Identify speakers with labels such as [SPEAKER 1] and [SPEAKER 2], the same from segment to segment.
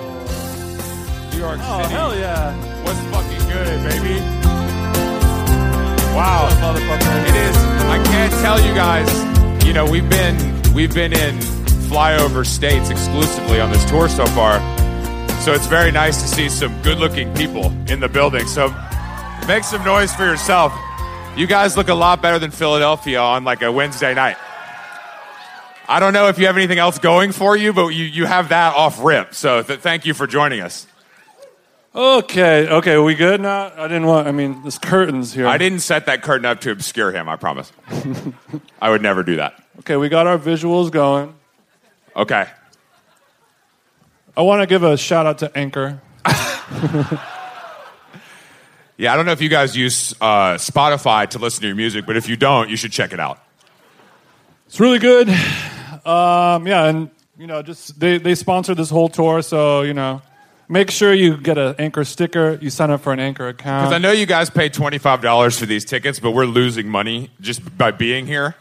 [SPEAKER 1] New York City
[SPEAKER 2] Oh, hell yeah.
[SPEAKER 1] was fucking good, baby. Wow, It is. I can't tell you guys. You know, we've been we've been in flyover states exclusively on this tour so far, so it's very nice to see some good-looking people in the building. So make some noise for yourself. You guys look a lot better than Philadelphia on like a Wednesday night. I don't know if you have anything else going for you, but you, you have that off rip. So th- thank you for joining us.
[SPEAKER 2] Okay, okay, we good now? I didn't want, I mean, there's curtains here.
[SPEAKER 1] I didn't set that curtain up to obscure him, I promise. I would never do that.
[SPEAKER 2] Okay, we got our visuals going.
[SPEAKER 1] Okay.
[SPEAKER 2] I want to give a shout out to Anchor.
[SPEAKER 1] Yeah, I don't know if you guys use uh, Spotify to listen to your music, but if you don't, you should check it out.
[SPEAKER 2] It's really good. Um, yeah, and you know, just they they sponsor this whole tour, so you know, make sure you get an Anchor sticker. You sign up for an Anchor account.
[SPEAKER 1] I know you guys pay $25 for these tickets, but we're losing money just by being here.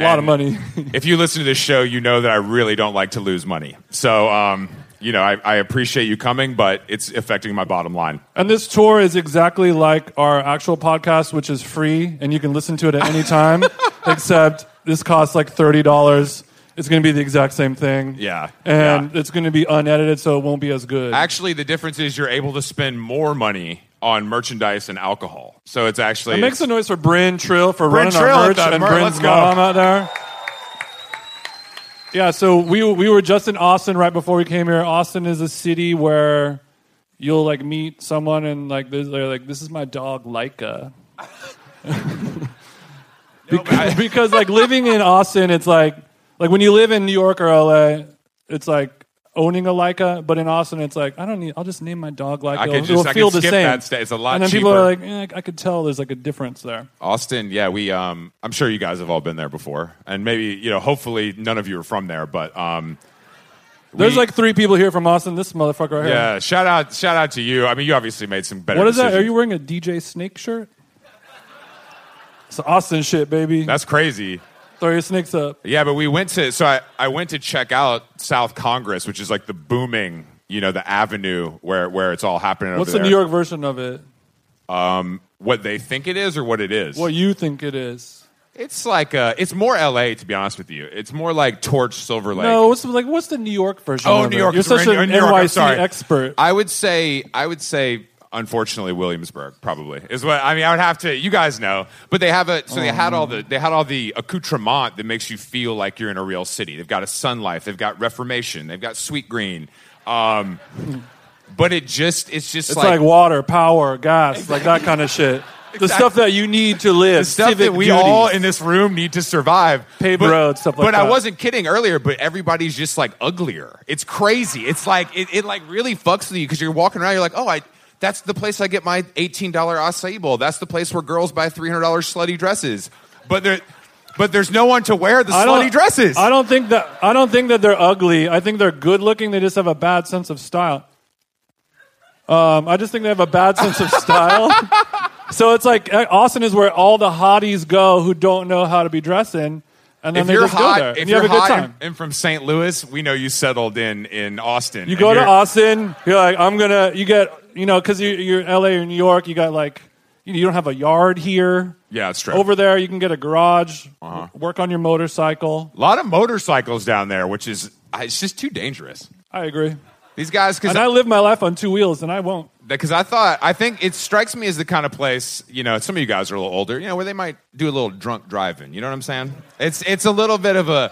[SPEAKER 2] a lot
[SPEAKER 1] And
[SPEAKER 2] of money.
[SPEAKER 1] if you listen to this show, you know that I really don't like to lose money. So, um, you know, I, I appreciate you coming, but it's affecting my bottom line.
[SPEAKER 2] and this tour is exactly like our actual podcast, which is free and you can listen to it at any time. except this costs like thirty dollars. It's going to be the exact same thing.
[SPEAKER 1] Yeah,
[SPEAKER 2] and it's going to be unedited, so it won't be as good.
[SPEAKER 1] Actually, the difference is you're able to spend more money on merchandise and alcohol. So it's actually.
[SPEAKER 2] It makes a noise for Bryn Trill for
[SPEAKER 1] Bryn
[SPEAKER 2] running
[SPEAKER 1] Trill
[SPEAKER 2] our
[SPEAKER 1] at
[SPEAKER 2] merch
[SPEAKER 1] the
[SPEAKER 2] and
[SPEAKER 1] mer-
[SPEAKER 2] Bryn's
[SPEAKER 1] let's go.
[SPEAKER 2] mom out there. Yeah, so we we were just in Austin right before we came here. Austin is a city where you'll like meet someone and like there's- they're like, "This is my dog Leica." because, because like living in Austin, it's like like when you live in New York or LA, it's like owning a Leica. But in Austin, it's like I don't need. I'll just name my dog Leica.
[SPEAKER 1] I could
[SPEAKER 2] It'll-
[SPEAKER 1] just-
[SPEAKER 2] it'll
[SPEAKER 1] I could
[SPEAKER 2] feel the
[SPEAKER 1] skip
[SPEAKER 2] same.
[SPEAKER 1] that sta- it's a lot
[SPEAKER 2] And then people
[SPEAKER 1] cheaper.
[SPEAKER 2] are like, eh, I could tell there's like a difference there.
[SPEAKER 1] Austin, yeah, we. Um, I'm sure you guys have all been there before, and maybe you know. Hopefully, none of you are from there, but um,
[SPEAKER 2] There's
[SPEAKER 1] we-
[SPEAKER 2] like three people here from Austin. This motherfucker right here.
[SPEAKER 1] yeah. Shout out, shout out to you. I mean, you obviously made some better.
[SPEAKER 2] What is that? Are
[SPEAKER 1] decisions.
[SPEAKER 2] you wearing a DJ Snake shirt? It's Austin shit, baby.
[SPEAKER 1] That's crazy.
[SPEAKER 2] Throw your snakes up.
[SPEAKER 1] Yeah, but we went to so I, I went to check out South Congress, which is like the booming, you know, the avenue where where it's all happening.
[SPEAKER 2] What's
[SPEAKER 1] over
[SPEAKER 2] the
[SPEAKER 1] there.
[SPEAKER 2] New York version of it?
[SPEAKER 1] What they think it is, or what it is?
[SPEAKER 2] What you think it is?
[SPEAKER 1] It's like uh, it's more L.A. to be honest with you. It's more like Torch Silver Lake.
[SPEAKER 2] no, what's like what's the New York version?
[SPEAKER 1] Oh,
[SPEAKER 2] of
[SPEAKER 1] New
[SPEAKER 2] it?
[SPEAKER 1] York.
[SPEAKER 2] You're
[SPEAKER 1] is- we're
[SPEAKER 2] such
[SPEAKER 1] in-
[SPEAKER 2] an
[SPEAKER 1] New York, I'm
[SPEAKER 2] NYC
[SPEAKER 1] sorry.
[SPEAKER 2] expert.
[SPEAKER 1] I would say, I would say, unfortunately, Williamsburg probably is what I mean. I would have to. You guys know, but they have a. So they had all the. They had all the accoutrement that makes you feel like you're in a real city. They've got a Sun Life. They've got Reformation. They've got Sweet Green. Um, but it just, it's just
[SPEAKER 2] it's like, water, power, gas, like that kind of shit. The stuff that you need to live.
[SPEAKER 1] the stuff
[SPEAKER 2] civic
[SPEAKER 1] that we
[SPEAKER 2] duties.
[SPEAKER 1] all in this room need to survive.
[SPEAKER 2] Paved
[SPEAKER 1] but,
[SPEAKER 2] roads, stuff like
[SPEAKER 1] but
[SPEAKER 2] that.
[SPEAKER 1] I wasn't kidding earlier. But everybody's just like uglier. It's crazy. It's like it, it like really fucks with you because you're walking around. You're like, oh, I. That's the place I get my eighteen dollar acai bowl. That's the place where girls buy three hundred dollars slutty dresses. But there, but there's no one to wear the
[SPEAKER 2] I don't-
[SPEAKER 1] slutty dresses.
[SPEAKER 2] I don't think that I don't think that they're ugly. I think they're good looking. They just have a bad sense of style. Um, I just think they have a bad sense of style. so it's like uh, Austin is where all the hotties go who don't know how to be dressing, and then
[SPEAKER 1] if
[SPEAKER 2] they
[SPEAKER 1] you're
[SPEAKER 2] just
[SPEAKER 1] hot,
[SPEAKER 2] go there.
[SPEAKER 1] if
[SPEAKER 2] and you have a
[SPEAKER 1] you're
[SPEAKER 2] good
[SPEAKER 1] hot
[SPEAKER 2] time.
[SPEAKER 1] and- and from St. Louis, we know you settled in in Austin.
[SPEAKER 2] You
[SPEAKER 1] and
[SPEAKER 2] go to
[SPEAKER 1] you're-
[SPEAKER 2] Austin, you're like, I'm gonna, you get, you know, because you, you're LA or New York, you got like, you, you don't have a yard here.
[SPEAKER 1] Yeah, that's true.
[SPEAKER 2] Over there, you can get a garage,
[SPEAKER 1] Uh-huh.
[SPEAKER 2] work on your motorcycle.
[SPEAKER 1] A lot of motorcycles down there, which is I- it's just too dangerous.
[SPEAKER 2] I agree.
[SPEAKER 1] These guys, because
[SPEAKER 2] And I live my life on two wheels, and I won't.
[SPEAKER 1] because I thought I think it strikes me as the kind of place you know some of you guys are a little older you know where they might do a little drunk driving you know what I'm saying it's it's a little bit of a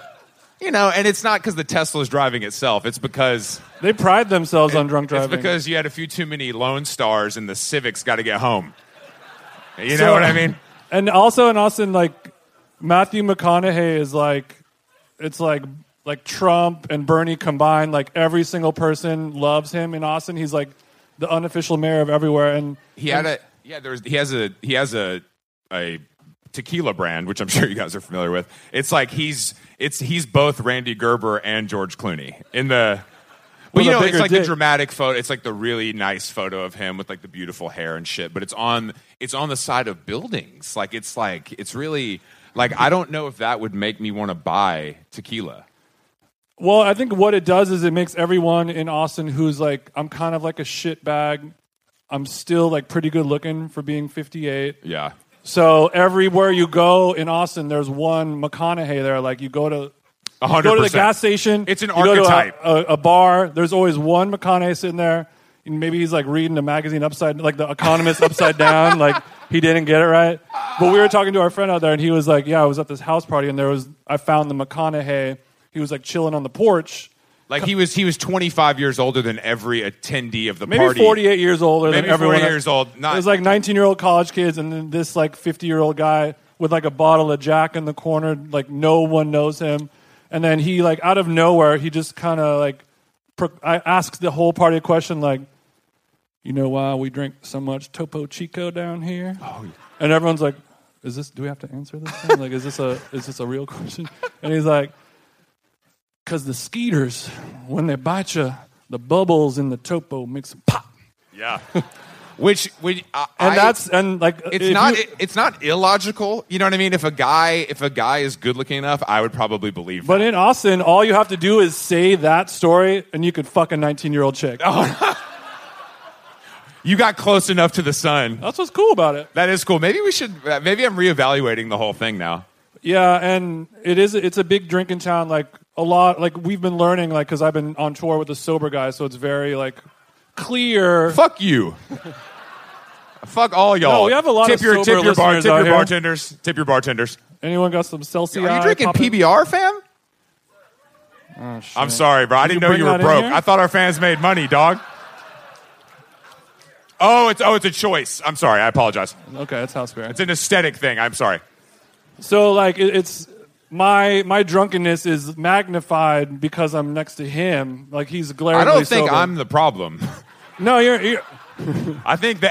[SPEAKER 1] you know and it's not because the Tesla's driving itself it's because
[SPEAKER 2] They pride themselves on drunk driving.
[SPEAKER 1] it's because you had a few too many Lone Stars and the Civics got to get home you know
[SPEAKER 2] So-
[SPEAKER 1] what I mean
[SPEAKER 2] and also in Austin, like Matthew McConaughey is like, it's like like Trump and Bernie combined. Like every single person loves him in Austin. He's like the unofficial mayor of everywhere. And
[SPEAKER 1] he had a yeah there was he has a he has a a tequila brand which I'm sure you guys are familiar with it's like he's it's he's both Randy Gerber and George Clooney in the Well,
[SPEAKER 2] With
[SPEAKER 1] you
[SPEAKER 2] a
[SPEAKER 1] know, it's
[SPEAKER 2] bigger
[SPEAKER 1] like the
[SPEAKER 2] dick.
[SPEAKER 1] dramatic photo. It's like the really nice photo of him with like the beautiful hair and shit. But it's on it's on the side of buildings. Like it's like it's really like I don't know if that would make me want to buy tequila.
[SPEAKER 2] Well, I think what it does is it makes everyone in Austin who's like, I'm kind of like a shit bag. I'm still like pretty good looking for being 58.
[SPEAKER 1] Yeah,
[SPEAKER 2] So everywhere you go in Austin, there's one McConaughey there. Like you go to
[SPEAKER 1] a
[SPEAKER 2] you
[SPEAKER 1] hundred
[SPEAKER 2] go to the
[SPEAKER 1] percent.
[SPEAKER 2] gas station.
[SPEAKER 1] It's an
[SPEAKER 2] you go to a-
[SPEAKER 1] archetype.
[SPEAKER 2] a, a bar. There's always one McConaughey sitting there. And maybe he's like reading a magazine upside, like The Economist upside down. Like he didn't get it right. But we were talking to our friend out there, and he was like, "Yeah, I was at this house party, and there was I found the McConaughey. He was like chilling on the porch,
[SPEAKER 1] Like he was he was 25 years older than every attendee of the
[SPEAKER 2] maybe
[SPEAKER 1] party.
[SPEAKER 2] 48 years older
[SPEAKER 1] Maybe
[SPEAKER 2] than everyone.
[SPEAKER 1] 48 years old, not-
[SPEAKER 2] it was like 19 year old college kids, and then this like 50 year old guy with like a bottle of Jack in the corner. Like no one knows him, and then he like out of nowhere he just kind of like pro- I asked the whole party a question like, you know why we drink so much Topo Chico down here? Oh, and everyone's like. Is this? Do we have to answer this? Thing? Like, is this a is this a real question? And he's like, "Cause the skeeters, when they bite you, the bubbles in the topo makes them pop."
[SPEAKER 1] Yeah, which which I,
[SPEAKER 2] and
[SPEAKER 1] I-
[SPEAKER 2] that's and like
[SPEAKER 1] it's
[SPEAKER 2] uh, if
[SPEAKER 1] not
[SPEAKER 2] you-
[SPEAKER 1] it- it's not illogical. You know what I mean? If a guy if a guy is good looking enough, I would probably believe.
[SPEAKER 2] but in Austin, all you have to do is say that story, and you could fuck a nineteen-year-old chick.
[SPEAKER 1] Oh. you got close enough to the sun.
[SPEAKER 2] That's what's cool about it.
[SPEAKER 1] That is cool. Maybe we should. uh, Maybe I'm reevaluating the whole thing now.
[SPEAKER 2] Yeah, and it is. It's a big drinking town. Like a lot. Like we've been learning. Like because I've been on tour with a sober guy, so it's very like clear.
[SPEAKER 1] Fuck you. Fuck all y'all.
[SPEAKER 2] No, we have a lot
[SPEAKER 1] tip
[SPEAKER 2] of
[SPEAKER 1] your
[SPEAKER 2] sober
[SPEAKER 1] tip your bar
[SPEAKER 2] listeners
[SPEAKER 1] tip
[SPEAKER 2] out
[SPEAKER 1] your
[SPEAKER 2] here.
[SPEAKER 1] bartenders tip your bartenders.
[SPEAKER 2] Anyone got some Celsius?
[SPEAKER 1] Are you drinking
[SPEAKER 2] popping?
[SPEAKER 1] PBR, fam? Oh, I'm sorry, bro. I didn't
[SPEAKER 2] you
[SPEAKER 1] know
[SPEAKER 2] bring
[SPEAKER 1] you were
[SPEAKER 2] that in
[SPEAKER 1] broke.
[SPEAKER 2] here?
[SPEAKER 1] I thought our fans made money, dog. Oh, it's oh, it's a choice. I'm sorry. I apologize.
[SPEAKER 2] Okay, that's house beer.
[SPEAKER 1] It's an aesthetic thing. I'm sorry.
[SPEAKER 2] So like it, it's my my drunkenness is magnified because I'm next to him. Like he's glaringly
[SPEAKER 1] I don't think
[SPEAKER 2] sober.
[SPEAKER 1] I'm the problem.
[SPEAKER 2] No, you're. you're
[SPEAKER 1] I think the 818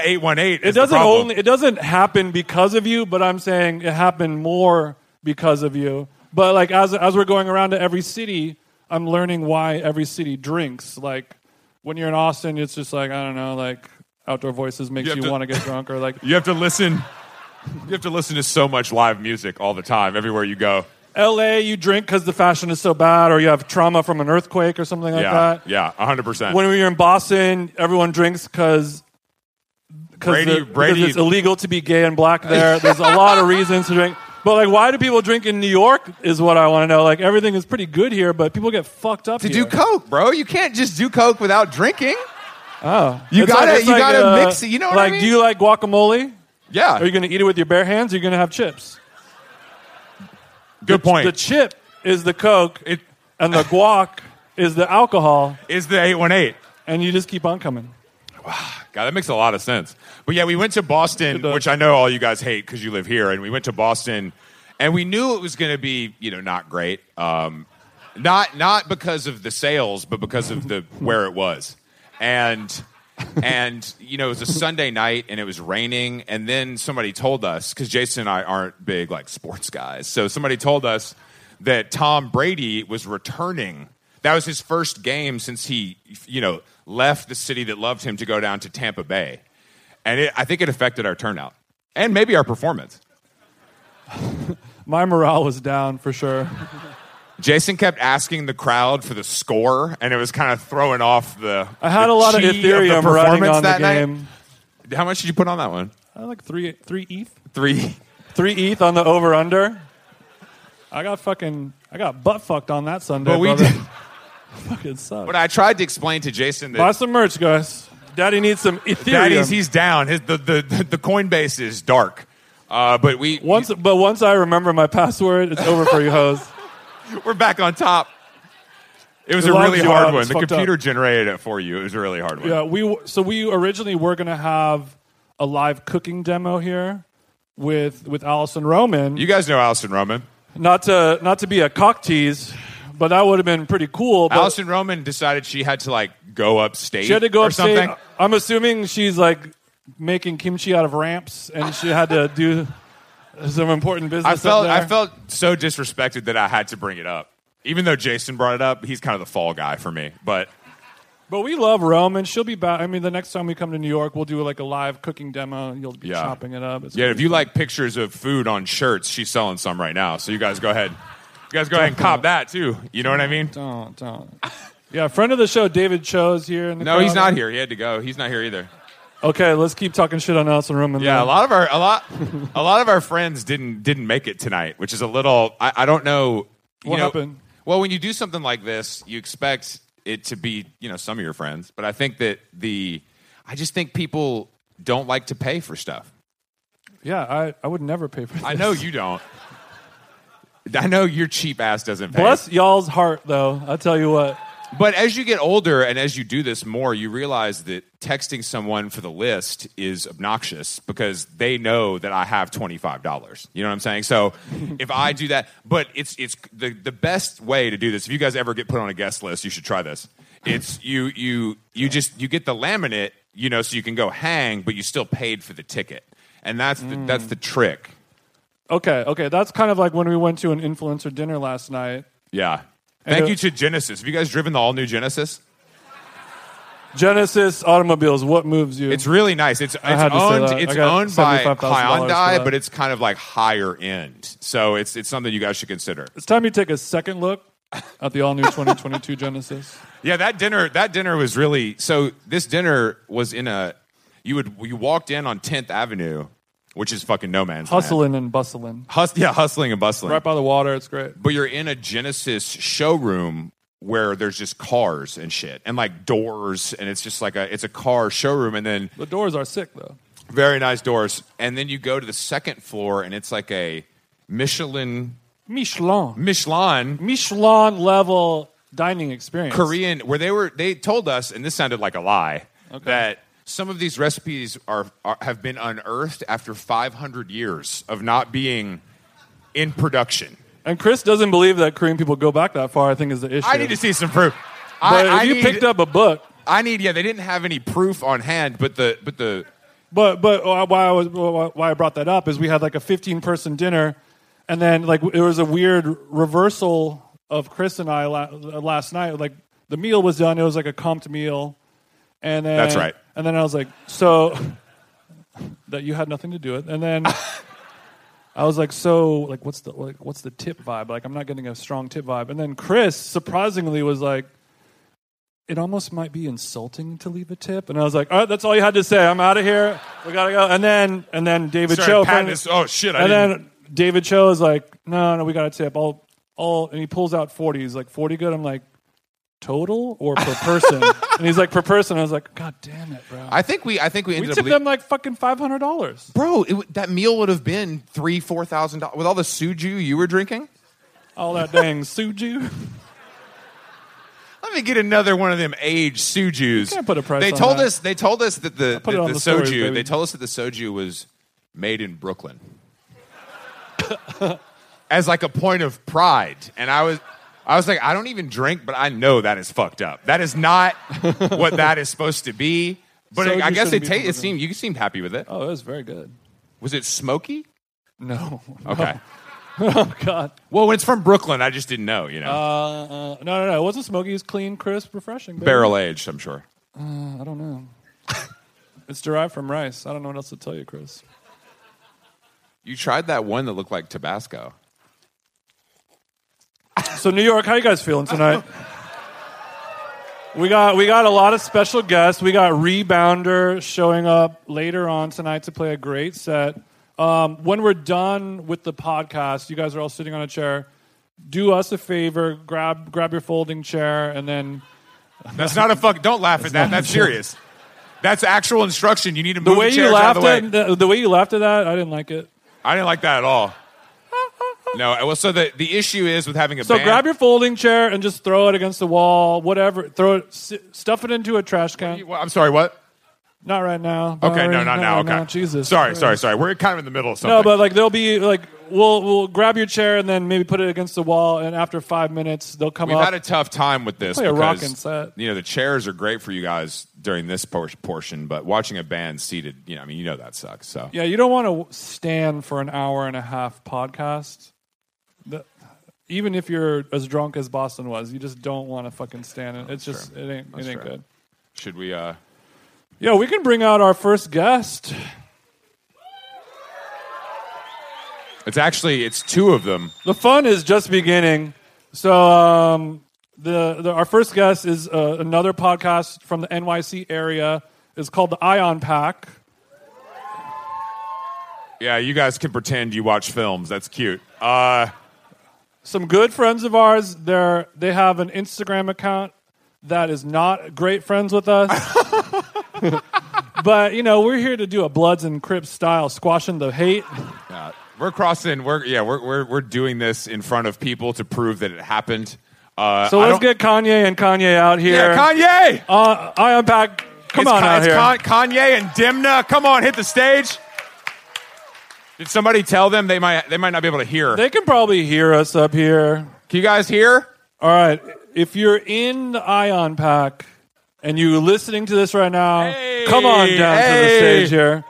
[SPEAKER 2] it
[SPEAKER 1] is
[SPEAKER 2] doesn't
[SPEAKER 1] the problem.
[SPEAKER 2] only it doesn't happen because of you but i'm saying it happened more because of you but like as as we're going around to every city i'm learning why every city drinks like when you're in austin it's just like i don't know like outdoor voices makes
[SPEAKER 1] You have
[SPEAKER 2] you,
[SPEAKER 1] to-
[SPEAKER 2] want to get drunk or like
[SPEAKER 1] You have to listen. You have to listen to so much live music all the time, everywhere you go.
[SPEAKER 2] la you drink because the fashion is so bad or you have trauma from an earthquake or something like
[SPEAKER 1] yeah,
[SPEAKER 2] that
[SPEAKER 1] yeah, hundred percent.
[SPEAKER 2] when we were in boston everyone drinks because because
[SPEAKER 1] Brady-
[SPEAKER 2] the-
[SPEAKER 1] Brady-
[SPEAKER 2] because it's illegal to be gay and black there. There's a lot of reasons to drink. But like, why do people drink in New York? Is what I want to know. Like, everything is pretty good here, but people get fucked up.
[SPEAKER 3] To
[SPEAKER 2] here.
[SPEAKER 3] do coke, bro. You can't just do coke without drinking.
[SPEAKER 2] oh,
[SPEAKER 3] You
[SPEAKER 2] It's
[SPEAKER 3] gotta-
[SPEAKER 2] it's
[SPEAKER 3] you gotta
[SPEAKER 2] uh,
[SPEAKER 3] mix it, you know what I
[SPEAKER 2] like,
[SPEAKER 3] mean?
[SPEAKER 2] do you like guacamole?
[SPEAKER 1] Yeah,
[SPEAKER 2] Are you gonna eat it with your bare hands? Or are you gonna have chips?
[SPEAKER 1] good point.
[SPEAKER 2] The chip is the Coke,
[SPEAKER 1] It-
[SPEAKER 2] and the guac is the alcohol,
[SPEAKER 1] is the eight one eight?
[SPEAKER 2] and you just keep on coming.
[SPEAKER 1] God, that makes a lot of sense. But yeah, we went to Boston,
[SPEAKER 2] does.
[SPEAKER 1] which I know all you guys hate because you live here, and we went to Boston, and we knew it was going to be you know not great, um, not not because of the sales, but because of the where it was, and and you know it was a Sunday night and it was raining, and then somebody told us because Jason and I aren't big like sports guys, so somebody told us that Tom Brady was returning. That was his first game since he, you know, left the city that loved him to go down to Tampa Bay, and it, I think it affected our turnout and maybe our performance.
[SPEAKER 2] my morale was down for sure.
[SPEAKER 1] Jason kept asking the crowd for the score, and it was kind of throwing off the.
[SPEAKER 2] I had
[SPEAKER 1] the
[SPEAKER 2] a lot of
[SPEAKER 1] chi
[SPEAKER 2] Ethereum
[SPEAKER 1] the
[SPEAKER 2] running
[SPEAKER 1] performance
[SPEAKER 2] on
[SPEAKER 1] that
[SPEAKER 2] the game.
[SPEAKER 1] night. How much did you put on that one?
[SPEAKER 2] I had like three, three E ETH,
[SPEAKER 1] Three.
[SPEAKER 2] three ETH on the over under. I got fucking, I got butt fucked on that Sunday.
[SPEAKER 1] But we
[SPEAKER 2] brother.
[SPEAKER 1] did.
[SPEAKER 2] fucking sucked.
[SPEAKER 1] But I tried to explain to Jason
[SPEAKER 2] Buy
[SPEAKER 1] that
[SPEAKER 2] some merch, guys. Daddy needs some Ethereum.
[SPEAKER 1] Daddy's he's down. His, the, the the Coinbase is dark. Uh, but we
[SPEAKER 2] once, but once I remember my password, it's over for you, hoes.
[SPEAKER 1] we're back on top. It was
[SPEAKER 2] It
[SPEAKER 1] a
[SPEAKER 2] logs
[SPEAKER 1] really
[SPEAKER 2] you out,
[SPEAKER 1] hard one.
[SPEAKER 2] it's
[SPEAKER 1] The
[SPEAKER 2] fucked up.
[SPEAKER 1] computer generated it for you. It was a really hard one.
[SPEAKER 2] Yeah, we w- so we originally were gonna have a live cooking demo here with with Allison Roman.
[SPEAKER 1] You guys know Allison Roman.
[SPEAKER 2] not to not to be a cock tease, but that would have been pretty cool. But
[SPEAKER 1] Allison Roman decided she had to like go upstate.
[SPEAKER 2] she had to go
[SPEAKER 1] or
[SPEAKER 2] upstate. Uh,
[SPEAKER 1] something.
[SPEAKER 2] I'm assuming she's like making kimchi out of ramps, and she had to do some important business.
[SPEAKER 1] I
[SPEAKER 2] up
[SPEAKER 1] felt
[SPEAKER 2] there.
[SPEAKER 1] I felt so disrespected that I had to bring it up. Even though Jason brought it up, he's kind of the fall guy for me. But
[SPEAKER 2] But we love Roman. She'll be back. I mean, the next time we come to New York, we'll do like a live cooking demo. and You'll be
[SPEAKER 1] Yeah.
[SPEAKER 2] chopping it up. It's
[SPEAKER 1] yeah, if you like pictures of food on shirts, she's selling some right now. So you guys go ahead. You guys go ahead and cop that too. You know what I mean?
[SPEAKER 2] don't don't. Yeah, friend of the show, David Cho's here. In the
[SPEAKER 1] No, he's
[SPEAKER 2] crowd.
[SPEAKER 1] not here. He had to go. He's not here either.
[SPEAKER 2] Okay, let's keep talking shit on Allison Roman.
[SPEAKER 1] Yeah,
[SPEAKER 2] then.
[SPEAKER 1] a lot of our a lot a lot of our friends didn't didn't make it tonight, which is a little I, I don't know you
[SPEAKER 2] What
[SPEAKER 1] know-
[SPEAKER 2] happened?
[SPEAKER 1] Well, when you do something like this, you expect it to be, you know, some of your friends. But I think that the I just think people don't like to pay for stuff.
[SPEAKER 2] Yeah, I, I would never pay for. This.
[SPEAKER 1] I know you don't. I know your cheap ass doesn't pay.
[SPEAKER 2] Bless y'all's heart, though. I tell you what.
[SPEAKER 1] But as you get older and as you do this more, you realize that texting someone for the list is obnoxious because they know that I have $25. You know what I'm saying? So if I do that, but it's it's the, the best way to do this. If you guys ever get put on a guest list, you should try this. It's you you you just you get the laminate, you know, so you can go hang, but you still paid for the ticket. And that's the, that's the trick.
[SPEAKER 2] Okay, okay, that's kind of like when we went to an influencer dinner last night.
[SPEAKER 1] Yeah. Thank
[SPEAKER 2] it-
[SPEAKER 1] you to Genesis. Have you guys driven the all new Genesis?
[SPEAKER 2] Genesis automobiles. What moves you?
[SPEAKER 1] It's really nice. It's it's
[SPEAKER 2] had to say
[SPEAKER 1] owned
[SPEAKER 2] that. I
[SPEAKER 1] it's
[SPEAKER 2] got
[SPEAKER 1] owned by
[SPEAKER 2] $75,000 for that.
[SPEAKER 1] Hyundai, but it's kind of like higher end. So it's it's something you guys should consider.
[SPEAKER 2] It's time you take a second look at the all new 2022 Genesis.
[SPEAKER 1] Yeah, that dinner that dinner was really so this dinner was in a you would you walked in on 10th Avenue, which is fucking no man's land.
[SPEAKER 2] Hustling and bustling,
[SPEAKER 1] Hus- yeah, hustling and bustling.
[SPEAKER 2] right by the water. It's great.
[SPEAKER 1] but you're in a Genesis showroom where there's just cars and shit and like doors and it's just like a it's a car showroom and then
[SPEAKER 2] The doors are sick though.
[SPEAKER 1] Very nice doors. And then you go to the second floor, and it's like a Michelin,
[SPEAKER 2] Michelin,
[SPEAKER 1] Michelin
[SPEAKER 2] Michelin level dining experience.
[SPEAKER 1] Korean, where they were. They told us, and this sounded like a lie, that some of these recipes are, are have been unearthed after 500 years of not being in production.
[SPEAKER 2] And Chris doesn't believe that Korean people go back that far. I think is the issue.
[SPEAKER 1] I need to see some proof.
[SPEAKER 2] But
[SPEAKER 1] I, I
[SPEAKER 2] if you
[SPEAKER 1] need,
[SPEAKER 2] picked up a book,
[SPEAKER 1] I need. Yeah, they didn't have any proof on hand, but the but the
[SPEAKER 2] But but uh, why I was why I brought that up is we had like a 15 person dinner, and then like it was a weird reversal of Chris and I la- last night. Like the meal was done, it was like a comped meal, and then
[SPEAKER 1] That's right.
[SPEAKER 2] And then I was like, so that you had nothing to do with, and then. I was like, so like, what's the like, what's the tip vibe? Like, I'm not getting a strong tip vibe. And then Chris surprisingly was like, it almost might be insulting to leave a tip. And I was like, all right, that's all you had to say. I'm out of here. We gotta go. And then and then David
[SPEAKER 1] Sorry,
[SPEAKER 2] Cho,
[SPEAKER 1] Patton
[SPEAKER 2] friend-
[SPEAKER 1] is- oh shit! I
[SPEAKER 2] and
[SPEAKER 1] didn't,
[SPEAKER 2] then David Cho is like, no, no, we got a tip. I'll, I'll, and he pulls out 40. He's like, 40 good. I'm like, total or per person? and he's like, per person. I was like, god damn it, bro.
[SPEAKER 1] I think we I think we
[SPEAKER 2] we
[SPEAKER 1] ended up
[SPEAKER 2] tipped
[SPEAKER 1] lea-
[SPEAKER 2] them like fucking five hundred dollars.
[SPEAKER 1] Bro, it, w- that meal would have been three, four thousand dollars with all the suju you were drinking.
[SPEAKER 2] All that dang suju.
[SPEAKER 1] Let me get another one of them aged sujus.
[SPEAKER 2] can't put a price
[SPEAKER 1] They
[SPEAKER 2] on
[SPEAKER 1] told
[SPEAKER 2] that.
[SPEAKER 1] us. They told us that the,
[SPEAKER 2] put it
[SPEAKER 1] that
[SPEAKER 2] on
[SPEAKER 1] the
[SPEAKER 2] the
[SPEAKER 1] soju.
[SPEAKER 2] stories, baby.
[SPEAKER 1] they told us that the soju was made in Brooklyn, as like a point of pride. And I was, I was like, I don't even drink, but I know that is fucked up. That is not what that is supposed to be. But
[SPEAKER 2] Soju
[SPEAKER 1] I guess they
[SPEAKER 2] shouldn't be
[SPEAKER 1] ta-
[SPEAKER 2] from
[SPEAKER 1] it
[SPEAKER 2] Brooklyn.
[SPEAKER 1] seemed you seemed happy with it.
[SPEAKER 2] Oh, it was very good.
[SPEAKER 1] Was it smoky?
[SPEAKER 2] No.
[SPEAKER 1] Okay.
[SPEAKER 2] oh god.
[SPEAKER 1] Well, when it's from Brooklyn, I just didn't know. You know,
[SPEAKER 2] Uh, uh, no, no, no. It wasn't smoky. It was clean, crisp, refreshing. baby.
[SPEAKER 1] barrel aged. I'm sure.
[SPEAKER 2] I don't know. it's derived from rice. I don't know what else to tell you, Chris.
[SPEAKER 1] You tried that one that looked like Tabasco.
[SPEAKER 2] So New York, how you guys feeling tonight? We got we got a lot of special guests. We got Rebounder showing up later on tonight to play a great set. Um, when we're done with the podcast, you guys are all sitting on a chair. Do us a favor, grab grab your folding chair, and then
[SPEAKER 4] That's not a fuck. Don't laugh at that. That's serious. That's actual instruction. You need to
[SPEAKER 2] the
[SPEAKER 4] move
[SPEAKER 2] way
[SPEAKER 4] the
[SPEAKER 2] you
[SPEAKER 4] chairs out
[SPEAKER 2] laughed
[SPEAKER 4] of the way.
[SPEAKER 2] at the, the way you laughed at that, I didn't like it.
[SPEAKER 4] I didn't like that at all. No, well, so the, the issue is with having a
[SPEAKER 2] So
[SPEAKER 4] band.
[SPEAKER 2] grab your folding chair and just throw it against the wall, whatever. Throw it, s- stuff it into a trash can.
[SPEAKER 4] Well, I'm sorry, what?
[SPEAKER 2] Not right now.
[SPEAKER 4] Okay, no,
[SPEAKER 2] right-
[SPEAKER 4] not now.
[SPEAKER 2] right
[SPEAKER 4] Okay.
[SPEAKER 2] Jesus.
[SPEAKER 4] Sorry,
[SPEAKER 2] Christ.
[SPEAKER 4] sorry, sorry. We're kind of in the middle of something.
[SPEAKER 2] No, but like there'll be like we'll we'll grab your chair and then maybe put it against the wall, and after five minutes they'll come
[SPEAKER 4] We've
[SPEAKER 2] up.
[SPEAKER 4] had a tough time with this
[SPEAKER 2] Play a
[SPEAKER 4] because
[SPEAKER 2] rockin' set.
[SPEAKER 4] you know the chairs are great for you guys during this por- portion, but watching a band seated, you know, I mean, you know that sucks. So
[SPEAKER 2] yeah, you don't want to stand for an hour and a half podcast. The- even if you're as drunk as Boston was, you just don't want to fucking stand. It. It's just it ain't it ain't
[SPEAKER 4] fair.
[SPEAKER 2] good.
[SPEAKER 4] should we? uh
[SPEAKER 2] Yeah, we can bring out our first guest.
[SPEAKER 4] It's actually it's two of them.
[SPEAKER 2] The fun is just beginning. So um, the, the our first guest is uh, another podcast from the NYC area. It's called the Ion Pack.
[SPEAKER 4] Yeah, you guys can pretend you watch films. That's cute. Uh,
[SPEAKER 2] Some good friends of ours. They're they have an Instagram account that is not great friends with us. but you know we're here to do a Bloods and Crips style squashing the hate.
[SPEAKER 4] yeah, Uh, we're crossing. We're yeah, we're we're we're doing this in front of people to prove that it happened. Uh,
[SPEAKER 2] So
[SPEAKER 4] I
[SPEAKER 2] let's
[SPEAKER 4] don't-
[SPEAKER 2] get Kanye and Kanye out here.
[SPEAKER 4] yeah, Kanye.
[SPEAKER 2] uh, Ion Pack, come
[SPEAKER 4] It's
[SPEAKER 2] on
[SPEAKER 4] Con-
[SPEAKER 2] out
[SPEAKER 4] it's
[SPEAKER 2] here.
[SPEAKER 4] Con- Kanye and Dimna, come on, hit the stage. Did somebody tell them they might they might not be able to hear?
[SPEAKER 2] they can probably hear us up here.
[SPEAKER 4] Can you guys hear?
[SPEAKER 2] All right. If you're in the Ion Pack and you're listening to this right now,
[SPEAKER 4] Hey,
[SPEAKER 2] come on down to the
[SPEAKER 4] hey.
[SPEAKER 2] stage here.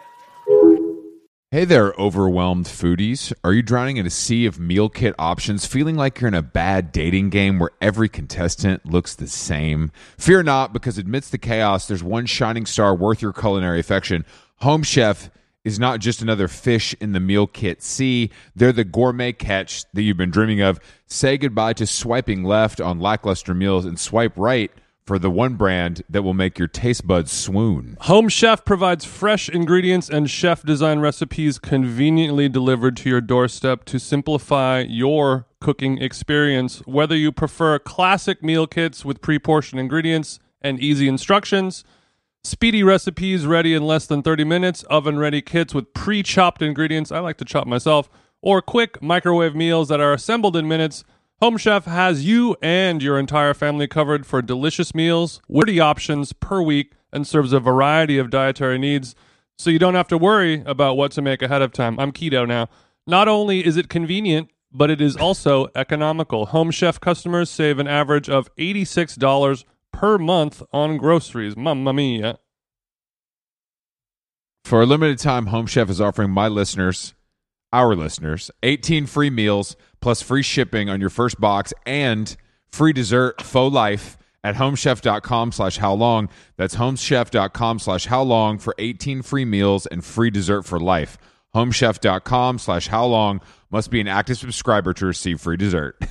[SPEAKER 1] Hey there, overwhelmed foodies. Are you drowning in a sea of meal kit options, feeling like you're in a bad dating game where every contestant looks the same? Fear not, because amidst the chaos, there's one shining star worth your culinary affection. Home Chef is not just another fish in the meal kit sea, they're the gourmet catch that you've been dreaming of. Say goodbye to swiping left on lackluster meals and swipe right for the one brand that will make your taste buds swoon.
[SPEAKER 2] Home Chef provides fresh ingredients and chef design recipes conveniently delivered to your doorstep to simplify your cooking experience. Whether you prefer classic meal kits with pre portioned ingredients and easy instructions, speedy recipes ready in less than 30 minutes, oven ready kits with pre chopped ingredients, I like to chop myself, or quick microwave meals that are assembled in minutes. Home Chef has you and your entire family covered for delicious meals, witty options per week, and serves a variety of dietary needs so you don't have to worry about what to make ahead of time. I'm keto now. Not only is it convenient, but it is also economical. Home Chef customers save an average of $86 per month on groceries. Mamma mia.
[SPEAKER 1] For a limited time, Home Chef is offering my listeners, our listeners, 18 free meals plus free shipping on your first box and free dessert faux life at homechef.com slash how long. That's homechef.com slash how long for 18 free meals and free dessert for life. Homechef.com slash how long must be an active subscriber to receive free dessert.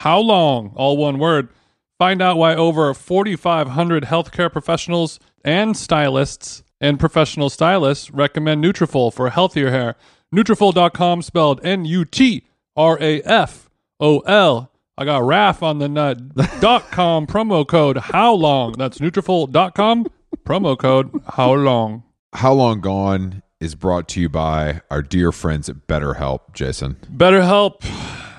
[SPEAKER 2] HOW LONG, all one word. Find out why over 4,500 healthcare professionals and stylists and professional stylists recommend Nutrafol for healthier hair. Nutrafol.com spelled N-U-T-R-A-F-O-L. I got RAF on the nut. dot com promo code how long. That's Nutrafol.com Promo code How Long.
[SPEAKER 1] How Long Gone is brought to you by our dear friends at BetterHelp, Jason.
[SPEAKER 2] BetterHelp,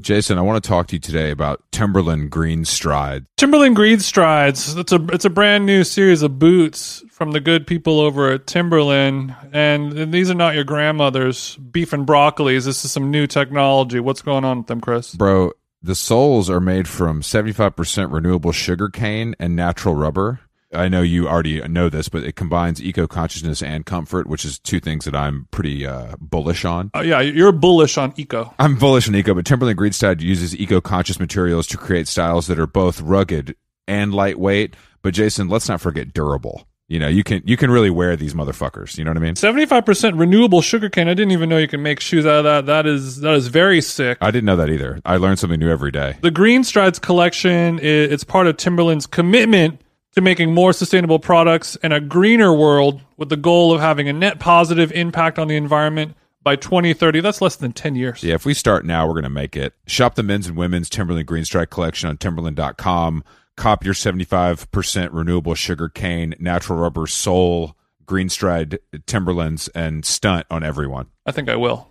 [SPEAKER 1] Jason, I want to talk to you today about Timberland Green Stride.
[SPEAKER 2] Timberland Green Strides. It's a it's a brand new series of boots from the good people over at Timberland, and, and these are not your grandmother's beef and broccolis. This is some new technology. What's going on with them, Chris?
[SPEAKER 1] Bro, the soles are made from 75% renewable sugar cane and natural rubber. I know you already know this, but it combines eco consciousness and comfort, which is two things that I'm pretty uh, bullish on.
[SPEAKER 2] Oh yeah, you're bullish on eco.
[SPEAKER 1] I'm bullish on eco, but Timberland Greenstad uses eco conscious materials to create styles that are both rugged and lightweight. But Jason, let's not forget durable. You know, you can you can really wear these motherfuckers. You know what I mean?
[SPEAKER 2] Seventy five percent renewable sugarcane. I didn't even know you can make shoes out of that. That is that is very sick.
[SPEAKER 1] I didn't know that either. I learn something new every day.
[SPEAKER 2] The Green Strides collection i- it's part of Timberland's commitment to making more sustainable products and a greener world with the goal of having a net positive impact on the environment by 2030. That's less than 10 years.
[SPEAKER 1] Yeah, if we start now, we're going to make it. Shop the men's and women's Timberland Green Strike collection on timberland.com. Cop your 75% renewable sugar cane, natural rubber sole, green stride Timberlands, and stunt on everyone.
[SPEAKER 2] I think I will.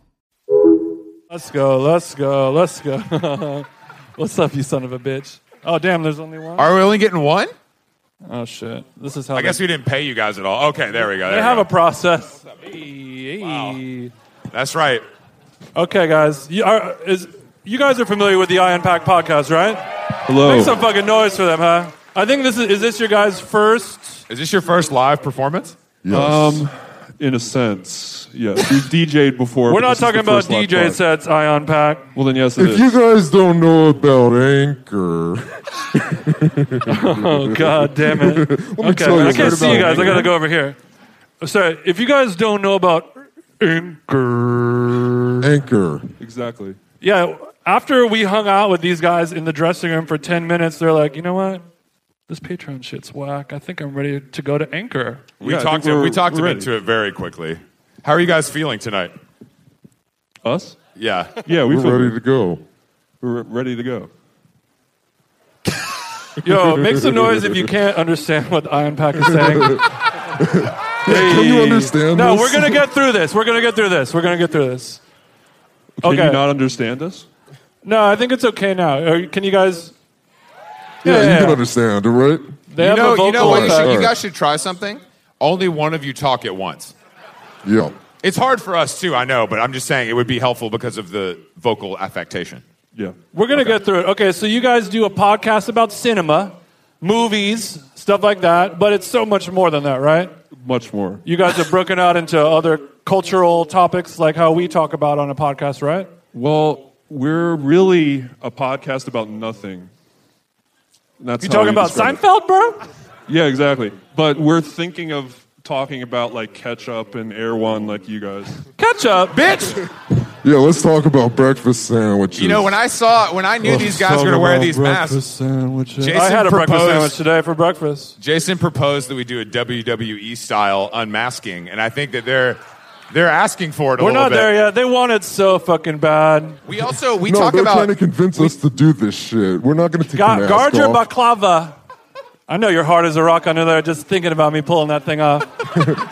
[SPEAKER 2] Let's go. Let's go. Let's go. What's up, you son of a bitch? Oh, damn, there's only one.
[SPEAKER 1] Are we only getting one?
[SPEAKER 2] Oh, shit. This is how
[SPEAKER 5] I guess
[SPEAKER 2] they,
[SPEAKER 5] we didn't pay you guys at all. Okay, there we go.
[SPEAKER 2] they
[SPEAKER 5] there we
[SPEAKER 2] have
[SPEAKER 5] go.
[SPEAKER 2] a process. Hey, hey.
[SPEAKER 5] That's right.
[SPEAKER 2] Okay, guys. You, are, is, you guys are familiar with the Iron Pack podcast, right?
[SPEAKER 1] Hello.
[SPEAKER 2] Make some fucking noise for them, huh? I think this is, is this your guys' first?
[SPEAKER 5] Is this your first live performance?
[SPEAKER 6] Um, in a sense, yes. We DJ'd before.
[SPEAKER 2] We're
[SPEAKER 6] but
[SPEAKER 2] not
[SPEAKER 6] this is
[SPEAKER 2] talking
[SPEAKER 6] the
[SPEAKER 2] about
[SPEAKER 6] first live
[SPEAKER 2] DJ
[SPEAKER 6] pod.
[SPEAKER 2] sets, Ion Pack.
[SPEAKER 6] Well, then yes, it is.
[SPEAKER 7] If you guys don't know about Anchor,
[SPEAKER 2] Oh god damn it. okay,
[SPEAKER 7] tell you
[SPEAKER 2] I can't
[SPEAKER 7] about
[SPEAKER 2] see you guys. I
[SPEAKER 7] Anchor.
[SPEAKER 2] gotta go over here. I'm Sorry, if you guys don't know about Anchor,
[SPEAKER 7] Anchor,
[SPEAKER 6] exactly.
[SPEAKER 2] yeah. After we hung out with these guys in the dressing room for ten minutes, they're like, you know what? This Patreon shit's whack. I think I'm ready to go to Anchor.
[SPEAKER 5] We
[SPEAKER 6] Yeah, I
[SPEAKER 5] talked
[SPEAKER 6] think
[SPEAKER 5] him, we
[SPEAKER 6] we're-
[SPEAKER 5] talked
[SPEAKER 6] we're
[SPEAKER 5] him
[SPEAKER 6] ready.
[SPEAKER 5] into it very quickly. How are you guys feeling tonight?
[SPEAKER 6] Us?
[SPEAKER 5] Yeah.
[SPEAKER 6] Yeah, we feel-
[SPEAKER 7] we're ready to go.
[SPEAKER 6] We're ready to go.
[SPEAKER 2] Yo, make some noise if you can't understand what Iron Pack is saying.
[SPEAKER 7] Can you understand
[SPEAKER 2] No,
[SPEAKER 7] this?
[SPEAKER 2] we're gonna get through this. We're gonna get through this. We're gonna get through this.
[SPEAKER 6] Can
[SPEAKER 2] Okay.
[SPEAKER 6] you not understand us?
[SPEAKER 2] No, I think it's okay now. Are- Can you guys?
[SPEAKER 7] Yeah,
[SPEAKER 2] Yeah,
[SPEAKER 7] you
[SPEAKER 2] yeah.
[SPEAKER 7] can understand, all right?
[SPEAKER 2] They
[SPEAKER 5] You
[SPEAKER 2] have a
[SPEAKER 5] know,
[SPEAKER 2] vocal
[SPEAKER 5] you know what? You,
[SPEAKER 7] effect.
[SPEAKER 5] should, you
[SPEAKER 7] Sure.
[SPEAKER 5] guys should try something. Only one of you talk at once.
[SPEAKER 7] Yeah.
[SPEAKER 5] It's hard for us too, I know, but I'm just saying it would be helpful because of the vocal affectation.
[SPEAKER 6] Yeah.
[SPEAKER 2] We're gonna get through it. Okay, so you guys do a podcast about cinema, movies, stuff like that, but it's so much more than that, right?
[SPEAKER 6] Much more.
[SPEAKER 2] You guys have broken out into other cultural topics like how we talk about on a podcast, right?
[SPEAKER 6] Well, we're really a podcast about nothing. That's
[SPEAKER 2] You
[SPEAKER 6] how
[SPEAKER 2] talking
[SPEAKER 6] we
[SPEAKER 2] about
[SPEAKER 6] describe it.
[SPEAKER 2] Seinfeld, bro?
[SPEAKER 6] Yeah, exactly. But we're thinking of talking about like ketchup and Air One, like you guys.
[SPEAKER 2] Catch up, bitch.
[SPEAKER 7] Yeah, let's talk about breakfast sandwiches.
[SPEAKER 5] You know, when I saw, when I knew these guys were going to wear these masks,
[SPEAKER 7] Sandwiches.
[SPEAKER 5] Jason
[SPEAKER 2] I had a breakfast
[SPEAKER 5] proposed-
[SPEAKER 2] sandwich today for breakfast.
[SPEAKER 5] Jason proposed that we do a WWE style unmasking, and I think that they're they're asking for it a
[SPEAKER 2] We're
[SPEAKER 5] little
[SPEAKER 2] not
[SPEAKER 5] bit.
[SPEAKER 2] there yet. They want it so fucking bad.
[SPEAKER 5] We also we
[SPEAKER 7] no,
[SPEAKER 5] talk
[SPEAKER 7] they're
[SPEAKER 5] about
[SPEAKER 7] trying to convince us to do this shit. We're not going to take
[SPEAKER 2] Got,
[SPEAKER 7] the mask
[SPEAKER 2] guard your
[SPEAKER 7] off.
[SPEAKER 2] baklava. I know your heart is a rock under there just thinking about me pulling that thing off.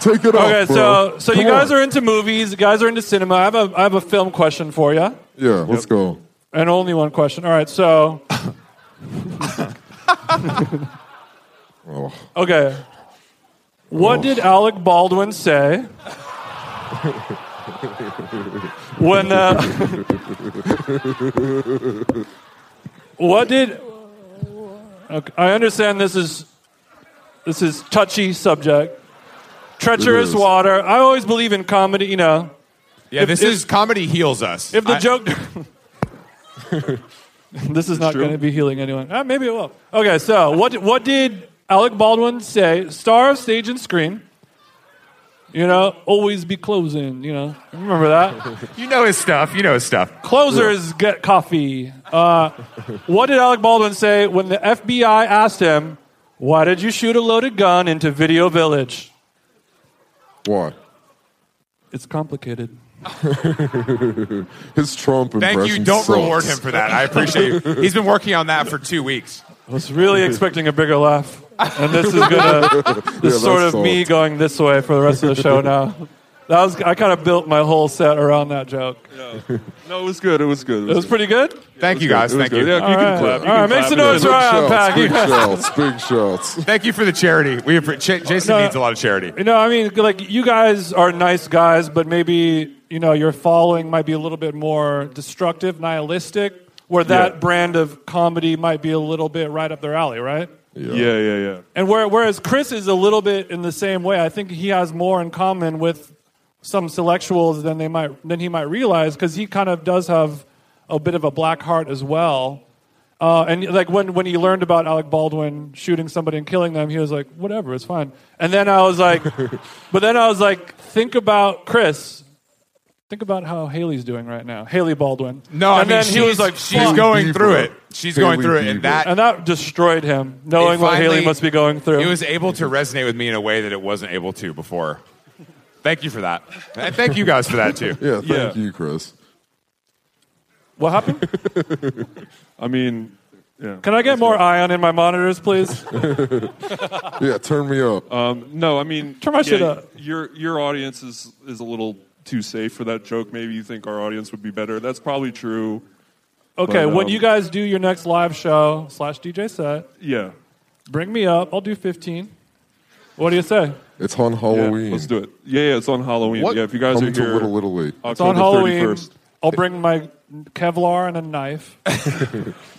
[SPEAKER 7] Take it off.
[SPEAKER 2] Okay, so
[SPEAKER 7] Oh, bro.
[SPEAKER 2] so
[SPEAKER 7] Come
[SPEAKER 2] you guys
[SPEAKER 7] on.
[SPEAKER 2] are into movies, you guys are into cinema. I have a I have a film question for you.
[SPEAKER 7] Yeah, let's go.
[SPEAKER 2] And only one question. All right, so Okay. What did Alec Baldwin say when uh, What did okay, I understand this is this is touchy subject. Treacherous
[SPEAKER 7] is.
[SPEAKER 2] water. I always believe in comedy, you know.
[SPEAKER 5] Yeah, this
[SPEAKER 2] if-
[SPEAKER 5] is comedy heals us.
[SPEAKER 2] If the
[SPEAKER 5] I-
[SPEAKER 2] joke. this is not
[SPEAKER 6] true.
[SPEAKER 2] going to be healing anyone. Ah, maybe it will. Okay, so what, what did Alec Baldwin say? Star of stage and screen. You know, always be closing, you know. Remember that?
[SPEAKER 5] you know his stuff, you know his stuff.
[SPEAKER 2] Closers get coffee. Uh, what did Alec Baldwin say when the FBI asked him, why did you shoot a loaded gun into Video Village?
[SPEAKER 7] Why?
[SPEAKER 2] It's complicated.
[SPEAKER 7] His Trump impression.
[SPEAKER 5] Thank you. Don't
[SPEAKER 7] sucks.
[SPEAKER 5] reward him for that. I appreciate you. He's been working on that for two weeks.
[SPEAKER 2] I was really expecting a bigger laugh. And this is gonna this
[SPEAKER 7] Yeah,
[SPEAKER 2] sort
[SPEAKER 7] that's
[SPEAKER 2] of me
[SPEAKER 7] solved.
[SPEAKER 2] going this way for the rest of the show now. That was I kind of built my whole set around that joke.
[SPEAKER 6] No, it was good. It was good.
[SPEAKER 2] It was pretty good.
[SPEAKER 5] Thank you guys.
[SPEAKER 6] It was
[SPEAKER 5] Thank
[SPEAKER 6] good.
[SPEAKER 5] you.
[SPEAKER 6] Yeah, you can
[SPEAKER 2] right.
[SPEAKER 6] clap. You
[SPEAKER 2] All right,
[SPEAKER 6] can
[SPEAKER 2] make
[SPEAKER 6] clap
[SPEAKER 2] some
[SPEAKER 6] it
[SPEAKER 2] noise
[SPEAKER 6] is.
[SPEAKER 2] for uh, Alright, I'm back.
[SPEAKER 7] big shouts. Big shouts.
[SPEAKER 5] Thank you for the charity. We appreciate Jason
[SPEAKER 2] No.
[SPEAKER 5] needs a lot of charity.
[SPEAKER 2] You know, I mean, like you guys are nice guys, but maybe you know your following might be a little bit more destructive, nihilistic, where that brand of comedy might be a little bit right up their alley, right?
[SPEAKER 6] Yeah, yeah, yeah.
[SPEAKER 2] And where, whereas Chris is a little bit in the same way, I think he has more in common with some selectuals than they might than he might realize because he kind of does have a bit of a black heart as well. Uh, and like when, when he learned about Alec Baldwin shooting somebody and killing them, he was like, whatever, it's fine. And then I was like, but then I was like, think about Chris. Think about how Haley's doing right now, Haley Baldwin.
[SPEAKER 5] No, I
[SPEAKER 2] and
[SPEAKER 5] mean
[SPEAKER 2] then he was
[SPEAKER 5] she's-
[SPEAKER 2] like,
[SPEAKER 5] she's
[SPEAKER 2] "Fuck."
[SPEAKER 5] going
[SPEAKER 7] Bieber.
[SPEAKER 5] through it. She's going
[SPEAKER 7] Haley
[SPEAKER 5] through it,
[SPEAKER 7] Bieber.
[SPEAKER 5] and that
[SPEAKER 2] and that destroyed him, knowing
[SPEAKER 5] It
[SPEAKER 2] what Haley
[SPEAKER 5] finally-
[SPEAKER 2] must be going through.
[SPEAKER 5] It was able to resonate with me in a way that it wasn't able to before. Thank you for that. And thank you guys for that too.
[SPEAKER 7] Yeah, thank
[SPEAKER 6] Yeah.
[SPEAKER 7] you, Chris.
[SPEAKER 2] what happened?
[SPEAKER 6] I mean, yeah.
[SPEAKER 2] Can I get more ion in my monitors, please?
[SPEAKER 7] Yeah, turn me up.
[SPEAKER 6] Um, no, I mean,
[SPEAKER 2] Turn my shit up.
[SPEAKER 6] Your your audience is is a little too safe for that joke. Maybe you think our audience would be better. That's probably true.
[SPEAKER 2] Okay,
[SPEAKER 6] But,
[SPEAKER 2] when
[SPEAKER 6] um,
[SPEAKER 2] you guys do your next live show slash DJ set,
[SPEAKER 6] Yeah.
[SPEAKER 2] bring me up. I'll do 15. What do you say?
[SPEAKER 7] it's on
[SPEAKER 6] Yeah,
[SPEAKER 7] Halloween.
[SPEAKER 6] let's do it. Yeah, yeah, it's on Halloween.
[SPEAKER 7] What?
[SPEAKER 6] Yeah, if you guys
[SPEAKER 7] Come
[SPEAKER 6] are
[SPEAKER 7] to
[SPEAKER 6] here,
[SPEAKER 7] Little Italy.
[SPEAKER 2] It's on
[SPEAKER 6] October
[SPEAKER 2] Halloween.
[SPEAKER 6] 31st.
[SPEAKER 2] I'll bring my Kevlar and a knife.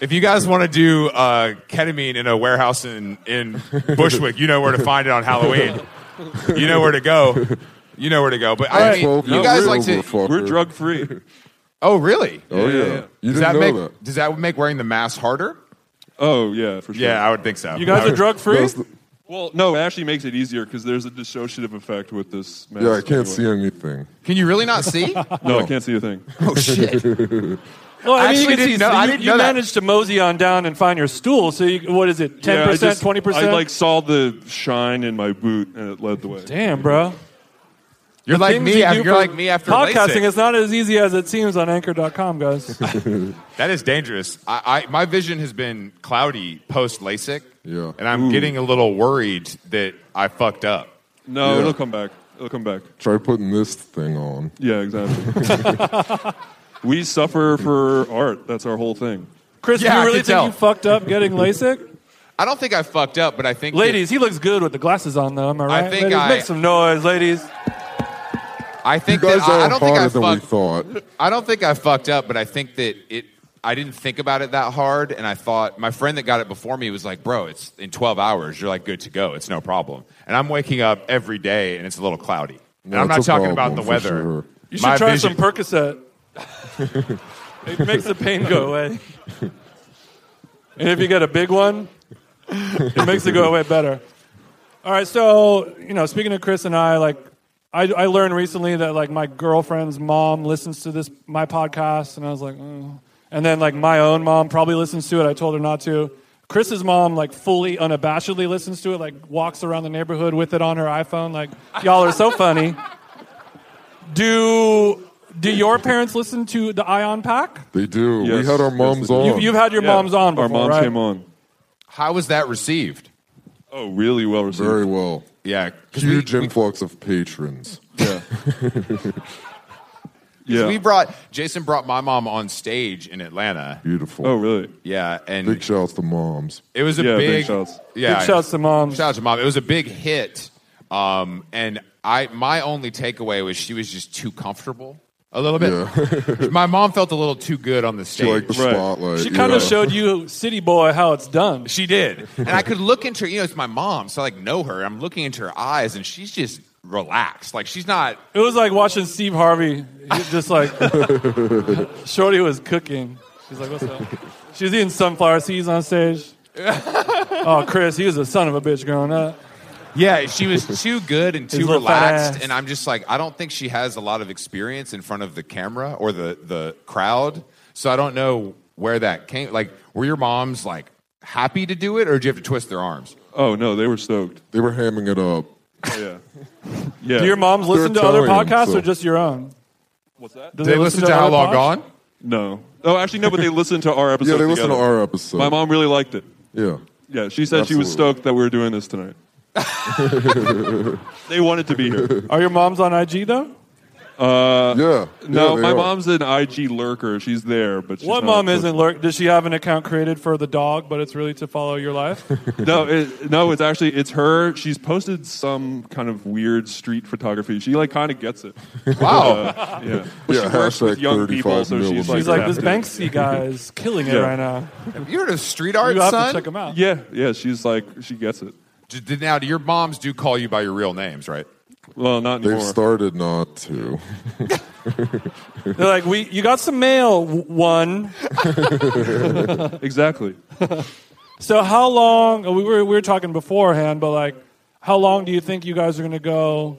[SPEAKER 5] If you guys want to do uh, ketamine in a warehouse in, in Bushwick, you know where to find it on Halloween. You know where to go. You know where to go. But I
[SPEAKER 7] Right.
[SPEAKER 5] mean, you guys like to.
[SPEAKER 6] We're drug free.
[SPEAKER 5] Oh, really?
[SPEAKER 7] Oh yeah.
[SPEAKER 6] Yeah, yeah.
[SPEAKER 7] You
[SPEAKER 5] Does
[SPEAKER 7] didn't
[SPEAKER 5] that
[SPEAKER 7] know
[SPEAKER 5] make
[SPEAKER 7] that.
[SPEAKER 5] does that make wearing the mask harder?
[SPEAKER 6] Oh yeah, for sure.
[SPEAKER 5] Yeah, I would think so.
[SPEAKER 2] You guys are drug free?
[SPEAKER 7] That's the-
[SPEAKER 6] Well, no, it actually makes it easier because there's a dissociative effect with this. Mask
[SPEAKER 7] yeah, I can't see
[SPEAKER 6] anyway.
[SPEAKER 7] anything.
[SPEAKER 5] Can you really not see?
[SPEAKER 6] No, I can't see a thing.
[SPEAKER 5] oh shit!
[SPEAKER 2] Well, I mean, you
[SPEAKER 5] actually
[SPEAKER 2] can see,
[SPEAKER 5] didn't know-
[SPEAKER 2] so
[SPEAKER 5] I
[SPEAKER 2] you,
[SPEAKER 5] didn't
[SPEAKER 2] you
[SPEAKER 5] know that.
[SPEAKER 2] managed to mosey on down and find your stool. So, you, what is it, 10%,
[SPEAKER 6] Yeah, I just-
[SPEAKER 2] 20%?
[SPEAKER 6] I like saw the shine in my boot and it led the way.
[SPEAKER 2] Damn, bro.
[SPEAKER 5] You're like
[SPEAKER 2] Things
[SPEAKER 5] me.
[SPEAKER 2] you
[SPEAKER 5] af-
[SPEAKER 2] do
[SPEAKER 5] You're
[SPEAKER 2] for
[SPEAKER 5] like me after
[SPEAKER 2] Podcasting
[SPEAKER 5] LASIK.
[SPEAKER 2] is not as easy as it seems on anchor.com, guys.
[SPEAKER 5] That is dangerous. I, I my vision has been cloudy post LASIK.
[SPEAKER 7] Yeah.
[SPEAKER 5] And I'm getting a little worried that I fucked up.
[SPEAKER 6] No,
[SPEAKER 7] Yeah.
[SPEAKER 6] it'll come back. It'll come back.
[SPEAKER 7] Try putting this thing on.
[SPEAKER 6] Yeah, exactly. we suffer for art. That's our whole thing.
[SPEAKER 2] Chris,
[SPEAKER 5] Yeah,
[SPEAKER 2] you
[SPEAKER 5] I
[SPEAKER 2] really
[SPEAKER 5] can
[SPEAKER 2] think
[SPEAKER 5] tell.
[SPEAKER 2] you fucked up getting LASIK?
[SPEAKER 5] I don't think I fucked up, but I think it-
[SPEAKER 2] Ladies, he looks good with the glasses on, though. Am I right?
[SPEAKER 5] think
[SPEAKER 2] ladies,
[SPEAKER 5] I-
[SPEAKER 2] make some noise, ladies.
[SPEAKER 5] I
[SPEAKER 7] You
[SPEAKER 5] think that
[SPEAKER 7] guys
[SPEAKER 5] I, I
[SPEAKER 7] are
[SPEAKER 5] don't think I
[SPEAKER 7] harder than we
[SPEAKER 5] fucked
[SPEAKER 7] thought.
[SPEAKER 5] I don't think I fucked up, but I think that it I didn't think about it that hard and I thought my friend that got it before me was like, "Bro, it's in 12 hours. You're like good to go. It's no problem." And I'm waking up every day and it's a little cloudy. And
[SPEAKER 7] No,
[SPEAKER 5] I'm not
[SPEAKER 7] it's a
[SPEAKER 5] talking about
[SPEAKER 7] problem,
[SPEAKER 5] the
[SPEAKER 7] for
[SPEAKER 5] weather.
[SPEAKER 7] sure.
[SPEAKER 2] You should
[SPEAKER 5] My
[SPEAKER 2] try
[SPEAKER 5] vision-
[SPEAKER 2] some Percocet. it makes the pain go away. And if you get a big one, it makes it go away better. All right, so you know, speaking of Chris and I, like I, I learned recently that like my girlfriend's mom listens to this my podcast, and I was like, oh. and then like my own mom probably listens to it. I told her not to. Chris's mom like fully unabashedly listens to it, like walks around the neighborhood with it on her iPhone. Like y'all are so funny. Do do your parents listen to the Ion Pack?
[SPEAKER 7] They do.
[SPEAKER 6] Yes,
[SPEAKER 7] we had our
[SPEAKER 6] yes,
[SPEAKER 7] moms
[SPEAKER 6] they do.
[SPEAKER 7] on.
[SPEAKER 2] You've, you've had your
[SPEAKER 6] Yeah,
[SPEAKER 2] moms on before,
[SPEAKER 6] Our moms
[SPEAKER 2] right?
[SPEAKER 6] came on.
[SPEAKER 5] How was that received?
[SPEAKER 6] Oh, really well received.
[SPEAKER 7] Very well.
[SPEAKER 5] Yeah, because we,
[SPEAKER 7] Huge influx of patrons.
[SPEAKER 6] yeah. yeah.
[SPEAKER 5] we brought Jason brought my mom on stage in Atlanta.
[SPEAKER 7] Beautiful.
[SPEAKER 6] oh, really?
[SPEAKER 5] Yeah, and
[SPEAKER 7] Big shouts to moms.
[SPEAKER 5] it was a
[SPEAKER 6] Yeah, big
[SPEAKER 5] big,
[SPEAKER 6] shouts.
[SPEAKER 5] yeah,
[SPEAKER 8] Big shouts to mom.
[SPEAKER 5] Shout out to mom. It was a big hit. Um, and I my only takeaway was she was just too comfortable a little bit. my mom felt a little too good on the stage.
[SPEAKER 7] She liked the
[SPEAKER 6] Right.
[SPEAKER 7] spotlight.
[SPEAKER 2] She kind
[SPEAKER 7] yeah.
[SPEAKER 2] of showed you City Boy how it's done.
[SPEAKER 5] She did. And I could look into you know, it's my mom, so I like know her. I'm looking into her eyes and she's just relaxed. Like she's not
[SPEAKER 2] It was like watching Steve Harvey, just like Shorty was cooking. She's like, "What's up?" She was eating sunflower seeds on stage. oh, Chris, he was a son of a bitch growing up.
[SPEAKER 5] Yeah, she was too good and too
[SPEAKER 2] little fat
[SPEAKER 5] relaxed.
[SPEAKER 2] ass.
[SPEAKER 5] And I'm just like, I don't think she has a lot of experience in front of the camera or the, the crowd. So I don't know where that came. Like, were your moms like happy to do it or did you have to twist their arms?
[SPEAKER 6] Oh no, they were stoked.
[SPEAKER 7] They were hamming it up.
[SPEAKER 6] Oh, yeah. Yeah.
[SPEAKER 2] Do your moms listen to other
[SPEAKER 7] Italian,
[SPEAKER 2] podcasts
[SPEAKER 7] so-
[SPEAKER 2] or just your own?
[SPEAKER 6] What's that?
[SPEAKER 2] Do
[SPEAKER 5] Did they listen to How
[SPEAKER 2] other
[SPEAKER 5] Long
[SPEAKER 2] pods?
[SPEAKER 5] Gone?
[SPEAKER 6] No. Oh, actually, no. But they listened to our episode.
[SPEAKER 7] Yeah, they listened to
[SPEAKER 6] together.
[SPEAKER 7] our episode.
[SPEAKER 6] My mom really liked it.
[SPEAKER 7] Yeah.
[SPEAKER 6] Yeah, she said she was
[SPEAKER 7] Absolutely.
[SPEAKER 6] stoked that we were doing this tonight. they wanted to be here.
[SPEAKER 2] Are your moms on IG though?
[SPEAKER 7] yeah.
[SPEAKER 6] uh, No,
[SPEAKER 7] Yeah, they
[SPEAKER 6] my
[SPEAKER 7] are.
[SPEAKER 6] mom's an IG lurker. She's there, but she's
[SPEAKER 2] What
[SPEAKER 6] not
[SPEAKER 2] mom
[SPEAKER 6] listening.
[SPEAKER 2] isn't lurk? Does she have an account created for the dog, but it's really to follow your life?
[SPEAKER 6] no, it, no, it's actually it's her. She's posted some kind of weird street photography. She like kind of gets it.
[SPEAKER 5] Wow.
[SPEAKER 6] Yeah,
[SPEAKER 7] Yeah,
[SPEAKER 6] she works with
[SPEAKER 7] hashtag
[SPEAKER 6] young people,
[SPEAKER 7] 35
[SPEAKER 6] so
[SPEAKER 7] million.
[SPEAKER 6] she's like,
[SPEAKER 2] She's like, this
[SPEAKER 6] adapted.
[SPEAKER 2] Banksy guy is killing it
[SPEAKER 6] Yeah.
[SPEAKER 2] right now.
[SPEAKER 5] you heard of street art,
[SPEAKER 2] You have
[SPEAKER 5] son?
[SPEAKER 2] to check him out.
[SPEAKER 6] Yeah, yeah, she's like she gets it.
[SPEAKER 5] D- did- Now, do your moms do call you by your real names, right?
[SPEAKER 6] Well, not
[SPEAKER 7] They've
[SPEAKER 6] anymore.
[SPEAKER 7] started not to.
[SPEAKER 2] They're like, we, you got some mail, w- one.
[SPEAKER 6] exactly.
[SPEAKER 2] So how long? We were we were talking beforehand, but like, how long do you think you guys are gonna go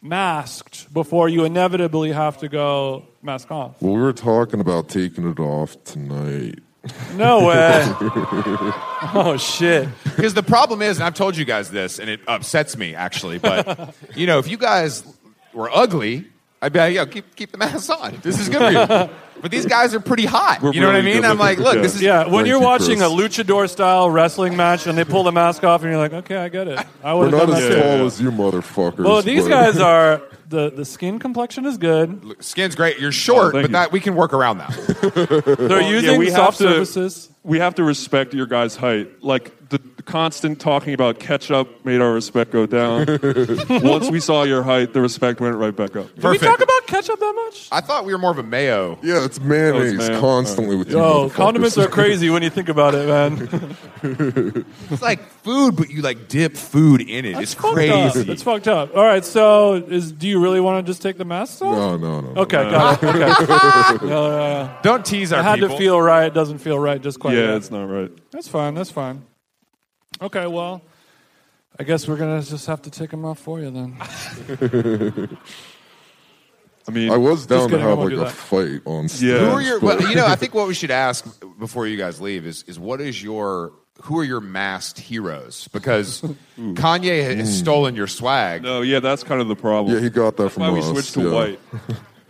[SPEAKER 2] masked before you inevitably have to go mask off?
[SPEAKER 7] Well, we were talking about taking it off tonight.
[SPEAKER 2] No way. oh shit.
[SPEAKER 5] Because the problem is, and I've told you guys this, and it upsets me actually, but you know, if you guys were ugly, I'd be like, yo, keep, keep the mask on. This is good for you. But these guys are pretty hot. you
[SPEAKER 6] really
[SPEAKER 5] know what I mean?
[SPEAKER 6] good
[SPEAKER 5] I'm like,
[SPEAKER 6] looking.
[SPEAKER 5] look,
[SPEAKER 6] Yeah.
[SPEAKER 5] this is.
[SPEAKER 2] Yeah, when
[SPEAKER 7] Thank
[SPEAKER 2] you're
[SPEAKER 7] you,
[SPEAKER 2] watching
[SPEAKER 7] Chris.
[SPEAKER 2] a luchador style wrestling match and they pull the mask off, and you're like, okay, I get it. I
[SPEAKER 7] We're
[SPEAKER 2] would have
[SPEAKER 7] not
[SPEAKER 2] done
[SPEAKER 7] as
[SPEAKER 2] that.
[SPEAKER 7] tall
[SPEAKER 2] too.
[SPEAKER 7] as you motherfuckers.
[SPEAKER 2] Well, these
[SPEAKER 7] but-
[SPEAKER 2] guys are the the skin complexion is good.
[SPEAKER 5] Skin's great. You're short,
[SPEAKER 6] Oh, thank
[SPEAKER 5] but
[SPEAKER 6] you.
[SPEAKER 5] that we can work around that.
[SPEAKER 2] They're using
[SPEAKER 6] we have
[SPEAKER 2] soft
[SPEAKER 6] to-
[SPEAKER 2] surfaces.
[SPEAKER 6] We have to respect your guys' height. Like the constant talking about ketchup made our respect go down. Once we saw your height, the respect went right back up.
[SPEAKER 2] Did we
[SPEAKER 5] Perfect.
[SPEAKER 2] talk about ketchup that much?
[SPEAKER 5] I thought we were more of a mayo.
[SPEAKER 7] Yeah, it's mayonnaise
[SPEAKER 6] mayo.
[SPEAKER 7] constantly with you.
[SPEAKER 2] Yo,
[SPEAKER 7] motherfuckers.
[SPEAKER 2] condiments are crazy when you think about it, man.
[SPEAKER 5] It's like food, but you like dip food in it. it's
[SPEAKER 2] fucked up.
[SPEAKER 5] crazy.
[SPEAKER 2] It's fucked up. All right, so is do you really want to just take the mask off?
[SPEAKER 7] No, no, no. no.
[SPEAKER 2] Okay, got it. Okay. no, no, no.
[SPEAKER 5] Don't tease our
[SPEAKER 2] It had
[SPEAKER 5] people.
[SPEAKER 2] to feel right. It doesn't feel right just quite
[SPEAKER 6] Yeah,
[SPEAKER 2] yet.
[SPEAKER 6] it's not right.
[SPEAKER 2] That's fine. That's fine. Okay, well, I guess we're going to just have to take them off for you then.
[SPEAKER 6] I mean,
[SPEAKER 7] I was down to
[SPEAKER 2] kidding, I
[SPEAKER 7] have
[SPEAKER 2] won't
[SPEAKER 7] like
[SPEAKER 2] do
[SPEAKER 7] a
[SPEAKER 2] that.
[SPEAKER 7] fight on stage.
[SPEAKER 6] Yeah.
[SPEAKER 5] Who are your?
[SPEAKER 7] but-
[SPEAKER 5] Well, you know, I think what we should ask before you guys leave is is what is your who are your masked heroes? Because Kanye ha-
[SPEAKER 7] Hmm.
[SPEAKER 5] has stolen your swag.
[SPEAKER 6] no, yeah, that's kind of the problem.
[SPEAKER 7] Yeah, he got that
[SPEAKER 6] that's
[SPEAKER 7] from
[SPEAKER 6] why we
[SPEAKER 7] us.
[SPEAKER 6] switched to
[SPEAKER 7] yeah.
[SPEAKER 6] white.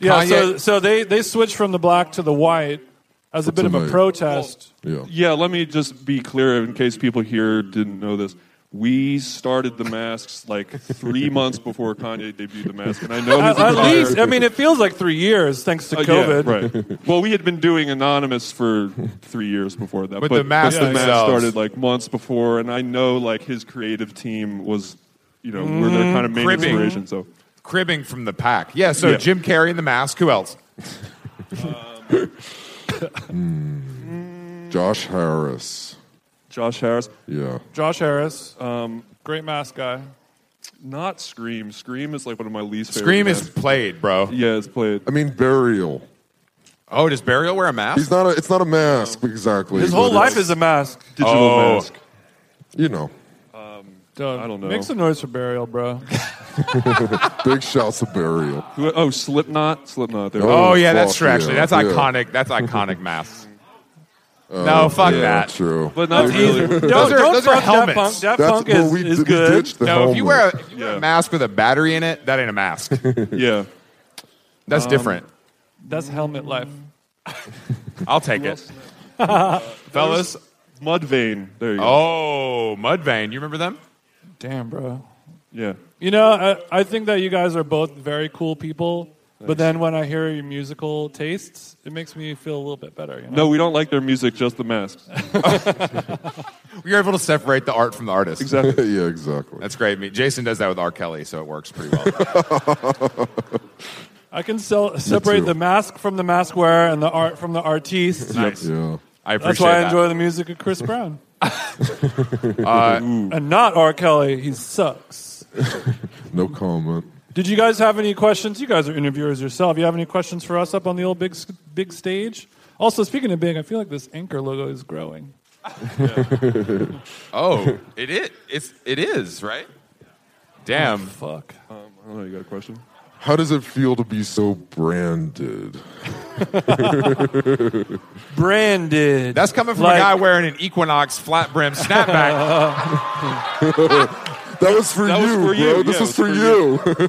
[SPEAKER 2] Yeah,
[SPEAKER 5] Kanye-
[SPEAKER 2] so, so they, they switched from the black to the white as a bit of a
[SPEAKER 7] tonight.
[SPEAKER 2] protest.
[SPEAKER 7] Yeah.
[SPEAKER 6] Yeah, let me just be clear in case people here didn't know this. We started the masks like three months before Kanye debuted the mask, and I know his
[SPEAKER 2] At, at
[SPEAKER 6] entire-
[SPEAKER 2] least, I mean, it feels like three years thanks to
[SPEAKER 6] Uh, yeah,
[SPEAKER 2] COVID.
[SPEAKER 6] right. Well, we had been doing anonymous for three years before that,
[SPEAKER 5] But the masks
[SPEAKER 6] the mask
[SPEAKER 5] themselves-
[SPEAKER 6] started like months before, and I know like his creative team was, you know, were their
[SPEAKER 5] Mm,
[SPEAKER 6] kind of main
[SPEAKER 5] Cribbing.
[SPEAKER 6] inspiration. So
[SPEAKER 5] cribbing from the pack. Yeah, so
[SPEAKER 6] Yeah.
[SPEAKER 5] Jim Carrey in the mask. Who else?
[SPEAKER 7] Josh Harris.
[SPEAKER 6] Josh Harris,
[SPEAKER 7] Yeah.
[SPEAKER 2] Josh Harris, great mask guy.
[SPEAKER 6] not Scream. Scream is like one of my least. favorite
[SPEAKER 5] Scream is
[SPEAKER 6] masks.
[SPEAKER 5] played, bro.
[SPEAKER 6] yeah, it's played.
[SPEAKER 7] I mean, burial.
[SPEAKER 5] Oh, does Burial wear a mask?
[SPEAKER 7] He's not a, it's not a mask, exactly.
[SPEAKER 2] His
[SPEAKER 7] but
[SPEAKER 2] whole
[SPEAKER 7] it's-
[SPEAKER 2] life is a mask.
[SPEAKER 6] Digital
[SPEAKER 5] Oh.
[SPEAKER 6] mask.
[SPEAKER 7] You know,
[SPEAKER 2] Doug,
[SPEAKER 6] I don't know.
[SPEAKER 2] Make some noise for burial, bro.
[SPEAKER 7] big shouts to burial.
[SPEAKER 6] Who- Oh, Slipknot. Slipknot. There.
[SPEAKER 5] oh
[SPEAKER 7] Oh,
[SPEAKER 5] yeah, that's
[SPEAKER 7] fuck
[SPEAKER 5] true. Actually,
[SPEAKER 7] yeah,
[SPEAKER 5] that's
[SPEAKER 7] yeah.
[SPEAKER 5] iconic. That's iconic mask. no, fuck
[SPEAKER 7] yeah,
[SPEAKER 5] that.
[SPEAKER 7] True.
[SPEAKER 6] But not really.
[SPEAKER 2] Don't,
[SPEAKER 5] are-
[SPEAKER 2] don't
[SPEAKER 5] those
[SPEAKER 2] fuck
[SPEAKER 5] are
[SPEAKER 2] Daft
[SPEAKER 5] helmets.
[SPEAKER 2] Punk. Daft
[SPEAKER 7] That's
[SPEAKER 2] Punk
[SPEAKER 7] well,
[SPEAKER 2] is,
[SPEAKER 7] we,
[SPEAKER 2] is
[SPEAKER 7] we
[SPEAKER 2] good.
[SPEAKER 7] ditched the
[SPEAKER 5] No, if
[SPEAKER 7] helmet.
[SPEAKER 5] you wear, a, if you wear
[SPEAKER 6] Yeah.
[SPEAKER 5] a mask with a battery in it, that ain't a mask.
[SPEAKER 6] yeah.
[SPEAKER 7] Um,
[SPEAKER 5] That's different.
[SPEAKER 2] That's helmet life.
[SPEAKER 5] I'll take it, fellas.
[SPEAKER 6] Mudvayne. There you go.
[SPEAKER 1] Oh, Mudvayne. You remember them?
[SPEAKER 2] Damn, bro.
[SPEAKER 6] Yeah.
[SPEAKER 2] You know, I, I think that you guys are both very cool people. But then when I hear your musical tastes, it makes me feel a little bit better. You know?
[SPEAKER 6] No, we don't like their music, just the masks.
[SPEAKER 5] You're able to separate the art from the artist.
[SPEAKER 6] Exactly.
[SPEAKER 7] yeah, exactly.
[SPEAKER 5] That's great. Me- Jason does that with R. Kelly, so it works pretty well.
[SPEAKER 2] I can sell, separate
[SPEAKER 7] too.
[SPEAKER 2] the mask from the mask wearer and the art from the artiste.
[SPEAKER 5] nice.
[SPEAKER 7] yeah.
[SPEAKER 5] I appreciate
[SPEAKER 2] That's why I
[SPEAKER 5] that.
[SPEAKER 2] enjoy the music of Chris Brown.
[SPEAKER 5] Uh,
[SPEAKER 2] and not R. Kelly. He sucks.
[SPEAKER 7] No comment.
[SPEAKER 2] Did you guys have any questions? You guys are interviewers yourself. You have any questions for us up on the old big s- big stage? Also, speaking of big, I feel like this anchor logo is growing.
[SPEAKER 5] oh, it is. It's, it is, right? Damn.
[SPEAKER 2] Fuck.
[SPEAKER 6] I don't know, you got a question?
[SPEAKER 7] How does it feel to be so branded?
[SPEAKER 2] Branded.
[SPEAKER 5] That's coming from
[SPEAKER 2] Like-
[SPEAKER 5] a guy wearing an Equinox flat brim snapback.
[SPEAKER 7] That was for
[SPEAKER 6] That
[SPEAKER 7] you,
[SPEAKER 6] was for you.
[SPEAKER 7] bro.
[SPEAKER 6] Yeah,
[SPEAKER 7] This
[SPEAKER 6] it
[SPEAKER 7] was
[SPEAKER 6] was for
[SPEAKER 7] for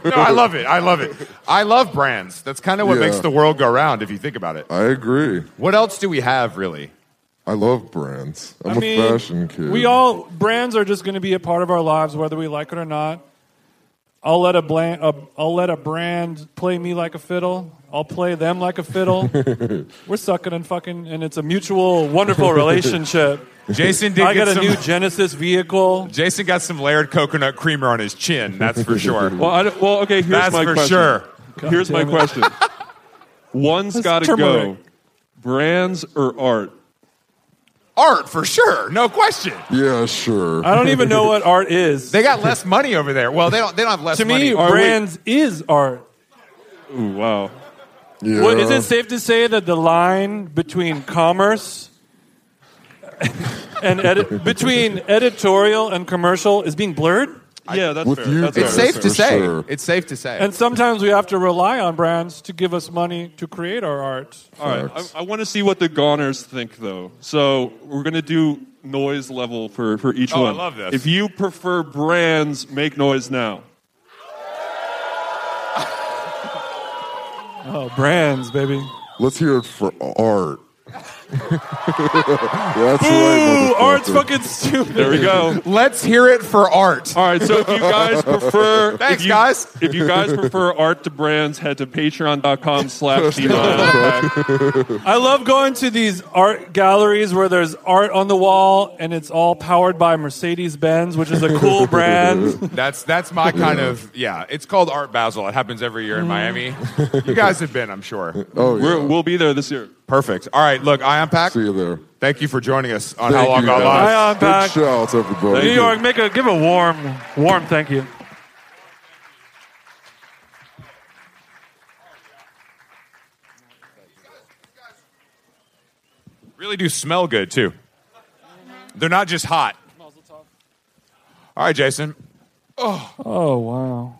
[SPEAKER 7] you.
[SPEAKER 5] no, I love it. I love it. I love brands. That's kind of what
[SPEAKER 7] Yeah.
[SPEAKER 5] makes the world go round if you think about it.
[SPEAKER 7] I agree.
[SPEAKER 5] What else do we have, really?
[SPEAKER 7] I love brands. I'm
[SPEAKER 2] I
[SPEAKER 7] am a
[SPEAKER 2] mean,
[SPEAKER 7] fashion kid.
[SPEAKER 2] We all brands are just going to be a part of our lives, whether we like it or not. I'll let a, blan- a I'll let a brand play me like a fiddle. I'll play them like a fiddle. We're sucking and fucking, and it's a mutual, wonderful relationship.
[SPEAKER 5] Jason did
[SPEAKER 2] I
[SPEAKER 5] get
[SPEAKER 2] got a
[SPEAKER 5] some.
[SPEAKER 2] new Genesis vehicle.
[SPEAKER 5] Jason got some layered coconut creamer on his chin. That's for sure.
[SPEAKER 6] Well, I don't- well okay, here's
[SPEAKER 5] That's
[SPEAKER 6] my
[SPEAKER 5] for
[SPEAKER 6] question.
[SPEAKER 5] sure.
[SPEAKER 6] here's my
[SPEAKER 2] damn it.
[SPEAKER 6] question. One's got to go
[SPEAKER 2] turmeric.
[SPEAKER 6] brands or art?
[SPEAKER 5] Art for sure, no question.
[SPEAKER 7] Yeah, sure.
[SPEAKER 2] I don't even know what art is.
[SPEAKER 5] They got less money over there. Well, they don't. They don't have less
[SPEAKER 2] to
[SPEAKER 5] money.
[SPEAKER 2] me,
[SPEAKER 6] Or wait.
[SPEAKER 2] brands is art.
[SPEAKER 6] Ooh, wow.
[SPEAKER 7] yeah.
[SPEAKER 2] What, is it safe to say that the line between commerce and edit, between editorial and commercial is being blurred?
[SPEAKER 6] Yeah, that's
[SPEAKER 7] with
[SPEAKER 6] fair.
[SPEAKER 7] you
[SPEAKER 6] that's
[SPEAKER 7] guys.
[SPEAKER 5] it's
[SPEAKER 6] fair.
[SPEAKER 7] It's
[SPEAKER 5] safe to
[SPEAKER 7] for
[SPEAKER 5] say.
[SPEAKER 7] sure.
[SPEAKER 5] It's safe to say.
[SPEAKER 2] And sometimes we have to rely on brands to give us money to create our art.
[SPEAKER 6] All right.
[SPEAKER 7] Facts.
[SPEAKER 6] I, I want to see what the goners think, though. So we're going to do noise level for, for each
[SPEAKER 5] Oh, I
[SPEAKER 6] one.
[SPEAKER 5] love this.
[SPEAKER 6] If you prefer brands, make noise now.
[SPEAKER 2] Oh, brands, baby.
[SPEAKER 7] Let's hear it for art. That's
[SPEAKER 2] Ooh,
[SPEAKER 7] right.
[SPEAKER 2] art's
[SPEAKER 7] motherfucker.
[SPEAKER 2] fucking stupid.
[SPEAKER 6] There we go.
[SPEAKER 5] Let's hear it for art.
[SPEAKER 6] All right, so if you guys prefer,
[SPEAKER 5] Thanks,
[SPEAKER 6] if you,
[SPEAKER 5] guys.
[SPEAKER 6] If you guys prefer art to brands, head to Patreon.com/slash Elon.
[SPEAKER 2] I love going to these art galleries where there's art on the wall and it's all powered by Mercedes Benz, which is a cool brand.
[SPEAKER 5] That's that's my kind of yeah. It's called Art Basel. It happens every
[SPEAKER 2] Mm.
[SPEAKER 5] year in Miami. You guys have been, I'm sure.
[SPEAKER 7] Oh, yeah.
[SPEAKER 6] We're, we'll be there this year.
[SPEAKER 5] Perfect. All right, look, I unpack.
[SPEAKER 7] See you there.
[SPEAKER 5] Thank you for joining us on
[SPEAKER 7] Thank
[SPEAKER 5] How Long
[SPEAKER 7] you,
[SPEAKER 5] Gone
[SPEAKER 7] guys.
[SPEAKER 5] Live.
[SPEAKER 2] Hi, I'm back.
[SPEAKER 7] Big shouts, everybody.
[SPEAKER 2] New York, make a give a warm, warm thank you.
[SPEAKER 5] Really do smell good too. They're not just hot. All right, Jason.
[SPEAKER 2] Oh wow!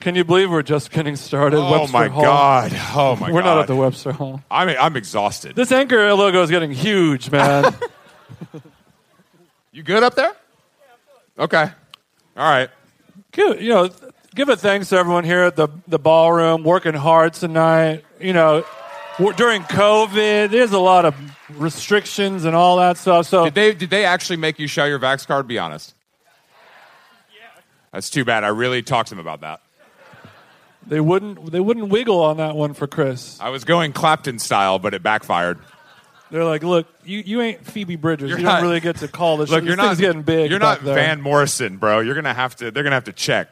[SPEAKER 2] Can you believe we're just getting started?
[SPEAKER 5] Oh
[SPEAKER 2] Webster
[SPEAKER 5] my
[SPEAKER 2] Hall.
[SPEAKER 5] god. Oh my god.
[SPEAKER 2] We're not at the Webster Hall.
[SPEAKER 5] I'm I'm exhausted.
[SPEAKER 2] This anchor logo is getting huge, man.
[SPEAKER 5] You good up there? Okay. All right.
[SPEAKER 2] Good, you know, th- give a thanks to everyone here at the the ballroom working hard tonight. You know, w- during COVID, there's a lot of restrictions and all that stuff. So
[SPEAKER 5] Did they did they actually make you show your vax card? Be honest. That's too bad. I really talked to them about that.
[SPEAKER 2] they wouldn't they wouldn't wiggle on that one for Chris.
[SPEAKER 5] I was going Clapton style, but it backfired.
[SPEAKER 2] They're like, look, you, you ain't Phoebe Bridgers.
[SPEAKER 5] You're
[SPEAKER 2] you
[SPEAKER 5] not-
[SPEAKER 2] don't really get to call this.
[SPEAKER 5] Look,
[SPEAKER 2] shit.
[SPEAKER 5] you're
[SPEAKER 2] this
[SPEAKER 5] not
[SPEAKER 2] thing's getting big.
[SPEAKER 5] You're
[SPEAKER 2] back
[SPEAKER 5] not
[SPEAKER 2] there.
[SPEAKER 5] Van Morrison, bro. You're gonna have to. They're gonna have to check.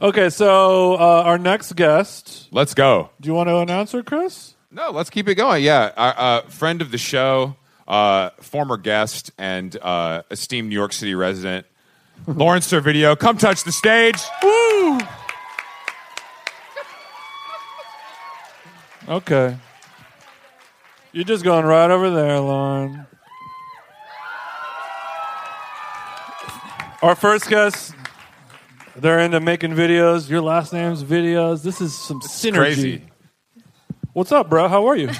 [SPEAKER 2] Okay, so uh, our next guest.
[SPEAKER 5] Let's go.
[SPEAKER 2] Do you want to announce her, Chris?
[SPEAKER 5] No, let's keep it going. Yeah, our, uh, friend of the show, uh, former guest, and uh, esteemed New York City resident, Lawrence Servideo. Come touch the stage.
[SPEAKER 2] Woo! Okay. You're just going right over there, Lauren. Our first guest, they're into making videos. Your last name's videos. This is some synergy.
[SPEAKER 5] Crazy.
[SPEAKER 2] What's up, bro? How are you?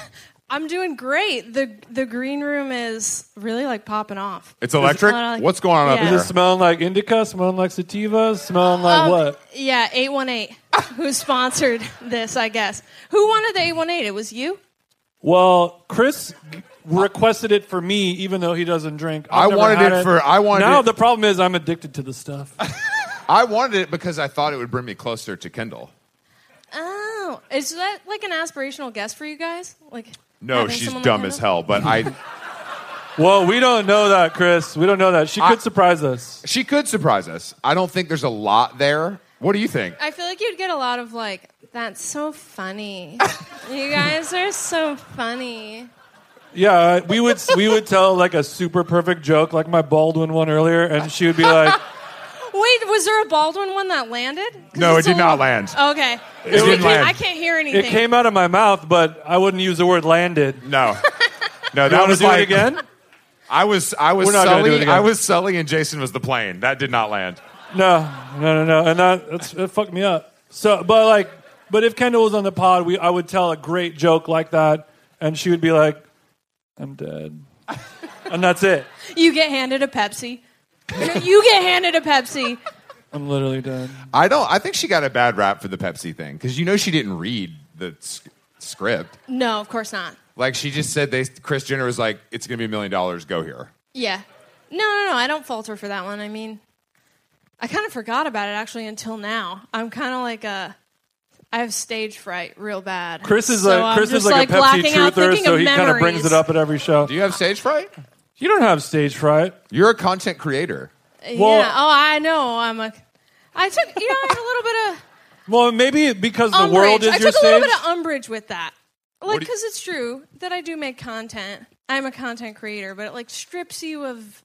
[SPEAKER 9] I'm doing great. the The green room is really like popping off.
[SPEAKER 5] It's electric.
[SPEAKER 9] Is it electric?
[SPEAKER 5] What's going on up
[SPEAKER 9] Yeah.
[SPEAKER 5] there?
[SPEAKER 9] Is
[SPEAKER 2] smelling like indica, smelling like sativa, smelling like
[SPEAKER 9] Um,
[SPEAKER 2] what?
[SPEAKER 9] Yeah, eight one eight. Who sponsored this? I guess. Who wanted the eight one eight? It was you.
[SPEAKER 2] Well, Chris g- requested it for me, even though he doesn't drink. I've
[SPEAKER 5] I
[SPEAKER 2] never
[SPEAKER 5] wanted
[SPEAKER 2] had
[SPEAKER 5] it for- I wanted
[SPEAKER 2] Now
[SPEAKER 5] it-
[SPEAKER 2] the problem is I'm addicted to the stuff.
[SPEAKER 5] I wanted it because I thought it would bring me closer to Kendall.
[SPEAKER 9] Oh, is that like an aspirational guess for you guys? Like,
[SPEAKER 1] No,
[SPEAKER 9] having
[SPEAKER 1] she's
[SPEAKER 9] someone like
[SPEAKER 1] dumb
[SPEAKER 9] Hannah?
[SPEAKER 1] as hell, but I
[SPEAKER 2] Well, we don't know that, Chris. We don't know that. She could
[SPEAKER 5] I-
[SPEAKER 2] surprise us.
[SPEAKER 5] She could surprise us. I don't think there's a lot there. What do you think?
[SPEAKER 9] I feel like you'd get a lot of like, "That's so funny." you guys are so funny.
[SPEAKER 2] Yeah, we would we would tell like a super perfect joke, like my Baldwin one earlier, and she would be like,
[SPEAKER 9] Wait, was there a Baldwin one that landed? 'Cause
[SPEAKER 5] No,
[SPEAKER 9] it's
[SPEAKER 5] it
[SPEAKER 9] a
[SPEAKER 5] did not
[SPEAKER 9] little-
[SPEAKER 5] land.
[SPEAKER 9] Okay,
[SPEAKER 5] didn't
[SPEAKER 9] I can't-
[SPEAKER 5] land.
[SPEAKER 9] I can't hear anything.
[SPEAKER 2] "It came out of my mouth, but I wouldn't use the word landed."
[SPEAKER 5] No. No,
[SPEAKER 2] You want
[SPEAKER 5] that
[SPEAKER 2] to
[SPEAKER 5] was
[SPEAKER 2] do
[SPEAKER 5] like
[SPEAKER 2] it again?
[SPEAKER 5] I was I was
[SPEAKER 2] We're not gonna do it
[SPEAKER 5] Sully,
[SPEAKER 2] again.
[SPEAKER 5] I was Sully and Jason was the plane. That did not land.
[SPEAKER 2] No, no, no, no, and that that's, that fucked me up. So, but like, but if Kendall was on the pod, we I would tell a great joke like that, and she would be like, "I'm dead," and that's it.
[SPEAKER 9] You get handed a Pepsi. you get handed a Pepsi.
[SPEAKER 2] I'm literally dead.
[SPEAKER 5] I don't I think she got a bad rap for the Pepsi thing cuz you know she didn't read the s- script.
[SPEAKER 9] No, of course not.
[SPEAKER 5] Like she just said they Chris Jenner was like it's going to be a million dollars go here.
[SPEAKER 9] Yeah. No, no, no. I don't falter for that one. I mean, I kind of forgot about it actually until now. I'm kind of like a. I have stage fright real bad.
[SPEAKER 2] Chris is
[SPEAKER 9] So
[SPEAKER 2] a
[SPEAKER 9] I'm
[SPEAKER 2] Chris is
[SPEAKER 9] just,
[SPEAKER 2] like, a Pepsi
[SPEAKER 9] blacking out,
[SPEAKER 2] truther,
[SPEAKER 9] thinking
[SPEAKER 2] so he kind of
[SPEAKER 9] memories.
[SPEAKER 2] brings it up at every show.
[SPEAKER 5] Do you have stage fright?
[SPEAKER 2] You don't have stage fright.
[SPEAKER 5] You're a content creator.
[SPEAKER 2] Well-
[SPEAKER 9] yeah. Oh, I know. I'm a. I took. You know, I had a little bit of.
[SPEAKER 2] Well, maybe because the
[SPEAKER 9] umbrage.
[SPEAKER 2] world is
[SPEAKER 9] I
[SPEAKER 2] your
[SPEAKER 9] took a
[SPEAKER 2] stage.
[SPEAKER 9] little bit of umbrage with that. Like, because it's true that I do make content. I'm a content creator, but it like strips you of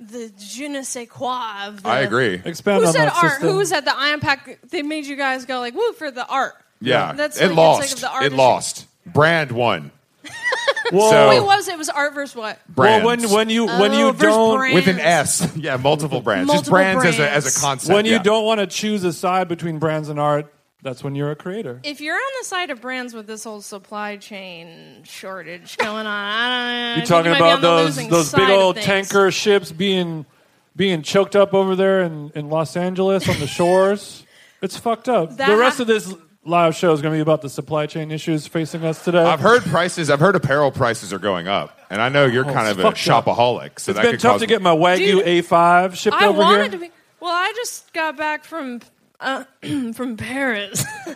[SPEAKER 9] the je ne sais quoi. Of the,
[SPEAKER 5] I agree.
[SPEAKER 2] Expand
[SPEAKER 9] um, Who
[SPEAKER 2] on
[SPEAKER 9] said
[SPEAKER 2] that
[SPEAKER 9] art?
[SPEAKER 2] system.
[SPEAKER 9] Who was at the Impact? They made you guys go like, "Woo for the art."
[SPEAKER 5] Yeah.
[SPEAKER 9] that's
[SPEAKER 5] it
[SPEAKER 9] like,
[SPEAKER 5] lost.
[SPEAKER 9] It's like of the
[SPEAKER 5] it lost. Brand won.
[SPEAKER 2] Well,
[SPEAKER 5] So-
[SPEAKER 9] Wait, what was Oh, it? It was art versus what?
[SPEAKER 2] well,
[SPEAKER 5] Brands.
[SPEAKER 2] when when you when
[SPEAKER 9] Oh,
[SPEAKER 2] you
[SPEAKER 9] versus
[SPEAKER 2] don't
[SPEAKER 9] brand.
[SPEAKER 5] with an S. Yeah, multiple brands. Just
[SPEAKER 9] Multiple
[SPEAKER 5] brands, As, a,
[SPEAKER 9] brands.
[SPEAKER 5] as a concept.
[SPEAKER 2] when you
[SPEAKER 5] yeah.
[SPEAKER 2] don't want to choose a side between brands and art, that's when you're a creator.
[SPEAKER 9] If you're on the side of brands with this whole supply chain shortage going on, I don't know.
[SPEAKER 2] You're talking about those those big old
[SPEAKER 9] tankers.
[SPEAKER 2] tanker ships being being choked up over there in, in Los Angeles on the shores. it's fucked up.
[SPEAKER 9] That
[SPEAKER 2] the rest
[SPEAKER 9] ha-
[SPEAKER 2] of this live show is going to be about the supply chain issues facing us today.
[SPEAKER 5] I've heard prices. I've heard apparel prices are going up, and I know you're kind
[SPEAKER 2] Oh, it's
[SPEAKER 5] of a
[SPEAKER 2] fucked up.
[SPEAKER 5] shopaholic. So
[SPEAKER 2] it's
[SPEAKER 5] that
[SPEAKER 2] been
[SPEAKER 5] could
[SPEAKER 2] tough
[SPEAKER 5] cause-
[SPEAKER 2] to get my Wagyu
[SPEAKER 9] Dude,
[SPEAKER 2] A5 shipped
[SPEAKER 9] I
[SPEAKER 2] over
[SPEAKER 9] wanted
[SPEAKER 2] here.
[SPEAKER 9] to be. Well, I just got back from uh, from Paris,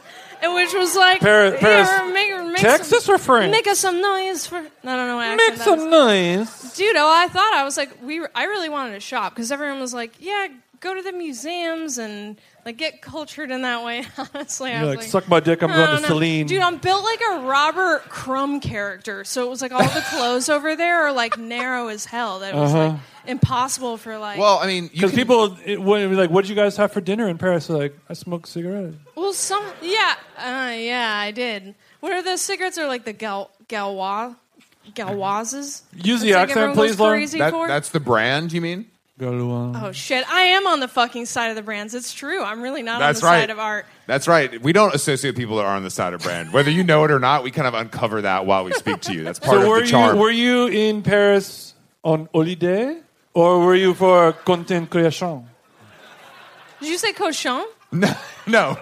[SPEAKER 9] and which was like
[SPEAKER 2] Paris-
[SPEAKER 9] yeah,
[SPEAKER 2] Paris,
[SPEAKER 9] make, make
[SPEAKER 2] Texas
[SPEAKER 9] some,
[SPEAKER 2] or France?
[SPEAKER 9] Make us some noise for. No, no, no. Accent
[SPEAKER 2] Make
[SPEAKER 9] that
[SPEAKER 2] some
[SPEAKER 9] was-
[SPEAKER 2] noise.
[SPEAKER 9] dude. Oh, I thought I was like we. Were, I really wanted to shop because everyone was like, yeah, go to the museums and like get cultured in that way. Honestly, I
[SPEAKER 2] You're
[SPEAKER 9] was
[SPEAKER 2] like, suck my dick. I'm
[SPEAKER 9] I
[SPEAKER 2] going
[SPEAKER 9] don't
[SPEAKER 2] to
[SPEAKER 9] know.
[SPEAKER 2] Celine.
[SPEAKER 9] Dude, I'm built like a Robert Crumb character. So it was like all the clothes over there are like narrow as hell. That it was
[SPEAKER 2] Uh-huh.
[SPEAKER 9] like impossible for like
[SPEAKER 5] Well, I mean, you
[SPEAKER 2] Because
[SPEAKER 5] can,
[SPEAKER 2] people it, would be like, "What did you guys have for dinner in Paris?" They're like, "I smoked cigarettes."
[SPEAKER 9] Well, some yeah, uh, yeah, I did. What are those cigarettes? Are like the gal galwa galwazes?
[SPEAKER 2] Use the
[SPEAKER 9] That's, like,
[SPEAKER 2] accent,
[SPEAKER 9] everyone
[SPEAKER 2] please,
[SPEAKER 9] goes
[SPEAKER 2] Lauren.
[SPEAKER 9] crazy
[SPEAKER 5] that,
[SPEAKER 9] for?
[SPEAKER 5] that's the brand. You mean?
[SPEAKER 2] Go
[SPEAKER 9] oh shit! I am on the fucking side of the brands. It's true. I'm really not
[SPEAKER 5] That's
[SPEAKER 9] on the
[SPEAKER 5] right.
[SPEAKER 9] side of art.
[SPEAKER 5] That's right. We don't associate people that are on the side of brand, whether you know it or not. We kind of uncover that while we speak to you. That's part
[SPEAKER 2] So
[SPEAKER 5] of
[SPEAKER 2] were
[SPEAKER 5] the
[SPEAKER 2] you
[SPEAKER 5] charm.
[SPEAKER 2] were you in Paris on holiday, or were you for content creation?
[SPEAKER 9] Did you say cochon
[SPEAKER 5] no,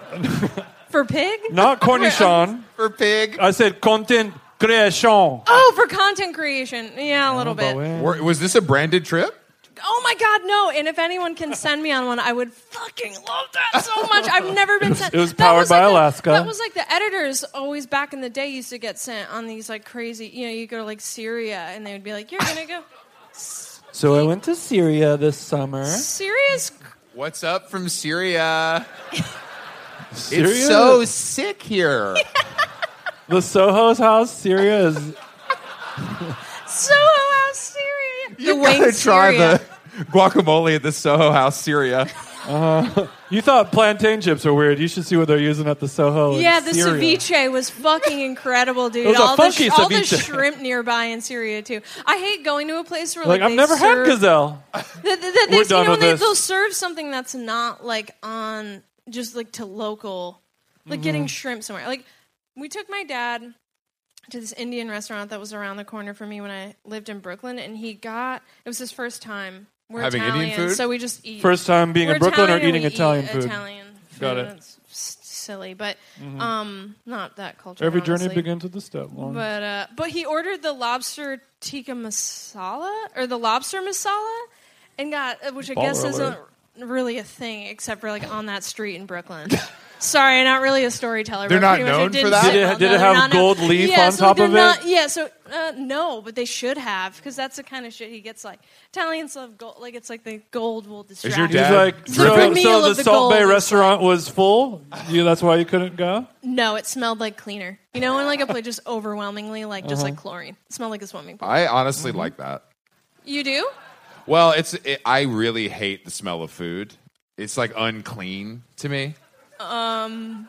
[SPEAKER 9] for pig?
[SPEAKER 2] Not cornichon.
[SPEAKER 5] for pig.
[SPEAKER 2] I said content creation.
[SPEAKER 9] Oh, for content creation. Yeah, a little bit.
[SPEAKER 5] Were- was this a branded trip?
[SPEAKER 9] Oh my god, no! And if anyone can send me on one, I would fucking love that so much. I've never been sent.
[SPEAKER 2] It was
[SPEAKER 9] that
[SPEAKER 2] powered by
[SPEAKER 9] like the-
[SPEAKER 2] Alaska.
[SPEAKER 9] that was like the editors always back in the day used to get sent on these like crazy. You know, you go to like Syria, and they would be like, "You're gonna go
[SPEAKER 2] So I went to Syria this summer.
[SPEAKER 9] serious."
[SPEAKER 5] What's up from Syria?
[SPEAKER 2] Syria?
[SPEAKER 5] It's so sick here.
[SPEAKER 2] the Soho's house, Syria is.
[SPEAKER 9] So how Syria?
[SPEAKER 5] you
[SPEAKER 9] the
[SPEAKER 5] gotta
[SPEAKER 9] winged
[SPEAKER 5] try
[SPEAKER 9] Syria.
[SPEAKER 5] the guacamole at the Soho House, Syria.
[SPEAKER 2] You thought plantain chips are weird. You should see what they're using at the Soho. in
[SPEAKER 9] yeah, the
[SPEAKER 2] Syria.
[SPEAKER 9] ceviche was fucking incredible, dude.
[SPEAKER 2] was a
[SPEAKER 9] all,
[SPEAKER 2] funky
[SPEAKER 9] the sh- all the
[SPEAKER 2] ceviche.
[SPEAKER 9] shrimp nearby in Syria too. I hate going to a place where like,
[SPEAKER 2] Like I've
[SPEAKER 9] they
[SPEAKER 2] never had
[SPEAKER 9] serve-
[SPEAKER 2] gazelle.
[SPEAKER 9] Th- th- th- they,
[SPEAKER 2] We're
[SPEAKER 9] you
[SPEAKER 2] done
[SPEAKER 9] know,
[SPEAKER 2] with
[SPEAKER 9] they,
[SPEAKER 2] this.
[SPEAKER 9] They'll serve something that's not like on just like to local, like
[SPEAKER 2] Mm-hmm.
[SPEAKER 9] getting shrimp somewhere. Like we took my dad to this Indian restaurant that was around the corner from me when I lived in Brooklyn, and he got it was his first time. We're
[SPEAKER 5] Having Indian
[SPEAKER 9] Italian,
[SPEAKER 5] food?
[SPEAKER 9] so we just eat.
[SPEAKER 2] First time being
[SPEAKER 9] We're
[SPEAKER 2] in Brooklyn
[SPEAKER 9] Italian,
[SPEAKER 2] or eating
[SPEAKER 9] we
[SPEAKER 2] Italian
[SPEAKER 9] eat
[SPEAKER 2] food.
[SPEAKER 9] Italian
[SPEAKER 2] Got
[SPEAKER 9] food.
[SPEAKER 2] it. Mm-hmm.
[SPEAKER 9] It's s- silly, but um, not that cultural.
[SPEAKER 2] Every journey
[SPEAKER 9] honestly.
[SPEAKER 2] begins with a step. Lauren.
[SPEAKER 9] But uh, but he ordered the lobster tikka masala or the lobster masala, and got uh, which I guess
[SPEAKER 2] Baller
[SPEAKER 9] isn't really a thing except for like on that street in Brooklyn. Sorry, not really a storyteller.
[SPEAKER 5] They're
[SPEAKER 9] but
[SPEAKER 5] not
[SPEAKER 9] pretty much I
[SPEAKER 5] known
[SPEAKER 9] did
[SPEAKER 5] for that?
[SPEAKER 9] say
[SPEAKER 5] Did
[SPEAKER 2] it-
[SPEAKER 9] well.
[SPEAKER 2] did it
[SPEAKER 9] No, they're
[SPEAKER 2] have
[SPEAKER 9] not
[SPEAKER 2] gold
[SPEAKER 9] known.
[SPEAKER 2] leaf
[SPEAKER 9] yeah,
[SPEAKER 2] on
[SPEAKER 9] so
[SPEAKER 2] top
[SPEAKER 9] they're
[SPEAKER 2] of it?
[SPEAKER 9] Not, yeah, so uh, no, but they should have because that's the kind of shit he gets. Like Italians love gold, like it's like the gold will distract.
[SPEAKER 5] your
[SPEAKER 9] you.
[SPEAKER 5] dad-
[SPEAKER 2] He's like,
[SPEAKER 5] Dripping.
[SPEAKER 2] so,
[SPEAKER 9] Dripping. Meal
[SPEAKER 2] so the
[SPEAKER 9] of the
[SPEAKER 2] Salt Bay
[SPEAKER 9] gold.
[SPEAKER 2] restaurant was full. You, that's why you couldn't go.
[SPEAKER 9] No, it smelled like cleaner. You know, when like a place just overwhelmingly like just
[SPEAKER 5] Uh-huh.
[SPEAKER 9] like chlorine. It smelled like a swimming pool.
[SPEAKER 5] I honestly like that.
[SPEAKER 9] You do?
[SPEAKER 5] Well, it's it, I really hate the smell of food. It's like unclean to me.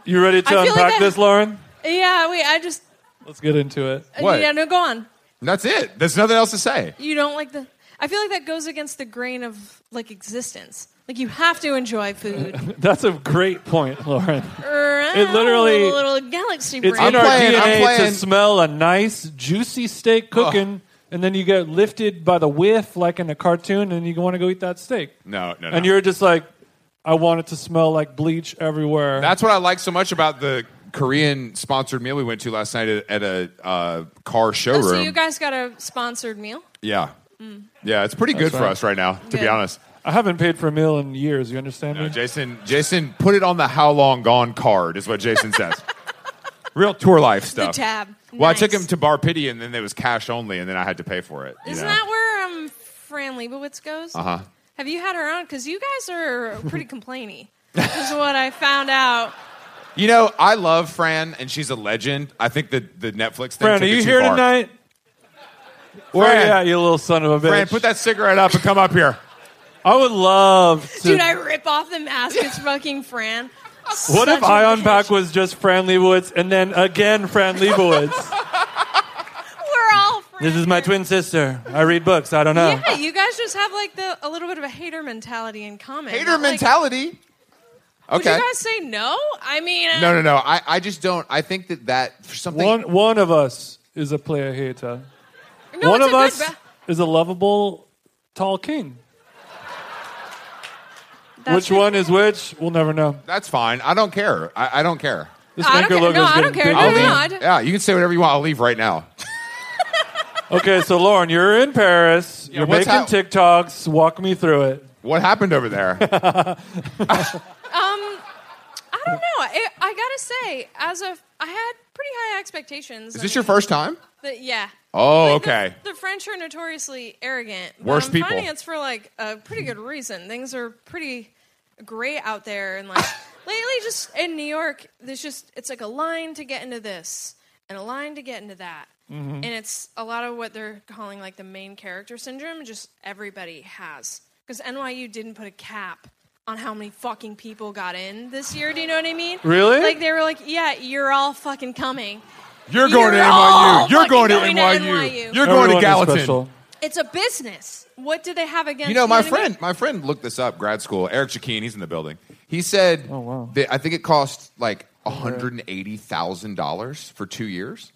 [SPEAKER 2] You ready to
[SPEAKER 9] I feel
[SPEAKER 2] unpack
[SPEAKER 9] like I-
[SPEAKER 2] this, Lauren?
[SPEAKER 9] Yeah, wait, I just
[SPEAKER 2] Let's get into it.
[SPEAKER 5] What?
[SPEAKER 9] Uh, Yeah, no, go on.
[SPEAKER 5] And that's it. There's nothing else to say.
[SPEAKER 9] You don't like the. I feel like that goes against the grain of like existence. Like you have to enjoy food.
[SPEAKER 2] That's a great point, Lauren.
[SPEAKER 9] it
[SPEAKER 2] literally-
[SPEAKER 9] little, little galaxy
[SPEAKER 2] It's
[SPEAKER 9] brain.
[SPEAKER 2] in our
[SPEAKER 5] playing- I'm
[SPEAKER 2] DNA
[SPEAKER 5] playing-
[SPEAKER 2] to smell a nice juicy steak cooking, and then you get lifted by the whiff like in a cartoon, and you want to go eat that steak.
[SPEAKER 5] No, no, no.
[SPEAKER 2] And you're just like, I want it to smell like bleach everywhere.
[SPEAKER 5] That's what I like so much about the Korean sponsored meal we went to last night at, at a uh, car showroom.
[SPEAKER 9] Oh, so you guys got Mm. a sponsored meal?
[SPEAKER 5] yeah. Yeah, it's pretty good for us right now, to be
[SPEAKER 9] Good.
[SPEAKER 5] honest.
[SPEAKER 2] I haven't paid for a meal in years. You understand
[SPEAKER 5] No,
[SPEAKER 2] me?
[SPEAKER 5] Jason, Jason, put it on the how long gone card is what Jason says. Real tour life stuff.
[SPEAKER 9] tab.
[SPEAKER 5] Well, I took
[SPEAKER 9] Nice.
[SPEAKER 5] him to Bar Pity, and then it was cash only, and then I had to pay for it. you
[SPEAKER 9] Isn't
[SPEAKER 5] know?
[SPEAKER 9] that where um Fran Lebowitz goes? Uh huh. Have you had her on? Because you guys are pretty complainy. is what I found out.
[SPEAKER 5] You know, I love Fran, and she's a legend. I think the the Netflix thing.
[SPEAKER 2] Fran,
[SPEAKER 5] took
[SPEAKER 2] are
[SPEAKER 5] it
[SPEAKER 2] you
[SPEAKER 5] too
[SPEAKER 2] here
[SPEAKER 5] far.
[SPEAKER 2] tonight? Where
[SPEAKER 5] Fran.
[SPEAKER 2] are you at, you little son of a bitch?
[SPEAKER 5] Fran, put that cigarette up and come up here.
[SPEAKER 2] I would love to.
[SPEAKER 9] Dude, I rip off the mask. It's fucking Fran.
[SPEAKER 2] what if
[SPEAKER 9] Such a
[SPEAKER 2] Ion
[SPEAKER 9] bitch.
[SPEAKER 2] Pack was just Fran Leibowitz and then again Fran Leibowitz?
[SPEAKER 9] We're all friends.
[SPEAKER 2] this is my twin sister. I read books. I don't know.
[SPEAKER 9] Yeah, you guys just have like the a little bit of a hater mentality in common.
[SPEAKER 5] Hater
[SPEAKER 9] Like,
[SPEAKER 5] mentality.
[SPEAKER 9] Would
[SPEAKER 5] Okay.
[SPEAKER 9] you guys say no? I mean, uh,
[SPEAKER 5] No, no, no. I, I just don't. I think that that for something.
[SPEAKER 2] One, one of us is a player hater.
[SPEAKER 9] no,
[SPEAKER 2] one
[SPEAKER 9] it's
[SPEAKER 2] of
[SPEAKER 9] a good
[SPEAKER 2] us
[SPEAKER 9] ba-
[SPEAKER 2] is a lovable tall king.
[SPEAKER 9] That's
[SPEAKER 2] which
[SPEAKER 9] it.
[SPEAKER 2] one is which? We'll never know.
[SPEAKER 5] That's fine. I don't care. I, I don't care.
[SPEAKER 2] This
[SPEAKER 9] I don't
[SPEAKER 2] anchor
[SPEAKER 9] care.
[SPEAKER 2] logo
[SPEAKER 9] No,
[SPEAKER 2] is
[SPEAKER 9] I don't
[SPEAKER 2] getting
[SPEAKER 9] care.
[SPEAKER 2] bigger.
[SPEAKER 9] No, no, no. I d-
[SPEAKER 5] Yeah, you can say whatever you want. I'll leave right now.
[SPEAKER 2] Okay, so Lauren, you're in Paris. you're
[SPEAKER 5] what's
[SPEAKER 2] making
[SPEAKER 5] hap-
[SPEAKER 2] TikToks. Walk me through it.
[SPEAKER 5] What happened over there?
[SPEAKER 9] I don't know. I, I gotta say, as a, I had pretty high expectations.
[SPEAKER 5] Is this your first time?
[SPEAKER 9] yeah.
[SPEAKER 5] Oh,
[SPEAKER 9] Like, the-
[SPEAKER 5] okay.
[SPEAKER 9] The, French are notoriously arrogant. but
[SPEAKER 5] Worst
[SPEAKER 9] I'm
[SPEAKER 5] people.
[SPEAKER 9] finding it's for like a pretty good reason. Things are pretty gray out there, and like lately, just in New York, there's just it's like a line to get into this and a line to get into that,
[SPEAKER 5] Mm-hmm.
[SPEAKER 9] and it's a lot of what they're calling like the main character syndrome. Just everybody has because NYU didn't put a cap. On how many fucking people got in this year? Do you know what I mean?
[SPEAKER 2] Really?
[SPEAKER 9] Like they were like, "Yeah, you're all fucking coming."
[SPEAKER 5] You're going to
[SPEAKER 9] You're
[SPEAKER 5] NYU.
[SPEAKER 9] all
[SPEAKER 5] You're going to NYU.
[SPEAKER 9] fucking going to NYU.
[SPEAKER 5] You're going
[SPEAKER 2] Everyone
[SPEAKER 5] to
[SPEAKER 2] is
[SPEAKER 5] Gallatin.
[SPEAKER 2] special.
[SPEAKER 9] It's a business. What do they have against
[SPEAKER 5] You know, my
[SPEAKER 9] what I mean?
[SPEAKER 5] friend, my friend looked this up. Grad school. Eric Chakeen. He's in the building. He said,
[SPEAKER 2] Oh, wow.
[SPEAKER 5] that I think it cost like hundred and eighty thousand dollars for two years.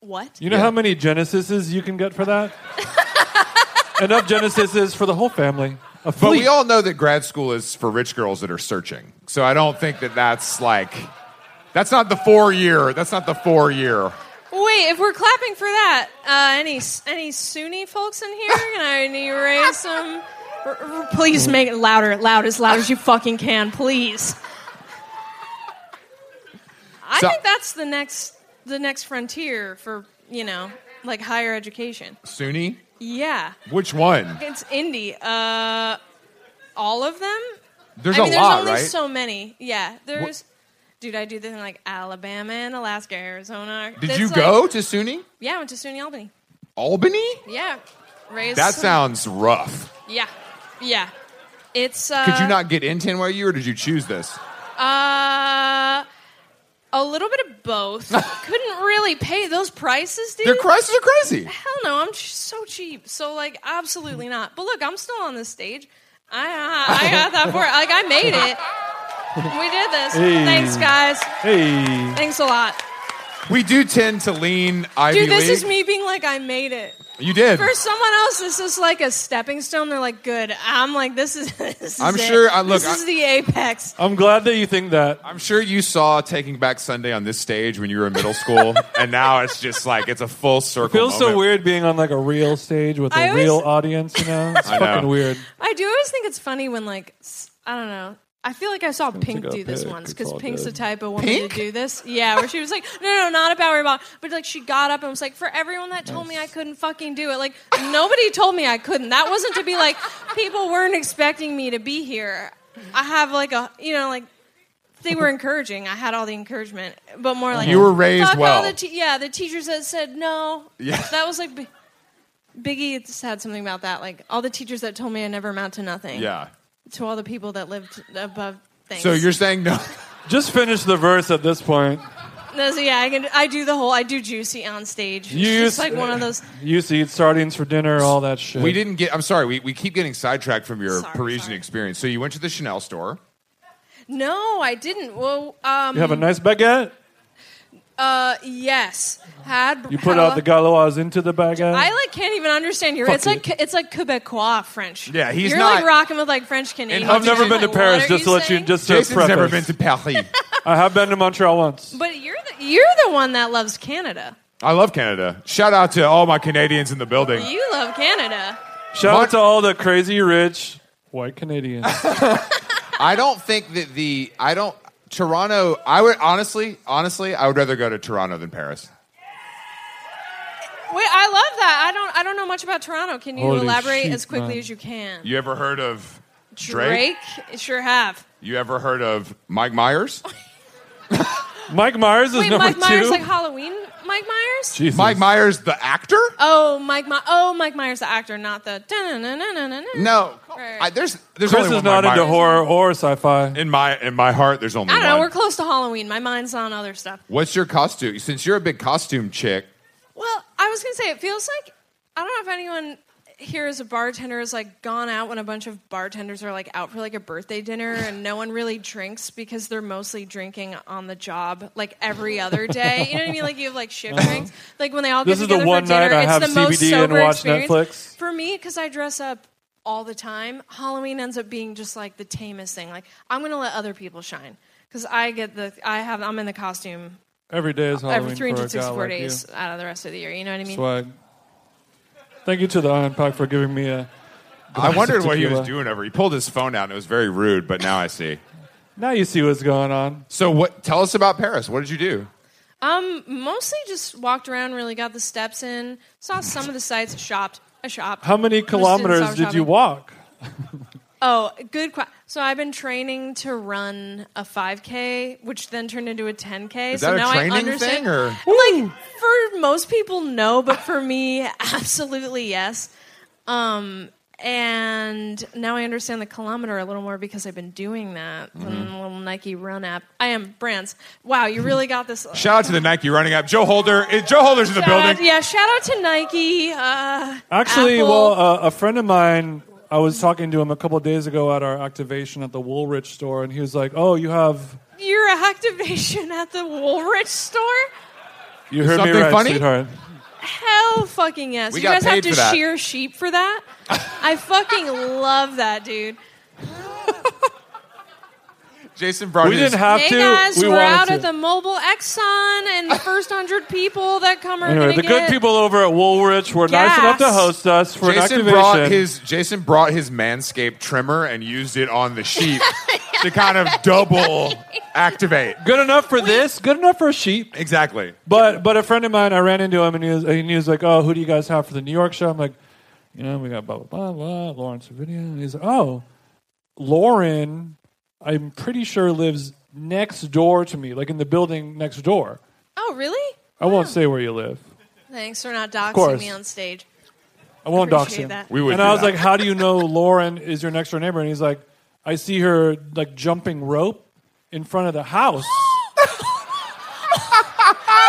[SPEAKER 9] What?
[SPEAKER 2] You know how many Genesises you can get for that? Enough Genesises for the whole family. A
[SPEAKER 5] But
[SPEAKER 2] fleet.
[SPEAKER 5] we all know that grad school is for rich girls that are searching. So I don't think that that's like, that's not the four year. That's not the four year.
[SPEAKER 9] Wait, if we're clapping for that, uh, any any Sunni folks in here? Can I need to raise some? r- r- Please make it louder, loud as loud as you fucking can, please. I
[SPEAKER 5] So-
[SPEAKER 9] think that's the next the next frontier for you know like higher education.
[SPEAKER 5] SUNY?
[SPEAKER 9] Yeah,
[SPEAKER 5] Which one?
[SPEAKER 9] it's indie. Uh, all of them,
[SPEAKER 5] There's
[SPEAKER 9] I mean,
[SPEAKER 5] a lot,
[SPEAKER 9] there's only
[SPEAKER 5] right?
[SPEAKER 9] so many. Yeah, there's. Dude, I do this in like Alabama and Alaska, Arizona.
[SPEAKER 5] Did
[SPEAKER 9] It's
[SPEAKER 5] you
[SPEAKER 9] like-
[SPEAKER 5] go to SUNY?
[SPEAKER 9] Yeah, I went to SUNY Albany.
[SPEAKER 5] Albany?
[SPEAKER 9] Yeah, raised.
[SPEAKER 5] That sounds rough.
[SPEAKER 9] Yeah, yeah. It's. Uh,
[SPEAKER 5] Could you not get into NYU or did you choose this?
[SPEAKER 9] Uh, a little bit of both. Couldn't really pay those prices, dude.
[SPEAKER 5] Their prices are crazy.
[SPEAKER 9] Hell no, I'm ch- so cheap. So like, absolutely not. But look, I'm still on this stage. I I got that for like I made it. We did this.
[SPEAKER 2] Hey.
[SPEAKER 9] Thanks, guys.
[SPEAKER 2] hey.
[SPEAKER 9] Thanks a lot.
[SPEAKER 5] We do tend to lean Ivy
[SPEAKER 9] Dude, this
[SPEAKER 5] League.
[SPEAKER 9] is me being like, I made it.
[SPEAKER 5] You did.
[SPEAKER 9] For someone else, this is like a stepping stone. They're like, good. I'm like, this is. This is
[SPEAKER 5] I'm
[SPEAKER 9] it.
[SPEAKER 5] sure- I- look,
[SPEAKER 9] This
[SPEAKER 5] I-
[SPEAKER 9] is the apex.
[SPEAKER 2] I'm glad that you think that.
[SPEAKER 5] I'm sure you saw Taking Back Sunday on this stage when you were in middle school, and now it's just like it's a full circle.
[SPEAKER 2] Feels so
[SPEAKER 5] moment.
[SPEAKER 2] weird being on like a real stage with a
[SPEAKER 9] I always-
[SPEAKER 2] real audience. You know, it's
[SPEAKER 5] know.
[SPEAKER 2] fucking weird.
[SPEAKER 9] I do always think it's funny when like s- I don't know. I feel like I saw Pink
[SPEAKER 10] a
[SPEAKER 9] do this
[SPEAKER 10] pic,
[SPEAKER 9] once
[SPEAKER 10] it's
[SPEAKER 9] because
[SPEAKER 10] all
[SPEAKER 9] Pink's
[SPEAKER 10] good.
[SPEAKER 9] the type of woman to do this. Yeah, where she was like, no, no, not a Bowery Ball. But like she got up and was like, for everyone that told me I couldn't fucking do it, like nobody told me I couldn't. That wasn't to be like, people weren't expecting me to be here. I have like a, you know, like they were encouraging. I had all the encouragement, but more like
[SPEAKER 5] You were raised
[SPEAKER 9] fuck all
[SPEAKER 5] well.
[SPEAKER 9] the te- yeah, the teachers that said no. Yeah, that was like. bi- Biggie said something about that, like all the teachers that told me I never amount to nothing.
[SPEAKER 5] Yeah.
[SPEAKER 9] To all the people that lived above things.
[SPEAKER 5] So you're saying no?
[SPEAKER 2] Just finish the verse at this point.
[SPEAKER 9] No, so yeah, I can. I do the whole. I do juicy on stage.
[SPEAKER 2] You
[SPEAKER 9] it's
[SPEAKER 2] used-
[SPEAKER 9] just like one of those.
[SPEAKER 2] You used to eat sardines for dinner, all that shit.
[SPEAKER 5] We didn't get. I'm sorry. We, we keep getting sidetracked from your
[SPEAKER 9] Sorry,
[SPEAKER 5] Parisian
[SPEAKER 9] sorry.
[SPEAKER 5] experience. So you went to the Chanel store.
[SPEAKER 9] No, I didn't. Well, um,
[SPEAKER 2] You have a nice baguette.
[SPEAKER 9] uh, yes, had
[SPEAKER 2] You put out the galois into the baguette.
[SPEAKER 9] I like can't even understand your.
[SPEAKER 2] Fuck
[SPEAKER 9] It's like it's like Quebecois French.
[SPEAKER 5] Yeah, he's
[SPEAKER 9] you're
[SPEAKER 5] not-
[SPEAKER 9] like rocking with like French Canadian.
[SPEAKER 2] I've never been to
[SPEAKER 9] Like,
[SPEAKER 2] Paris.
[SPEAKER 9] what are
[SPEAKER 2] Just to let you,
[SPEAKER 9] saying?
[SPEAKER 2] just to
[SPEAKER 5] Jason's
[SPEAKER 2] preface,
[SPEAKER 5] never been to Paris.
[SPEAKER 2] I have been to Montreal once.
[SPEAKER 9] But you're the, you're the one that loves Canada.
[SPEAKER 5] I love Canada. Shout out to all my Canadians in the building.
[SPEAKER 9] You love Canada.
[SPEAKER 2] Shout
[SPEAKER 5] Mon-
[SPEAKER 2] out to all the crazy rich white Canadians.
[SPEAKER 5] I don't think that the I don't Toronto. I would honestly, honestly, I would rather go to Toronto than Paris.
[SPEAKER 9] Wait, I love that. I don't. I don't know much about Toronto. Can you
[SPEAKER 2] Holy
[SPEAKER 9] elaborate
[SPEAKER 2] shit,
[SPEAKER 9] as quickly
[SPEAKER 2] man.
[SPEAKER 9] as you can?
[SPEAKER 5] You ever heard of Drake?
[SPEAKER 9] Drake? sure have.
[SPEAKER 5] You ever heard of Mike Myers?
[SPEAKER 2] Mike Myers is
[SPEAKER 9] Wait,
[SPEAKER 2] number
[SPEAKER 9] Mike
[SPEAKER 2] two.
[SPEAKER 9] Myers, like Halloween, Mike Myers.
[SPEAKER 2] Jesus.
[SPEAKER 5] Mike Myers, the actor?
[SPEAKER 9] Oh, Mike. My- oh, Mike Myers, the actor, not the. No.
[SPEAKER 5] No,
[SPEAKER 9] Right.
[SPEAKER 5] I, there's there's
[SPEAKER 2] Chris
[SPEAKER 5] only
[SPEAKER 2] is
[SPEAKER 5] one Mike
[SPEAKER 2] not into
[SPEAKER 5] Myers.
[SPEAKER 2] horror or sci-fi.
[SPEAKER 5] In my in my heart, there's only
[SPEAKER 9] I don't know.
[SPEAKER 5] one.
[SPEAKER 9] We're close to Halloween. My mind's on other stuff.
[SPEAKER 5] What's your costume? Since you're a big costume chick,
[SPEAKER 9] Well, I was gonna say it feels like I don't know if anyone here as a bartender has like gone out when a bunch of bartenders are like out for like a birthday dinner and no one really drinks because they're mostly drinking on the job like every other day. You know what I mean? Like you have like shift drinks. Like when they all
[SPEAKER 2] Uh-huh. This
[SPEAKER 9] get
[SPEAKER 2] is the
[SPEAKER 9] together
[SPEAKER 2] one
[SPEAKER 9] for dinner,
[SPEAKER 2] night I
[SPEAKER 9] it's
[SPEAKER 2] have
[SPEAKER 9] the most
[SPEAKER 2] CBD and
[SPEAKER 9] sober
[SPEAKER 2] watch
[SPEAKER 9] experience.
[SPEAKER 2] Netflix.
[SPEAKER 9] For me, because I dress up all the time, Halloween ends up being just like the tamest thing. Like I'm gonna let other people shine because I get the I have I'm in the costume
[SPEAKER 2] Every day is Halloween
[SPEAKER 9] every
[SPEAKER 2] for
[SPEAKER 9] 364
[SPEAKER 2] a guy
[SPEAKER 9] days
[SPEAKER 2] Like
[SPEAKER 9] out of the rest of the year. You know what I
[SPEAKER 2] you.
[SPEAKER 9] mean?
[SPEAKER 2] Swag. Thank you to the Iron Pack for giving me a.
[SPEAKER 5] I wondered what he was
[SPEAKER 2] tequila.
[SPEAKER 5] doing over. He pulled his phone out, and it was very rude. But now I see.
[SPEAKER 2] Now you see what's going on.
[SPEAKER 5] So what? Tell us about Paris. What did you do?
[SPEAKER 9] Um, mostly just walked around, really got the steps in, saw some of the sites, shopped. I shopped.
[SPEAKER 2] How many
[SPEAKER 9] I just didn't stop
[SPEAKER 2] kilometers did you
[SPEAKER 9] shopping.
[SPEAKER 2] walk?
[SPEAKER 9] Oh, good question. So I've been training to run a 5K, which then turned into a 10K.
[SPEAKER 5] Is
[SPEAKER 9] so
[SPEAKER 5] that
[SPEAKER 9] now
[SPEAKER 5] a
[SPEAKER 9] I
[SPEAKER 5] training
[SPEAKER 9] understand.
[SPEAKER 5] thing or?
[SPEAKER 9] Like for most people, no, but for me, absolutely yes. Um, and now I understand the kilometer a little more because I've been doing that.
[SPEAKER 5] Mm-hmm.
[SPEAKER 9] than The little Nike Run app. I am brands. Wow, you really got this. uh,
[SPEAKER 5] Shout out to the Nike running app. Joe Holder. eh, Joe Holder's in the
[SPEAKER 9] Shout out-
[SPEAKER 5] building.
[SPEAKER 9] yeah, shout out to Nike. Uh,
[SPEAKER 2] Actually,
[SPEAKER 9] Apple.
[SPEAKER 2] well, uh, a friend of mine, I was talking to him a couple of days ago at our activation at the Woolrich store, and he was like, "Oh, you have
[SPEAKER 9] your activation at the Woolrich store?
[SPEAKER 2] you heard
[SPEAKER 5] Something
[SPEAKER 2] me right,
[SPEAKER 5] funny?
[SPEAKER 2] sweetheart."
[SPEAKER 9] Hell fucking yes.
[SPEAKER 5] We
[SPEAKER 9] you
[SPEAKER 5] got
[SPEAKER 9] guys
[SPEAKER 5] paid
[SPEAKER 9] have to
[SPEAKER 5] for that.
[SPEAKER 9] shear sheep for that? I fucking love that, dude.
[SPEAKER 5] Jason brought
[SPEAKER 2] We
[SPEAKER 5] his.
[SPEAKER 2] didn't have
[SPEAKER 9] hey
[SPEAKER 2] to.
[SPEAKER 9] guys,
[SPEAKER 2] we
[SPEAKER 9] are
[SPEAKER 2] wanted
[SPEAKER 9] out
[SPEAKER 2] to.
[SPEAKER 9] at the Mobile Exxon, and the first hundred people that come are
[SPEAKER 2] Anyway,
[SPEAKER 9] gonna
[SPEAKER 2] the
[SPEAKER 9] get.
[SPEAKER 2] good people over at Woolrich were nice
[SPEAKER 9] gas.
[SPEAKER 2] enough to host us for
[SPEAKER 5] Jason
[SPEAKER 2] an
[SPEAKER 5] brought
[SPEAKER 2] activation.
[SPEAKER 5] his Jason brought his Manscaped trimmer and used it on the sheep to kind of double activate.
[SPEAKER 2] good enough for this, good enough for a sheep.
[SPEAKER 5] Exactly.
[SPEAKER 2] But but a friend of mine, I ran into him and he was, and he was like, "Oh, who do you guys have for the New York show?" I'm like, "You know, we got blah blah blah, blah Lawrence Savinia." And he's like, "Oh, Lauren, I'm pretty sure lives next door to me, like in the building next door.
[SPEAKER 9] Oh, really?
[SPEAKER 2] I won't say where you live.
[SPEAKER 9] Thanks for not doxing
[SPEAKER 2] course.
[SPEAKER 9] me on stage.
[SPEAKER 2] I won't dox
[SPEAKER 9] Appreciate
[SPEAKER 2] him."
[SPEAKER 9] that.
[SPEAKER 5] We would.
[SPEAKER 2] and
[SPEAKER 5] do
[SPEAKER 2] I was
[SPEAKER 5] that.
[SPEAKER 2] like, "How do you know Lauren is your next door neighbor?" And he's like, "I see her like jumping rope in front of the house."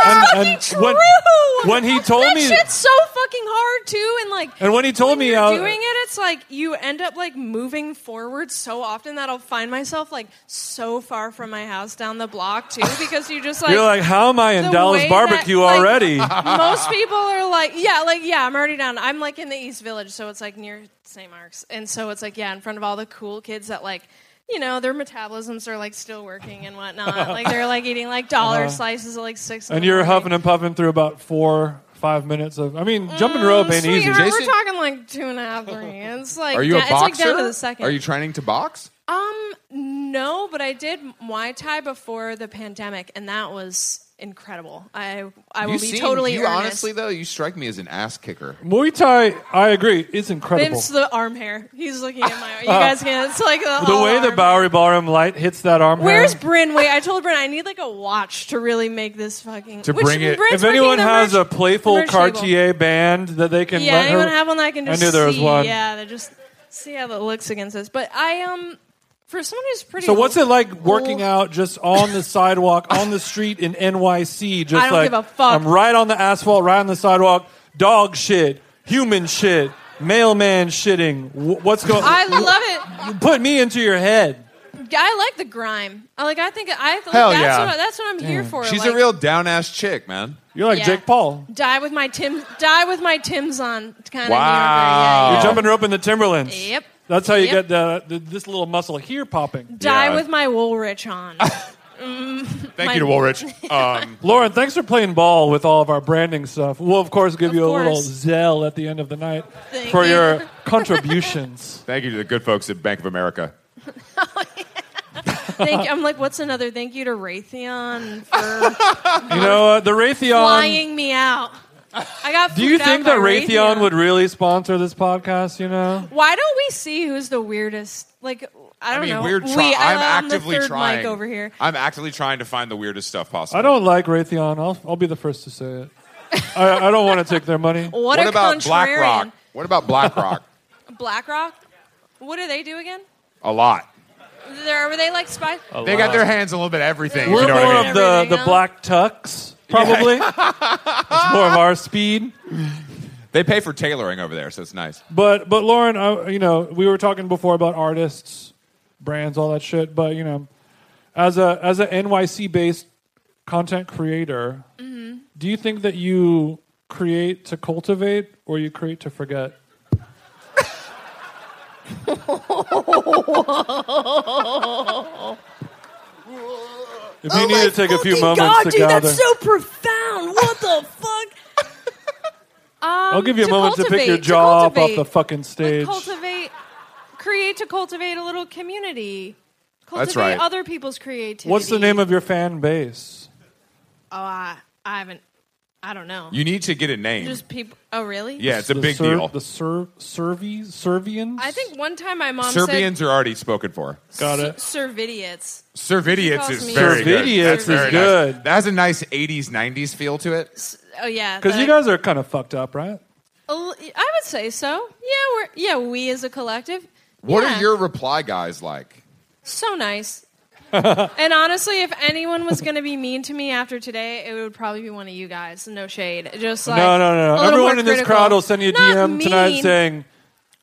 [SPEAKER 2] and, and when,
[SPEAKER 9] True!
[SPEAKER 2] when he told
[SPEAKER 9] that
[SPEAKER 2] me
[SPEAKER 9] shit's so fucking hard too. And like,
[SPEAKER 2] And when he told me,
[SPEAKER 9] you're
[SPEAKER 2] I was-
[SPEAKER 9] doing it, it's like you end up like moving forward so often that I'll find myself like so far from my house down the block too, because you just like
[SPEAKER 2] You're like, how am I in
[SPEAKER 9] the
[SPEAKER 2] Dallas
[SPEAKER 9] way that,
[SPEAKER 2] barbecue
[SPEAKER 9] like-
[SPEAKER 2] already?
[SPEAKER 9] most people are like, yeah, like yeah, I'm already down. I'm like in the East Village, so it's like near St. Mark's, and so it's like yeah, in front of all the cool kids that like, you know, their metabolisms are like still working and whatnot. like they're like eating like dollar
[SPEAKER 5] Uh-huh.
[SPEAKER 9] slices at like six. in
[SPEAKER 2] and
[SPEAKER 9] the
[SPEAKER 2] you're
[SPEAKER 9] morning.
[SPEAKER 2] huffing and puffing through about four, five minutes of. I mean, jumping rope ain't easy.
[SPEAKER 9] Mm, Sweetheart,
[SPEAKER 5] Jason-
[SPEAKER 9] We're talking like two and a half, three. It's like
[SPEAKER 5] Are you
[SPEAKER 9] da-
[SPEAKER 5] a boxer?
[SPEAKER 9] It's like down to the second.
[SPEAKER 5] Are you training to box?
[SPEAKER 9] Um, no, but I did Muay Thai before the pandemic, and that was incredible. I I will
[SPEAKER 5] you
[SPEAKER 9] be
[SPEAKER 5] seem-
[SPEAKER 9] totally
[SPEAKER 5] You
[SPEAKER 9] earnest.
[SPEAKER 5] honestly though, you strike me as an ass kicker.
[SPEAKER 2] Muay Thai, I agree, is incredible.
[SPEAKER 9] Vince, the arm hair. He's looking at my. You guys can't. It's like the,
[SPEAKER 2] the
[SPEAKER 9] all
[SPEAKER 2] way the
[SPEAKER 9] arm.
[SPEAKER 2] Bowery Ballroom light hits that arm.
[SPEAKER 9] Where's
[SPEAKER 2] hair.
[SPEAKER 9] Bryn? Wait, I told Bryn I need like a watch to really make this fucking.
[SPEAKER 5] To
[SPEAKER 9] which
[SPEAKER 5] bring it-
[SPEAKER 9] Bryn's
[SPEAKER 2] if anyone
[SPEAKER 9] working the
[SPEAKER 2] has
[SPEAKER 9] merch-
[SPEAKER 2] a playful
[SPEAKER 9] merch table.
[SPEAKER 2] Cartier band that they can
[SPEAKER 9] Yeah,
[SPEAKER 2] let
[SPEAKER 9] anyone
[SPEAKER 2] her,
[SPEAKER 9] have one that I can
[SPEAKER 2] I
[SPEAKER 9] just
[SPEAKER 2] knew there was
[SPEAKER 9] see?
[SPEAKER 2] one.
[SPEAKER 9] Yeah, that just see how that looks against us. But I um, for someone who's pretty.
[SPEAKER 2] So what's it like working
[SPEAKER 9] old-
[SPEAKER 2] out just on the sidewalk, on the street in NYC? Just
[SPEAKER 9] I don't
[SPEAKER 2] like
[SPEAKER 9] give a fuck.
[SPEAKER 2] I'm right on the asphalt, right on the sidewalk. Dog shit, human shit, mailman shitting. Wh- What's going?
[SPEAKER 9] I love it.
[SPEAKER 2] Put me into your head.
[SPEAKER 9] I like the grime. I like. I think. I like,
[SPEAKER 5] Hell
[SPEAKER 9] that's,
[SPEAKER 5] yeah.
[SPEAKER 9] what, that's what I'm here for.
[SPEAKER 5] She's
[SPEAKER 9] like,
[SPEAKER 5] a real down ass chick, man.
[SPEAKER 2] You're like
[SPEAKER 9] Yeah.
[SPEAKER 2] Jake Paul.
[SPEAKER 9] die with my Tim. Die with my Tim's on kind
[SPEAKER 5] Wow.
[SPEAKER 9] of.
[SPEAKER 2] You're jumping rope in the Timberlands.
[SPEAKER 9] Yep.
[SPEAKER 2] That's how you get
[SPEAKER 9] Yep.
[SPEAKER 2] the, the this little muscle here popping.
[SPEAKER 9] Die
[SPEAKER 1] Yeah.
[SPEAKER 9] with my Woolrich on.
[SPEAKER 1] Thank
[SPEAKER 9] My-
[SPEAKER 1] you to Woolrich. Um,
[SPEAKER 2] Lauren, thanks for playing ball with all of our branding stuff. We'll of course give
[SPEAKER 9] Of
[SPEAKER 2] you a little
[SPEAKER 9] course.
[SPEAKER 2] zell at the end of the night
[SPEAKER 9] Thank
[SPEAKER 2] for
[SPEAKER 9] you.
[SPEAKER 2] your contributions.
[SPEAKER 1] thank you to the good folks at Bank of America.
[SPEAKER 9] Thank, I'm like, what's another thank you to Raytheon for
[SPEAKER 2] You know, uh, the Raytheon.
[SPEAKER 9] flying me out? I got.
[SPEAKER 2] Do you
[SPEAKER 9] flew
[SPEAKER 2] think
[SPEAKER 9] out
[SPEAKER 2] that
[SPEAKER 9] by
[SPEAKER 2] Raytheon, would really sponsor this podcast? You know,
[SPEAKER 9] Why don't we see who's the weirdest? Like, I don't
[SPEAKER 1] I mean,
[SPEAKER 9] know.
[SPEAKER 1] weird. Try-
[SPEAKER 9] we, I,
[SPEAKER 1] I'm actively
[SPEAKER 9] the third
[SPEAKER 1] trying.
[SPEAKER 9] Mic over here.
[SPEAKER 1] I'm actively trying to find the weirdest stuff possible.
[SPEAKER 2] I don't like Raytheon. I'll, I'll be the first to say it. I, I don't want to take their money.
[SPEAKER 9] What, a
[SPEAKER 5] about
[SPEAKER 9] contrarian.
[SPEAKER 5] BlackRock? What about BlackRock?
[SPEAKER 9] BlackRock. What do they do again?
[SPEAKER 1] A lot.
[SPEAKER 9] They're, were they like spies?
[SPEAKER 5] Oh.
[SPEAKER 1] They got their hands a little bit everything.
[SPEAKER 2] We're
[SPEAKER 1] if you know
[SPEAKER 2] more
[SPEAKER 1] what I mean.
[SPEAKER 2] of the,
[SPEAKER 9] Everything
[SPEAKER 2] the
[SPEAKER 9] else?
[SPEAKER 2] black tucks, probably. it's more of our speed.
[SPEAKER 5] they pay for tailoring over there, so it's nice.
[SPEAKER 2] But but Lauren, I, you know, we were talking before about artists, brands, all that shit. But you know, as a as a NYC based content creator,
[SPEAKER 9] Mm-hmm.
[SPEAKER 2] do you think that you create to cultivate or you create to forget? if
[SPEAKER 9] Oh
[SPEAKER 2] you need to take a few moments to gather,
[SPEAKER 9] profound. What the fuck? Um,
[SPEAKER 2] I'll give you a
[SPEAKER 9] to
[SPEAKER 2] moment to pick your
[SPEAKER 9] cultivate, to
[SPEAKER 2] jaw up off
[SPEAKER 9] cultivate.
[SPEAKER 2] the fucking stage.
[SPEAKER 9] cultivate, create to cultivate a little community. Cultivate
[SPEAKER 5] That's right.
[SPEAKER 9] other people's creativity.
[SPEAKER 2] What's the name of your fan base?
[SPEAKER 9] Oh, I, I haven't. I don't know.
[SPEAKER 1] You need to get a name.
[SPEAKER 9] Just people. Oh, really?
[SPEAKER 1] yeah, it's a
[SPEAKER 2] the
[SPEAKER 1] big
[SPEAKER 2] Ser-
[SPEAKER 1] deal.
[SPEAKER 2] The Ser- Servi- Servians?
[SPEAKER 9] I think one time my mom
[SPEAKER 5] Serbians are already spoken for.
[SPEAKER 2] Got
[SPEAKER 9] said
[SPEAKER 2] it.
[SPEAKER 9] "Servidiots."
[SPEAKER 1] Servidius
[SPEAKER 9] She
[SPEAKER 1] is
[SPEAKER 9] calls me-
[SPEAKER 1] very good.
[SPEAKER 2] Servidius
[SPEAKER 1] That's
[SPEAKER 2] is
[SPEAKER 1] very nice.
[SPEAKER 2] good.
[SPEAKER 5] That has a nice 80s, 90s feel to it.
[SPEAKER 9] Oh yeah,
[SPEAKER 2] Because
[SPEAKER 9] the-
[SPEAKER 2] you guys are kind of fucked up, right?
[SPEAKER 9] a l- I would say so. Yeah, we're yeah we as a collective.
[SPEAKER 5] What
[SPEAKER 9] Yeah.
[SPEAKER 5] are your reply guys like?
[SPEAKER 9] so nice? and honestly, if anyone was going to be mean to me after today, it would probably be one of you guys. No shade. Just like
[SPEAKER 2] no, no,
[SPEAKER 9] a
[SPEAKER 2] no.
[SPEAKER 9] little
[SPEAKER 2] Everyone
[SPEAKER 9] more
[SPEAKER 2] in this
[SPEAKER 9] critical.
[SPEAKER 2] crowd will send you a
[SPEAKER 9] Not
[SPEAKER 2] DM tonight
[SPEAKER 9] mean.
[SPEAKER 2] saying,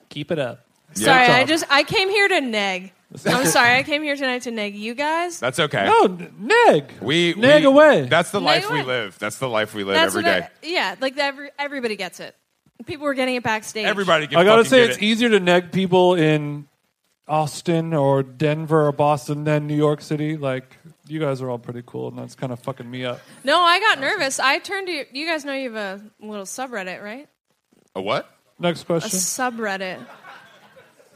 [SPEAKER 2] keep it up.
[SPEAKER 9] Sorry,
[SPEAKER 2] Yeah.
[SPEAKER 9] I just I came here to neg. I'm sorry, I came here tonight to neg you guys.
[SPEAKER 1] That's okay.
[SPEAKER 2] No, n- neg.
[SPEAKER 1] We
[SPEAKER 2] neg
[SPEAKER 1] we-
[SPEAKER 2] away.
[SPEAKER 1] That's the
[SPEAKER 9] Neg
[SPEAKER 1] life we
[SPEAKER 9] away.
[SPEAKER 1] live. That's the life we live
[SPEAKER 9] That's
[SPEAKER 1] every
[SPEAKER 9] what
[SPEAKER 1] day.
[SPEAKER 9] I, yeah, like every, everybody gets it. People were getting it backstage.
[SPEAKER 1] Everybody can
[SPEAKER 2] I gotta
[SPEAKER 1] fucking
[SPEAKER 2] say,
[SPEAKER 1] get
[SPEAKER 2] it's
[SPEAKER 1] it.
[SPEAKER 2] easier to neg people in Austin or Denver or Boston than New York City. Like, you guys are all pretty cool, and that's kind of fucking me up.
[SPEAKER 9] No, I got nervous. I turned to you. You guys know you have a little subreddit, right?
[SPEAKER 2] e-
[SPEAKER 5] A what?
[SPEAKER 2] Next
[SPEAKER 9] A
[SPEAKER 2] question.
[SPEAKER 9] subreddit.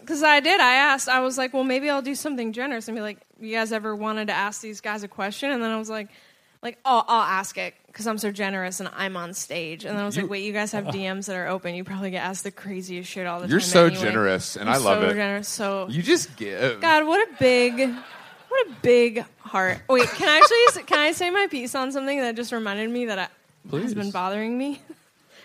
[SPEAKER 9] Because I did. I asked. I was like, well, maybe I'll do something generous and be like, you guys ever wanted to ask these guys a question? And then I was like, like, oh, I'll ask it because I'm so generous and I'm on stage. And then I was like, wait, you guys have DMs that are open. You probably get asked the craziest shit all the
[SPEAKER 5] You're
[SPEAKER 9] time.
[SPEAKER 5] so
[SPEAKER 9] anyway.
[SPEAKER 5] generous, and
[SPEAKER 9] I'm
[SPEAKER 5] I love
[SPEAKER 9] so
[SPEAKER 5] it.
[SPEAKER 9] Generous, so
[SPEAKER 5] You just give.
[SPEAKER 9] God, what a big, what a big heart. Wait, can I actually can I say my piece on something that just reminded me that I, has been bothering me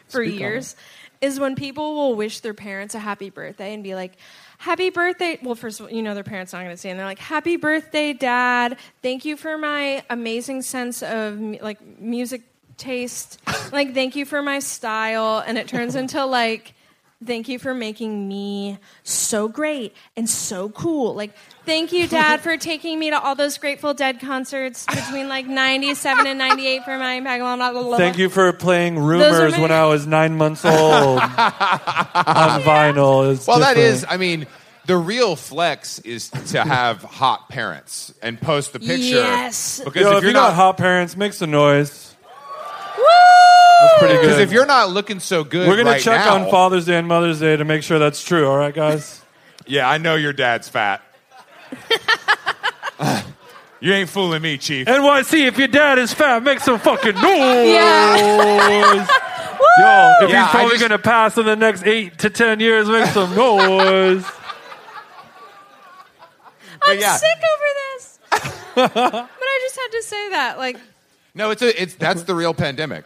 [SPEAKER 9] for
[SPEAKER 2] Speak on
[SPEAKER 9] years? Is when people will wish their parents a happy birthday and be like, "Happy birthday!" Well, first of all, you know their parents aren't going to say, it, and they're like, "Happy birthday, Dad! Thank you for my amazing sense of mu- like music." taste. Like, thank you for my style. And it turns into like, thank you for making me so great and so cool. Like, thank you, Dad, for taking me to all those Grateful Dead concerts between like 97 and 98 for my blah, blah, blah, blah.
[SPEAKER 2] Thank you for playing
[SPEAKER 9] are
[SPEAKER 2] rumors
[SPEAKER 9] my-
[SPEAKER 2] when I was nine months old on vinyl. It's
[SPEAKER 5] Well, that
[SPEAKER 2] different.
[SPEAKER 5] is, I mean, the real flex is to have hot parents and post the picture.
[SPEAKER 9] Yes.
[SPEAKER 5] Because
[SPEAKER 2] Yo,
[SPEAKER 5] if, you're not,
[SPEAKER 2] hot parents, make some noise.
[SPEAKER 9] Woo!
[SPEAKER 2] That's pretty
[SPEAKER 5] because
[SPEAKER 2] good.
[SPEAKER 5] if you're not looking so good,
[SPEAKER 2] We're gonna
[SPEAKER 5] right
[SPEAKER 2] check
[SPEAKER 5] now-
[SPEAKER 2] on Father's Day and Mother's Day to make sure that's true. All right, guys.
[SPEAKER 5] Yeah, I know your dad's fat. you ain't fooling me, chief.
[SPEAKER 2] NYC, if your dad is fat, make some fucking noise.
[SPEAKER 9] Yeah.
[SPEAKER 2] Yo, if
[SPEAKER 5] Yeah, I
[SPEAKER 2] he's probably
[SPEAKER 5] just-
[SPEAKER 2] gonna pass in the next eight to ten years, make some noise.
[SPEAKER 5] But yeah,
[SPEAKER 9] sick over this. but I just had to say that. Like,
[SPEAKER 5] no, it's a, it's that's the real pandemic.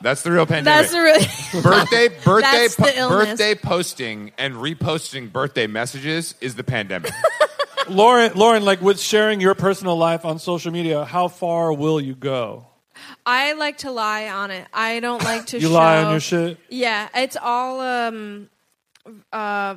[SPEAKER 5] That's the real pandemic.
[SPEAKER 9] that's the really.
[SPEAKER 5] birthday birthday
[SPEAKER 9] That's the illness.
[SPEAKER 5] birthday posting and reposting birthday messages is the pandemic.
[SPEAKER 2] Lauren, Lauren, like with sharing your personal life on social media, how far will you go?
[SPEAKER 9] I like to lie on it. I don't like to.
[SPEAKER 2] You
[SPEAKER 9] show,
[SPEAKER 2] lie on your shit.
[SPEAKER 9] Yeah, it's all um, uh,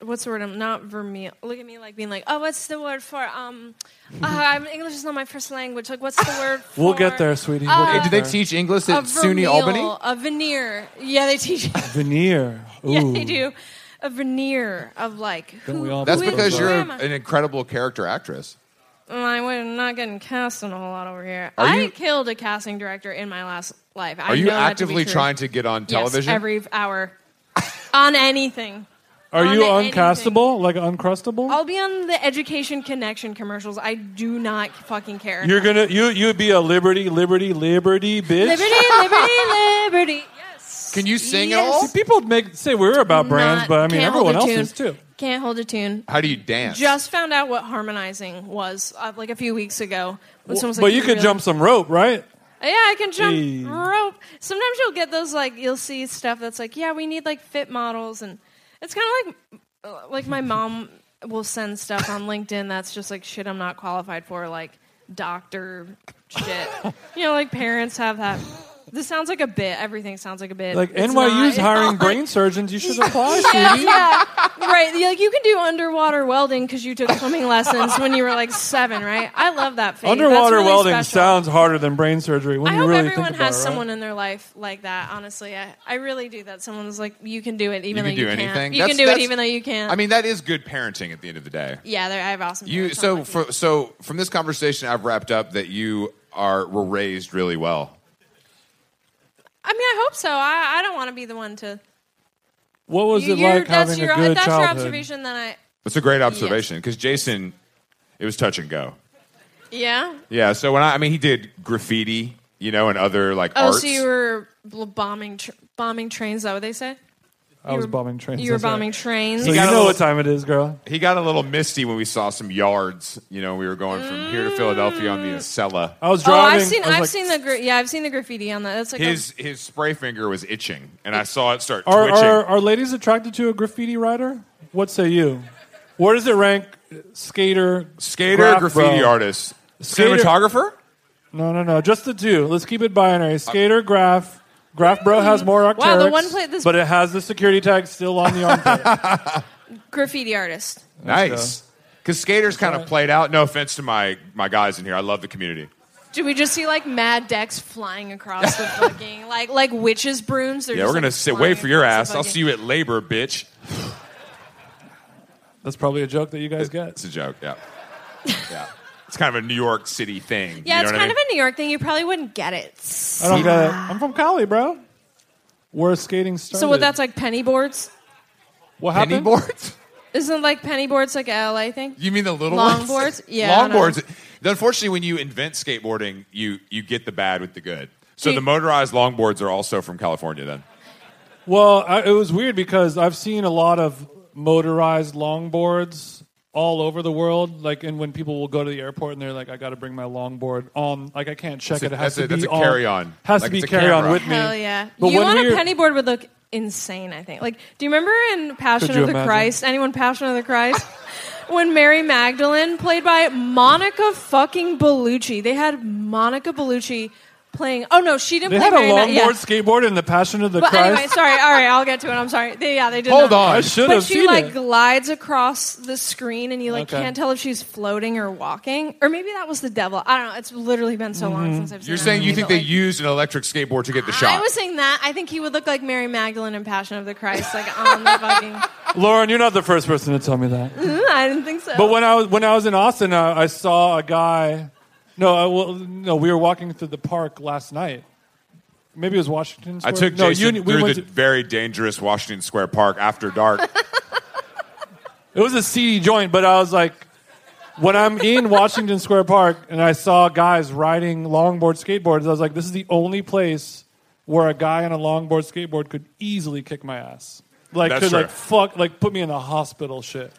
[SPEAKER 9] what's the word? I'm not vermeil. Look at me like being like, oh, what's the word for um, uh, I'm- English is not my first language. Like, what's the word? for...
[SPEAKER 2] We'll get there, sweetie. We'll
[SPEAKER 9] Uh,
[SPEAKER 2] get
[SPEAKER 5] Hey, do they
[SPEAKER 2] there.
[SPEAKER 5] teach English
[SPEAKER 9] A
[SPEAKER 5] at SUNY
[SPEAKER 9] vermeil,
[SPEAKER 5] Albany?
[SPEAKER 9] a veneer. Yeah, they teach.
[SPEAKER 2] veneer? Ooh.
[SPEAKER 9] yeah, they do. A veneer of like
[SPEAKER 2] Don't we
[SPEAKER 9] who?
[SPEAKER 2] all
[SPEAKER 5] That's
[SPEAKER 9] who is-
[SPEAKER 5] because
[SPEAKER 9] who
[SPEAKER 5] you're
[SPEAKER 9] am I?
[SPEAKER 5] an incredible character actress.
[SPEAKER 9] I would not getting cast in a whole lot over here.
[SPEAKER 5] Are
[SPEAKER 9] I
[SPEAKER 5] you-
[SPEAKER 9] killed a casting director in my last life. I
[SPEAKER 5] Are you
[SPEAKER 9] know that to be
[SPEAKER 5] actively
[SPEAKER 9] true.
[SPEAKER 5] trying to get on television?
[SPEAKER 9] Yes, every hour on anything.
[SPEAKER 2] Are you
[SPEAKER 9] on anything.
[SPEAKER 2] uncastable? Like uncrustable?
[SPEAKER 9] I'll be on the Education Connection commercials. I do not fucking care.
[SPEAKER 2] You're gonna you you'd be a liberty, liberty, liberty bitch.
[SPEAKER 9] liberty, liberty, liberty. Yes.
[SPEAKER 5] Can you sing at
[SPEAKER 9] Yes.
[SPEAKER 5] all?
[SPEAKER 2] People make say we're about brands,
[SPEAKER 9] Not-
[SPEAKER 2] but I mean
[SPEAKER 9] can't
[SPEAKER 2] everyone
[SPEAKER 9] hold
[SPEAKER 2] else
[SPEAKER 9] a
[SPEAKER 2] is
[SPEAKER 9] tune.
[SPEAKER 2] too.
[SPEAKER 9] Can't hold a tune.
[SPEAKER 5] How do you dance?
[SPEAKER 9] Just found out what harmonizing was uh, like a few weeks ago. When someone was like,
[SPEAKER 2] but you could
[SPEAKER 9] really-
[SPEAKER 2] jump some rope, right?
[SPEAKER 9] Uh, Yeah, I can jump
[SPEAKER 2] Hey.
[SPEAKER 9] rope. Sometimes you'll get those like you'll see stuff that's like, yeah, we need like fit models, and it's kind of like uh, like my mom will send stuff on LinkedIn that's just like shit I'm not qualified for, like doctor shit. you know, like parents have that. This sounds like a bit. Everything sounds like a bit.
[SPEAKER 2] Like
[SPEAKER 9] It's
[SPEAKER 2] NYU's
[SPEAKER 9] not.
[SPEAKER 2] hiring brain surgeons, you should apply,
[SPEAKER 9] Yeah,
[SPEAKER 2] sweetie.
[SPEAKER 9] yeah, right. Like you can do underwater welding because you took swimming lessons when you were like seven, right? I love that. Phase. That's
[SPEAKER 2] Underwater
[SPEAKER 9] really
[SPEAKER 2] welding
[SPEAKER 9] special.
[SPEAKER 2] sounds harder than brain surgery when
[SPEAKER 9] I
[SPEAKER 2] you
[SPEAKER 9] hope
[SPEAKER 2] really
[SPEAKER 9] everyone
[SPEAKER 2] think about
[SPEAKER 9] has
[SPEAKER 2] it. right?
[SPEAKER 9] someone in their life like that. Honestly, I, I really do. That someone's like, you can do it even
[SPEAKER 5] you can
[SPEAKER 9] though
[SPEAKER 5] do
[SPEAKER 9] you
[SPEAKER 5] anything.
[SPEAKER 9] can't. You
[SPEAKER 5] That's-
[SPEAKER 9] can do it
[SPEAKER 5] that's-
[SPEAKER 9] even though you can't.
[SPEAKER 5] I mean, that is good parenting at the end of the day.
[SPEAKER 9] yeah, they're- I have awesome.
[SPEAKER 5] You
[SPEAKER 9] parents. I'm
[SPEAKER 5] so
[SPEAKER 9] lucky.
[SPEAKER 5] for, so from this conversation, I've wrapped up that you are were raised really well.
[SPEAKER 9] I mean, I hope so. I, I don't want to be the one to.
[SPEAKER 2] What was
[SPEAKER 9] You-
[SPEAKER 2] it
[SPEAKER 9] you're-
[SPEAKER 2] like
[SPEAKER 9] that's
[SPEAKER 2] having
[SPEAKER 9] your,
[SPEAKER 2] a good
[SPEAKER 9] that's
[SPEAKER 2] childhood?
[SPEAKER 9] your observation. That I
[SPEAKER 5] That's a great observation because Jason, it was touch and go.
[SPEAKER 9] yeah.
[SPEAKER 5] Yeah. So when I, I mean, he did graffiti, you know, and other like
[SPEAKER 9] Oh,
[SPEAKER 5] arts.
[SPEAKER 9] so you were bl- bombing tr- bombing trains. Is that what they say?
[SPEAKER 2] I was bombing trains.
[SPEAKER 9] You were
[SPEAKER 2] that's right.
[SPEAKER 9] bombing trains.
[SPEAKER 2] So you
[SPEAKER 5] got a
[SPEAKER 2] know what
[SPEAKER 5] little-
[SPEAKER 2] time it is, girl.
[SPEAKER 5] he got a little misty when we saw some yards. You know, we were going from here to Philadelphia on
[SPEAKER 9] Mm.
[SPEAKER 5] the Acela.
[SPEAKER 2] I was
[SPEAKER 9] Oh,
[SPEAKER 2] driving.
[SPEAKER 9] I've seen
[SPEAKER 2] I was
[SPEAKER 9] I've
[SPEAKER 2] like,
[SPEAKER 9] seen the gra- yeah I've seen the graffiti on that. That's like a-
[SPEAKER 5] His his spray finger was itching, and I saw it start
[SPEAKER 2] Are,
[SPEAKER 5] twitching.
[SPEAKER 2] are, are ladies attracted to a graffiti writer? What say you? Where does it rank? Skater,
[SPEAKER 5] Skater,
[SPEAKER 2] graph,
[SPEAKER 5] graffiti
[SPEAKER 2] bro?
[SPEAKER 5] artist,
[SPEAKER 2] Skater-
[SPEAKER 5] cinematographer.
[SPEAKER 2] No, no, no. Just the two. Let's keep it binary. Skater, graph. Graph bro has more arcterics,
[SPEAKER 9] Wow, the one pla- this-
[SPEAKER 2] but it has the security tag still on the armpit.
[SPEAKER 9] graffiti artist.
[SPEAKER 5] Nice. Because skaters kind of played out. No offense to my, my guys in here. I love the community.
[SPEAKER 9] Do we just see like mad decks flying across the fucking like like witches brooms? They're
[SPEAKER 5] Yeah, we're
[SPEAKER 9] just,
[SPEAKER 5] going to
[SPEAKER 9] like,
[SPEAKER 5] sit,
[SPEAKER 9] flying
[SPEAKER 5] wait for your
[SPEAKER 9] across
[SPEAKER 5] ass.
[SPEAKER 9] the
[SPEAKER 5] I'll
[SPEAKER 9] fucking-
[SPEAKER 5] see you at labor, bitch.
[SPEAKER 2] That's probably a joke that you guys
[SPEAKER 5] It's
[SPEAKER 2] get.
[SPEAKER 5] a joke. Yeah. Yeah. It's kind of a New York City thing. you
[SPEAKER 9] Yeah,
[SPEAKER 5] know
[SPEAKER 9] it's
[SPEAKER 5] what
[SPEAKER 9] kind
[SPEAKER 5] I mean?
[SPEAKER 9] of a New York thing. You probably wouldn't get it.
[SPEAKER 2] I don't get it. I'm from Cali, bro. Where skating started.
[SPEAKER 9] So what? That's like penny boards.
[SPEAKER 2] what happened?
[SPEAKER 5] penny boards.
[SPEAKER 9] Isn't like penny boards like a LA thing?
[SPEAKER 5] You mean the little
[SPEAKER 9] Long
[SPEAKER 5] ones?
[SPEAKER 9] boards? Yeah, I
[SPEAKER 5] Long
[SPEAKER 9] know.
[SPEAKER 5] boards. Unfortunately, when you invent skateboarding, you, you get the bad with the good. So
[SPEAKER 9] Do you-
[SPEAKER 5] the motorized longboards are also from California then.
[SPEAKER 2] Well, I, it was weird because I've seen a lot of motorized longboards all over the world. Like, and when people will go to the airport and they're like, "I got to bring my longboard on," like I can't check
[SPEAKER 5] That's a-
[SPEAKER 2] it. It has
[SPEAKER 5] that's a-
[SPEAKER 2] to be
[SPEAKER 5] that's a
[SPEAKER 2] on-
[SPEAKER 5] carry-on.
[SPEAKER 2] Has
[SPEAKER 5] Like,
[SPEAKER 2] to be
[SPEAKER 5] it's a
[SPEAKER 2] carry on
[SPEAKER 5] camera.
[SPEAKER 2] with me.
[SPEAKER 9] Hell yeah!
[SPEAKER 2] But
[SPEAKER 9] you
[SPEAKER 2] when
[SPEAKER 9] on
[SPEAKER 2] we
[SPEAKER 9] a
[SPEAKER 2] were-
[SPEAKER 9] penny board would look insane. I think. Like, do you remember in Passion
[SPEAKER 2] Could you
[SPEAKER 9] of the
[SPEAKER 2] imagine?
[SPEAKER 9] Christ? Anyone Passion of the Christ? when Mary Magdalene, played by Monica fucking Bellucci, they had Monica Bellucci playing. Oh no, she didn't
[SPEAKER 2] They
[SPEAKER 9] play
[SPEAKER 2] had a
[SPEAKER 9] Mary Ma-
[SPEAKER 2] longboard
[SPEAKER 9] yeah.
[SPEAKER 2] skateboard in the Passion of the
[SPEAKER 9] But
[SPEAKER 2] Christ.
[SPEAKER 9] anyway, sorry. All right, I'll get to it. I'm sorry. They, yeah, they did.
[SPEAKER 5] Hold
[SPEAKER 9] not-
[SPEAKER 5] on.
[SPEAKER 2] I should
[SPEAKER 9] But
[SPEAKER 2] have
[SPEAKER 9] she
[SPEAKER 2] seen
[SPEAKER 9] like
[SPEAKER 2] it.
[SPEAKER 9] glides across the screen, and you like
[SPEAKER 2] Okay.
[SPEAKER 9] can't tell if she's floating or walking, or maybe that was the devil. I don't know. It's literally been so
[SPEAKER 2] Mm-hmm.
[SPEAKER 9] long since I've seen.
[SPEAKER 5] You're
[SPEAKER 9] that
[SPEAKER 5] saying you
[SPEAKER 9] movie,
[SPEAKER 5] think
[SPEAKER 9] but,
[SPEAKER 5] they
[SPEAKER 9] Mm, like,
[SPEAKER 5] used an electric skateboard to get the shot?
[SPEAKER 9] I was saying that. I think he would look like Mary Magdalene in Passion of the Christ, like on the fucking.
[SPEAKER 2] Lauren, you're not the first person to tell me that.
[SPEAKER 9] Mm, I didn't think so.
[SPEAKER 2] But when I was when I was in Austin, uh, I, I saw a guy. No, I, well, no, we were walking through the park last night. Maybe it was Washington. Square.
[SPEAKER 5] I took
[SPEAKER 2] no,
[SPEAKER 5] Jason
[SPEAKER 2] Union- we
[SPEAKER 5] through
[SPEAKER 2] went
[SPEAKER 5] the
[SPEAKER 2] to-
[SPEAKER 5] very dangerous Washington Square Park after dark.
[SPEAKER 2] it was a seedy joint, but I was like, when I'm in Washington Square Park and I saw guys riding longboard skateboards, I was like, this is the only place where a guy on a longboard skateboard could easily kick my ass. Like,
[SPEAKER 5] That's
[SPEAKER 2] could like
[SPEAKER 5] true.
[SPEAKER 2] fuck, like put me in the hospital. Shit.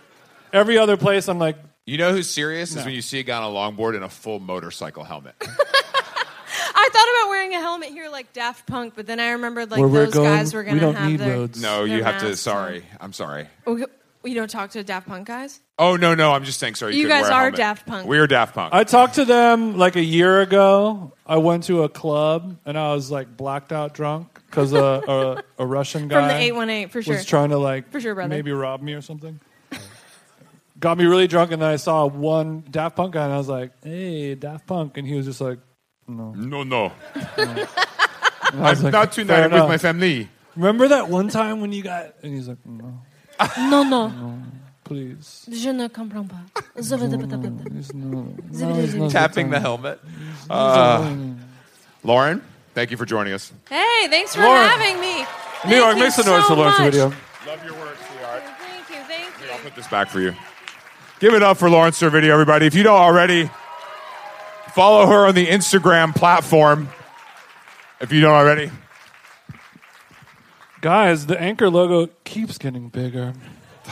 [SPEAKER 2] Every other place, I'm like,
[SPEAKER 5] you know who's serious is when you see a guy on a longboard in a full motorcycle helmet.
[SPEAKER 9] I thought about wearing a helmet here, like Daft Punk, but then I remembered like
[SPEAKER 2] Where we're
[SPEAKER 9] those
[SPEAKER 2] going,
[SPEAKER 9] guys were
[SPEAKER 2] we
[SPEAKER 9] gonna
[SPEAKER 2] don't
[SPEAKER 9] have
[SPEAKER 2] need
[SPEAKER 9] their,
[SPEAKER 2] roads.
[SPEAKER 5] No,
[SPEAKER 9] their
[SPEAKER 5] you have to.
[SPEAKER 9] masks on.
[SPEAKER 5] Sorry, I'm sorry.
[SPEAKER 9] Oh, you- you don't talk to Daft Punk guys.
[SPEAKER 5] Oh no, no, I'm just saying sorry.
[SPEAKER 9] You
[SPEAKER 5] couldn't
[SPEAKER 9] guys
[SPEAKER 5] wear a
[SPEAKER 9] are
[SPEAKER 5] helmet.
[SPEAKER 9] Daft Punk.
[SPEAKER 5] We are Daft Punk.
[SPEAKER 2] I talked to them like a year ago. I went to a club and I was like blacked out drunk because a, a, a Russian guy
[SPEAKER 9] From the 818, for sure.
[SPEAKER 2] was trying to like
[SPEAKER 9] For sure, brother.
[SPEAKER 2] maybe rob me or something. Got me really drunk and then I saw one Daft Punk guy and I was like, "Hey, Daft Punk," and he was just like,
[SPEAKER 5] no, no,
[SPEAKER 2] and Oh. I was like,
[SPEAKER 5] not tonight
[SPEAKER 2] "Fair
[SPEAKER 5] with
[SPEAKER 2] enough."
[SPEAKER 5] my family.
[SPEAKER 2] Remember that one time when you got?" And he's like, "No,
[SPEAKER 9] No, no,
[SPEAKER 2] please."
[SPEAKER 9] je ne comprends pas.
[SPEAKER 2] He's, no,
[SPEAKER 5] Tapping the helmet. Lauren, thank you for joining us.
[SPEAKER 9] Hey, thanks for
[SPEAKER 2] Lauren.
[SPEAKER 9] having me.
[SPEAKER 2] New York makes a noise to
[SPEAKER 9] so
[SPEAKER 2] Lawrence
[SPEAKER 9] much.
[SPEAKER 2] video.
[SPEAKER 5] Love your work, sweetheart.
[SPEAKER 9] Thank you, thank
[SPEAKER 5] I'll
[SPEAKER 9] you.
[SPEAKER 5] put this back for you. Give it up for Lauren Servideo, everybody. If you don't already, follow her on the Instagram platform. If you don't already,
[SPEAKER 2] Guys, the Anchor logo keeps getting bigger.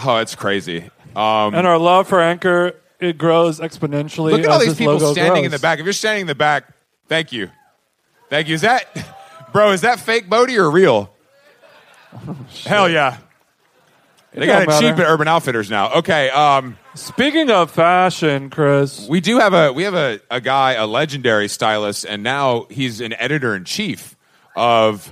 [SPEAKER 5] oh, it's crazy.
[SPEAKER 2] and our love for Anchor it grows exponentially.
[SPEAKER 5] Um, Look at
[SPEAKER 2] as
[SPEAKER 5] all these
[SPEAKER 2] this
[SPEAKER 5] people
[SPEAKER 2] logo
[SPEAKER 5] standing in the
[SPEAKER 2] grows.
[SPEAKER 5] back. If you're standing in the back, thank you. Thank you. Is that, bro, is that fake Bodie or real? Hell yeah. They got
[SPEAKER 2] don't
[SPEAKER 5] it cheap
[SPEAKER 2] matter.
[SPEAKER 5] at Urban Outfitters now. Okay, um,
[SPEAKER 2] Speaking of fashion, Chris,
[SPEAKER 5] we do have a we have a, a guy, a legendary stylist, and now he's an editor in chief of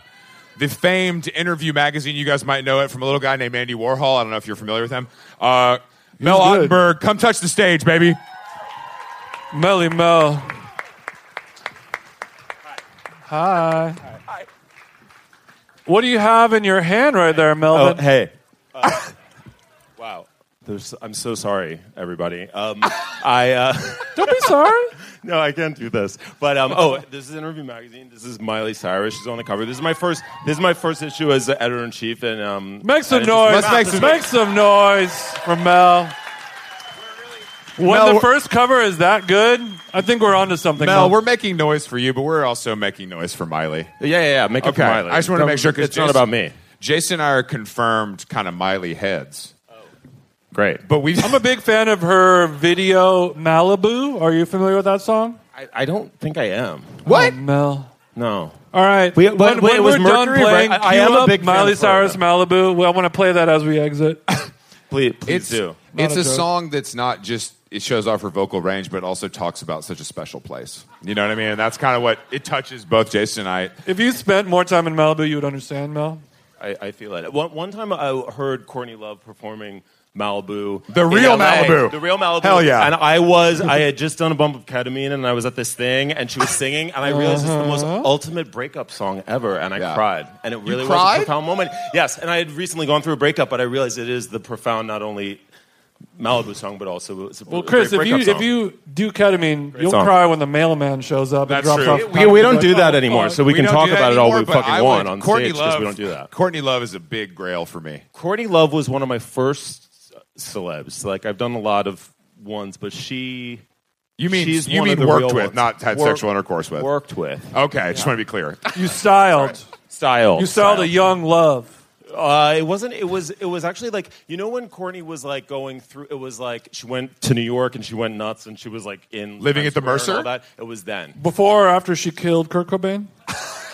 [SPEAKER 5] the famed interview magazine. You guys might know it from a little guy named Andy Warhol. I don't know if you're familiar with him. Uh, Mel
[SPEAKER 2] good.
[SPEAKER 5] Ottenberg, come touch the stage, baby.
[SPEAKER 2] Melly Mel. Hi. What do you have in your hand right there,
[SPEAKER 11] Oh,
[SPEAKER 2] Melvin?
[SPEAKER 11] hey. wow. There's, I'm so sorry, everybody. Um, I uh,
[SPEAKER 2] Don't be sorry.
[SPEAKER 11] no, I can't do this. But um, oh, this is Interview Magazine. This is Miley Cyrus. She's on the cover. This is my first. This is my first issue as editor in chief, and um,
[SPEAKER 2] Make some
[SPEAKER 11] and it
[SPEAKER 2] noise.
[SPEAKER 11] just-
[SPEAKER 5] Let's make some-
[SPEAKER 2] noise from Mel. When
[SPEAKER 5] Mel,
[SPEAKER 2] the
[SPEAKER 5] we're-
[SPEAKER 2] first cover is that good, I think we're onto something.
[SPEAKER 5] Mel, we're making noise for you, but we're also making noise for Miley.
[SPEAKER 11] Yeah, yeah, yeah. Make it
[SPEAKER 5] Okay,
[SPEAKER 11] for Miley.
[SPEAKER 5] I just want to
[SPEAKER 11] Don't-
[SPEAKER 5] make sure because
[SPEAKER 11] it's not about me.
[SPEAKER 5] Jason and I are confirmed kind of Miley heads,
[SPEAKER 11] Great.
[SPEAKER 5] but we
[SPEAKER 2] I'm a big fan of her video Malibu. Are you familiar with that song?
[SPEAKER 11] I, I don't think I am.
[SPEAKER 5] what?
[SPEAKER 11] Oh,
[SPEAKER 2] Mel.
[SPEAKER 11] No.
[SPEAKER 2] All right.
[SPEAKER 11] We- but-
[SPEAKER 2] when
[SPEAKER 11] wait,
[SPEAKER 2] when
[SPEAKER 11] it was
[SPEAKER 2] we're
[SPEAKER 11] Mercury,
[SPEAKER 2] done
[SPEAKER 11] but
[SPEAKER 2] playing,
[SPEAKER 11] I- I
[SPEAKER 2] cue
[SPEAKER 11] am a
[SPEAKER 2] up
[SPEAKER 11] big fan
[SPEAKER 2] Miley
[SPEAKER 11] of Florida.
[SPEAKER 2] Cyrus Malibu. Well, I want to play that as we exit.
[SPEAKER 11] Please, please
[SPEAKER 5] It's
[SPEAKER 11] do.
[SPEAKER 5] it's
[SPEAKER 2] a
[SPEAKER 5] a
[SPEAKER 2] joke.
[SPEAKER 5] song that's not just it shows off her vocal range, but also talks about such a special place. You know what I mean? And that's kind of what it touches both Jason and I.
[SPEAKER 2] if you spent more time in Malibu, you would understand, Mel.
[SPEAKER 11] I, I feel it. One, one time I heard Courtney Love performing Malibu.
[SPEAKER 5] The
[SPEAKER 11] in
[SPEAKER 5] real
[SPEAKER 11] LA.
[SPEAKER 5] Malibu.
[SPEAKER 11] The real Malibu.
[SPEAKER 5] Hell yeah.
[SPEAKER 11] And I was, I had just done a bump of ketamine and I was at this thing and she was singing and I realized it's the most
[SPEAKER 5] Uh-huh.
[SPEAKER 11] ultimate breakup song ever and I
[SPEAKER 5] Yeah.
[SPEAKER 11] cried. And it really was
[SPEAKER 5] cried?
[SPEAKER 11] a profound moment. Yes. And I had recently gone through a breakup, but I realized it is the profound, not only Malibu song, but also it's a
[SPEAKER 2] Well, Chris, if
[SPEAKER 11] great
[SPEAKER 2] you
[SPEAKER 11] breakup
[SPEAKER 2] if
[SPEAKER 11] song.
[SPEAKER 2] you do ketamine, you'll
[SPEAKER 11] song.
[SPEAKER 2] cry when the mailman shows up
[SPEAKER 5] That's
[SPEAKER 2] and drops
[SPEAKER 5] true.
[SPEAKER 2] off.
[SPEAKER 11] we, we don't do that anymore, so we, can
[SPEAKER 5] don't
[SPEAKER 11] talk
[SPEAKER 5] do that
[SPEAKER 11] about it all we
[SPEAKER 5] anymore, but
[SPEAKER 11] fucking
[SPEAKER 5] I
[SPEAKER 11] want
[SPEAKER 5] would-
[SPEAKER 11] on
[SPEAKER 5] Courtney
[SPEAKER 11] stage because we
[SPEAKER 5] Love-
[SPEAKER 11] don't do that.
[SPEAKER 5] Courtney Love is a big grail for me.
[SPEAKER 11] Courtney Love was one of my first celebs. Like I've done a lot of ones, but she
[SPEAKER 5] You mean
[SPEAKER 11] she's
[SPEAKER 5] you
[SPEAKER 11] one
[SPEAKER 5] mean
[SPEAKER 11] of the
[SPEAKER 5] worked
[SPEAKER 11] real
[SPEAKER 5] with,
[SPEAKER 11] ones.
[SPEAKER 5] not had
[SPEAKER 11] Work-
[SPEAKER 5] sexual intercourse with? Oh.
[SPEAKER 11] worked with
[SPEAKER 5] Okay, I just want to be clear.
[SPEAKER 2] You styled.
[SPEAKER 11] style.
[SPEAKER 2] You styled a young love.
[SPEAKER 11] Uh, it wasn't. It was. It was actually like you know when Courtney was like going through. It was like she went to New York and she went nuts and she was like in
[SPEAKER 5] Living
[SPEAKER 11] Times
[SPEAKER 5] at the
[SPEAKER 11] Square and
[SPEAKER 5] Mercer?
[SPEAKER 11] all that. It was then.
[SPEAKER 2] Before or after she killed Kurt Cobain?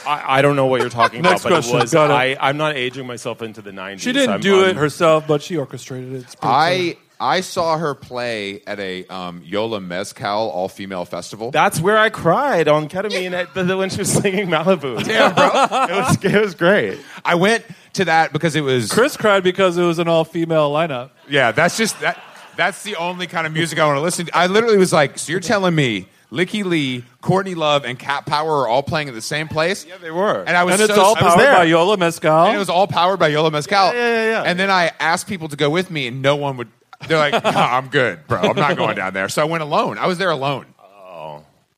[SPEAKER 11] I, I don't know what you're talking about,
[SPEAKER 2] Next
[SPEAKER 11] but
[SPEAKER 2] question.
[SPEAKER 11] it was.
[SPEAKER 2] Got it.
[SPEAKER 11] I, I'm not aging myself into the 90s.
[SPEAKER 2] She didn't
[SPEAKER 11] I'm-
[SPEAKER 2] do
[SPEAKER 11] I'm-
[SPEAKER 2] it herself, but she orchestrated it. It's pretty
[SPEAKER 5] I I saw her play at a um, Yola Mezcal all female festival.
[SPEAKER 11] That's where I cried on ketamine at the, when she was singing Malibu. Damn, bro. it, was, it was great.
[SPEAKER 5] I went to that because it was
[SPEAKER 2] Chris cried because it was an all-female lineup.
[SPEAKER 5] Yeah, that's just that. That's the only kind of music I want to listen to. I literally was like, "So you're telling me Licky Lee, Courtney Love, and Cat Power are all playing at the same place?" Yeah,
[SPEAKER 11] they were.
[SPEAKER 5] And I was
[SPEAKER 2] And it's
[SPEAKER 5] so-
[SPEAKER 2] all
[SPEAKER 5] I was
[SPEAKER 2] powered
[SPEAKER 5] there.
[SPEAKER 2] by Yola Mezcal.
[SPEAKER 5] And it was all powered by Yola Mezcal.
[SPEAKER 11] Yeah, yeah, yeah, yeah.
[SPEAKER 5] And then I asked people to go with me, and no one would. They're like, nah, "I'm good, bro. I'm not going down there." So I went alone. I was there alone.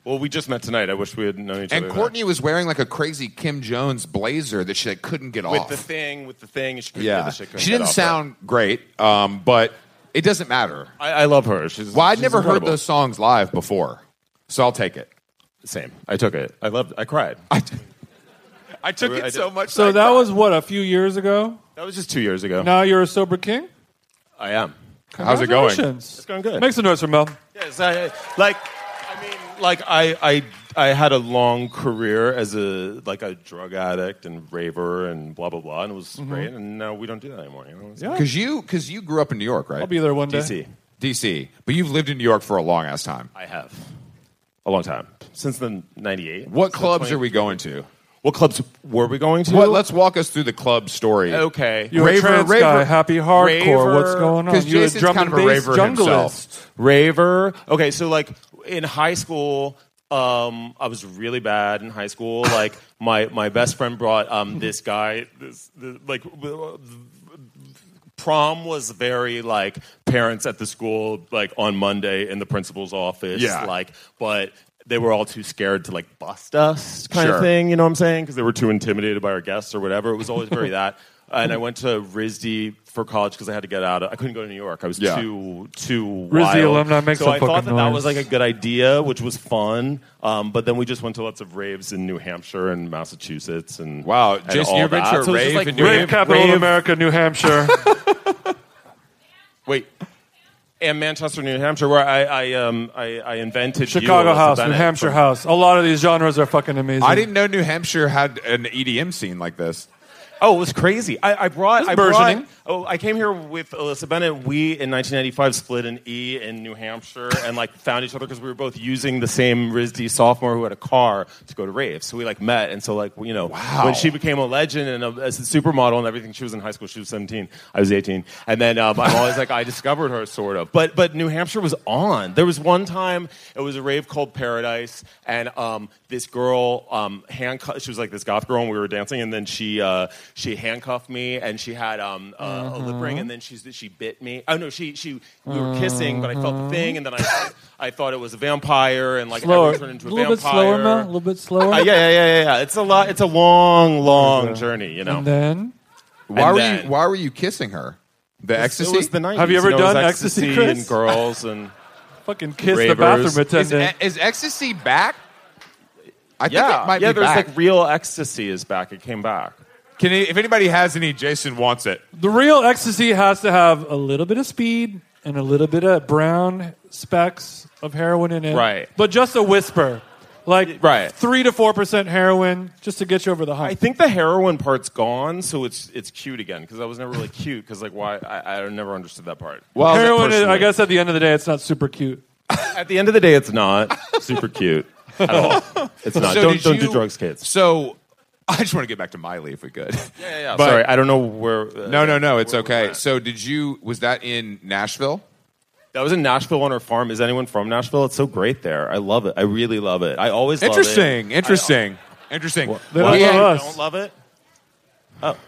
[SPEAKER 11] Well, we just met tonight. I wish we had known each other.
[SPEAKER 5] And Courtney was wearing like a crazy Kim Jones blazer that she like, couldn't get
[SPEAKER 11] with
[SPEAKER 5] off.
[SPEAKER 11] the thing, with the thing. She couldn't get
[SPEAKER 5] yeah,
[SPEAKER 11] the shit
[SPEAKER 5] she didn't
[SPEAKER 11] off her.
[SPEAKER 5] sound great, um, but it doesn't matter.
[SPEAKER 11] I, I love her. She's
[SPEAKER 5] Well, I'd
[SPEAKER 11] she's
[SPEAKER 5] never
[SPEAKER 11] incredible.
[SPEAKER 5] heard those songs live before, so I'll take it.
[SPEAKER 11] Same. I took it. I loved. I cried.
[SPEAKER 5] I, I took
[SPEAKER 11] I
[SPEAKER 5] it
[SPEAKER 11] did-
[SPEAKER 5] so much.
[SPEAKER 2] so
[SPEAKER 5] I
[SPEAKER 2] that
[SPEAKER 5] cried.
[SPEAKER 2] was what a few years ago.
[SPEAKER 11] That was just two years ago.
[SPEAKER 2] Now you're a sober king.
[SPEAKER 11] I am.
[SPEAKER 5] How's it going?
[SPEAKER 2] Congratulations.
[SPEAKER 11] It's going good.
[SPEAKER 2] Make some noise for Mel.
[SPEAKER 11] Yes, I, like I mean, like I, I I had a long career as a like a drug addict and raver and blah blah blah, and it was
[SPEAKER 5] Mm-hmm.
[SPEAKER 11] great. And now we don't do that anymore. You know? It's
[SPEAKER 2] Yeah.
[SPEAKER 5] Because you, because you grew up in New York, right?
[SPEAKER 2] I'll be there one day.
[SPEAKER 11] DC.
[SPEAKER 5] DC, but you've lived in New York for a long ass time.
[SPEAKER 11] I have a long time since the '98.
[SPEAKER 5] What clubs are we going to?
[SPEAKER 11] What clubs were we going to?
[SPEAKER 5] What, let's walk us through the club story.
[SPEAKER 11] okay.
[SPEAKER 2] You're
[SPEAKER 5] Raver-
[SPEAKER 2] a trans
[SPEAKER 5] raver-
[SPEAKER 2] guy, happy hardcore.
[SPEAKER 11] raver-
[SPEAKER 2] What's going on?
[SPEAKER 5] Because
[SPEAKER 2] You're
[SPEAKER 5] Jason's
[SPEAKER 2] a drum
[SPEAKER 5] kind
[SPEAKER 2] and
[SPEAKER 5] of a
[SPEAKER 2] bass
[SPEAKER 5] raver himself.
[SPEAKER 2] junglist.
[SPEAKER 11] raver. Okay, so like in high school, um, I was really bad in high school. Like my my best friend brought um, this guy. This, this like prom was very like parents at the school like on Monday in the principal's office.
[SPEAKER 5] Yeah.
[SPEAKER 11] like but. They were all too scared to like bust us, kind
[SPEAKER 5] Sure.
[SPEAKER 11] of thing. You know what I'm saying? Because they were too intimidated by our guests or whatever. It was always very that. And I went to RISD for college because I had to get out. Of, I couldn't go to New York. I was
[SPEAKER 5] Yeah.
[SPEAKER 11] too too
[SPEAKER 2] RISD
[SPEAKER 11] wild.
[SPEAKER 2] alumni make
[SPEAKER 11] so
[SPEAKER 2] some
[SPEAKER 11] I thought that
[SPEAKER 2] fucking
[SPEAKER 11] that
[SPEAKER 2] noise.
[SPEAKER 11] was like a good idea, which was fun. Um, but then we just went to lots of raves in New Hampshire and Massachusetts and
[SPEAKER 5] Wow,
[SPEAKER 11] and
[SPEAKER 5] Oh, Jason,
[SPEAKER 11] all
[SPEAKER 5] you've been
[SPEAKER 11] that.
[SPEAKER 5] to a
[SPEAKER 11] So it was just
[SPEAKER 5] rave
[SPEAKER 11] like
[SPEAKER 5] in New
[SPEAKER 11] rave
[SPEAKER 5] Hampshire?
[SPEAKER 2] Capital
[SPEAKER 11] rave-
[SPEAKER 2] of America, New Hampshire.
[SPEAKER 11] Wait. And Manchester, New Hampshire, where I I, um, I, I invented
[SPEAKER 2] Chicago
[SPEAKER 11] Yule as a
[SPEAKER 2] House, New
[SPEAKER 11] Bennett
[SPEAKER 2] Hampshire
[SPEAKER 11] from-
[SPEAKER 2] House. A lot of these genres are fucking amazing.
[SPEAKER 5] I didn't know New Hampshire had an EDM scene like this.
[SPEAKER 11] Oh, it was crazy. I, I brought.
[SPEAKER 2] It's
[SPEAKER 11] I brought.
[SPEAKER 2] burgeoning.
[SPEAKER 11] Oh, I came here with Alyssa Bennett. We in 1995 split an E in New Hampshire and like found each other because we were both using the same RISD sophomore who had a car to go to raves. So we like met, and so like you know when she became a legend and a, as a supermodel and everything. She was in high school. She was 17. I was 18, and then um, I'm always like I discovered her sort of. But but New Hampshire was on. There was one time it was a rave called Paradise, and um, this girl um, handcuffed. She was like this goth girl, and we were dancing, and then she uh, she handcuffed me, and she had um, uh, a lip ring, and then she she bit me. Oh no, she she we were kissing, but I felt the thing, and then I I thought it was a vampire, and like
[SPEAKER 2] slower.
[SPEAKER 11] everyone turned into a,
[SPEAKER 2] a little bit
[SPEAKER 11] vampire.
[SPEAKER 2] slower, Mel. A little bit slower.
[SPEAKER 11] Uh, yeah, yeah, yeah, yeah, yeah. It's a lot. It's a long, long journey, you know.
[SPEAKER 2] And then
[SPEAKER 11] And
[SPEAKER 5] Why were
[SPEAKER 11] then-
[SPEAKER 5] you? Why were you kissing her? The ecstasy.
[SPEAKER 11] It was the 90s.
[SPEAKER 2] Have you ever
[SPEAKER 11] know, it was
[SPEAKER 2] done
[SPEAKER 11] ecstasy,
[SPEAKER 2] ecstasy, Chris?
[SPEAKER 11] and girls and
[SPEAKER 2] fucking kiss the
[SPEAKER 11] Ravers.
[SPEAKER 2] bathroom
[SPEAKER 5] is,
[SPEAKER 2] attendant.
[SPEAKER 5] is ecstasy back? I think
[SPEAKER 11] yeah,
[SPEAKER 5] it might
[SPEAKER 11] yeah.
[SPEAKER 5] be
[SPEAKER 11] There's
[SPEAKER 5] back.
[SPEAKER 11] like real ecstasy is back. It came back.
[SPEAKER 5] Can any- if anybody has any, Jason wants it.
[SPEAKER 2] The real ecstasy has to have a little bit of speed and a little bit of brown specks of heroin in it.
[SPEAKER 11] Right.
[SPEAKER 2] But just a whisper. Like
[SPEAKER 11] Right.
[SPEAKER 2] 3 to 4% heroin just to get you over the hump.
[SPEAKER 11] I think the heroin part's gone, so it's it's cute again because I was never really cute because like why I, I never understood that part.
[SPEAKER 5] Well,
[SPEAKER 2] heroin is, I
[SPEAKER 11] personally.
[SPEAKER 2] guess at the end of the day it's not super cute.
[SPEAKER 11] At the end of the day, it's not super cute at all. It's not.
[SPEAKER 5] So
[SPEAKER 11] don't
[SPEAKER 5] did
[SPEAKER 11] don't do
[SPEAKER 5] you-
[SPEAKER 11] drugs, kids.
[SPEAKER 5] So I just want to get back to Miley if we could.
[SPEAKER 11] Yeah, yeah,
[SPEAKER 5] But-
[SPEAKER 11] Sorry, I don't know where. uh,
[SPEAKER 5] No, no, no. It's
[SPEAKER 11] where we're
[SPEAKER 5] okay.
[SPEAKER 11] at.
[SPEAKER 5] So did you? Was that in Nashville?
[SPEAKER 11] That was in Nashville on our farm. Is anyone from Nashville? It's so great there. I love it. I really love it. I always love it.
[SPEAKER 5] Interesting.
[SPEAKER 11] I-
[SPEAKER 5] Interesting. Interesting.
[SPEAKER 2] They don't
[SPEAKER 5] we,
[SPEAKER 2] love
[SPEAKER 5] had,
[SPEAKER 2] us.
[SPEAKER 11] don't love it.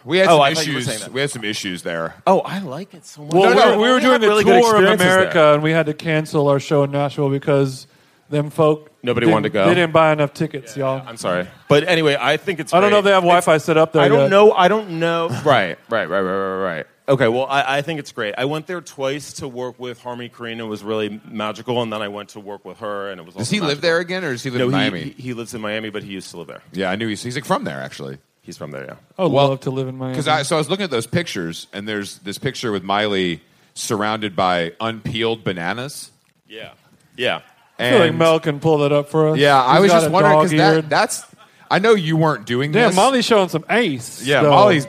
[SPEAKER 5] we had
[SPEAKER 11] Oh,
[SPEAKER 5] some
[SPEAKER 11] I thought you were saying
[SPEAKER 5] issues.
[SPEAKER 11] that.
[SPEAKER 5] We had some issues there.
[SPEAKER 11] Oh, I like it so much.
[SPEAKER 2] Well,
[SPEAKER 5] No,
[SPEAKER 2] we
[SPEAKER 5] no,
[SPEAKER 2] were- we were
[SPEAKER 11] we
[SPEAKER 2] doing
[SPEAKER 11] had
[SPEAKER 2] a
[SPEAKER 11] really good
[SPEAKER 2] tour of
[SPEAKER 11] experiences
[SPEAKER 2] America,
[SPEAKER 11] there.
[SPEAKER 2] and we had to cancel our show in Nashville because them folk
[SPEAKER 11] Nobody
[SPEAKER 2] didn't-
[SPEAKER 11] wanted to go.
[SPEAKER 2] They didn't buy enough tickets, y'all.
[SPEAKER 11] I'm sorry, but anyway, I think it's.
[SPEAKER 2] I don't know if they
[SPEAKER 11] great.
[SPEAKER 2] have Wi-Fi set up there.
[SPEAKER 11] I don't
[SPEAKER 2] yet.
[SPEAKER 11] know. I don't know. right, right, right, right, right, right. Okay, well, I, I think it's great. I went there twice to work with Harmony Korine. It was really magical, and then I went to work with her, and it was.
[SPEAKER 5] Does he live there again, or does he live
[SPEAKER 11] No,
[SPEAKER 5] in
[SPEAKER 11] he,
[SPEAKER 5] Miami?
[SPEAKER 11] he he lives in Miami, but he used to live there.
[SPEAKER 5] yeah, I knew he's he's like from there actually.
[SPEAKER 11] He's from there, yeah.
[SPEAKER 2] I would
[SPEAKER 5] Well,
[SPEAKER 2] love to live in Miami.
[SPEAKER 5] Because I so I was looking at those pictures, and there's this picture with Miley surrounded by unpeeled bananas.
[SPEAKER 11] Yeah, yeah.
[SPEAKER 2] I feel like
[SPEAKER 5] And-
[SPEAKER 2] Mel can pull that up for us.
[SPEAKER 5] Yeah, I
[SPEAKER 2] He's
[SPEAKER 5] was
[SPEAKER 2] got
[SPEAKER 5] just
[SPEAKER 2] a
[SPEAKER 5] wondering because
[SPEAKER 2] dog-eared-
[SPEAKER 5] that, that's. I know you weren't doing
[SPEAKER 2] Damn,
[SPEAKER 5] this.
[SPEAKER 2] Molly's showing some ace.
[SPEAKER 5] Yeah,
[SPEAKER 2] though.
[SPEAKER 5] Molly's.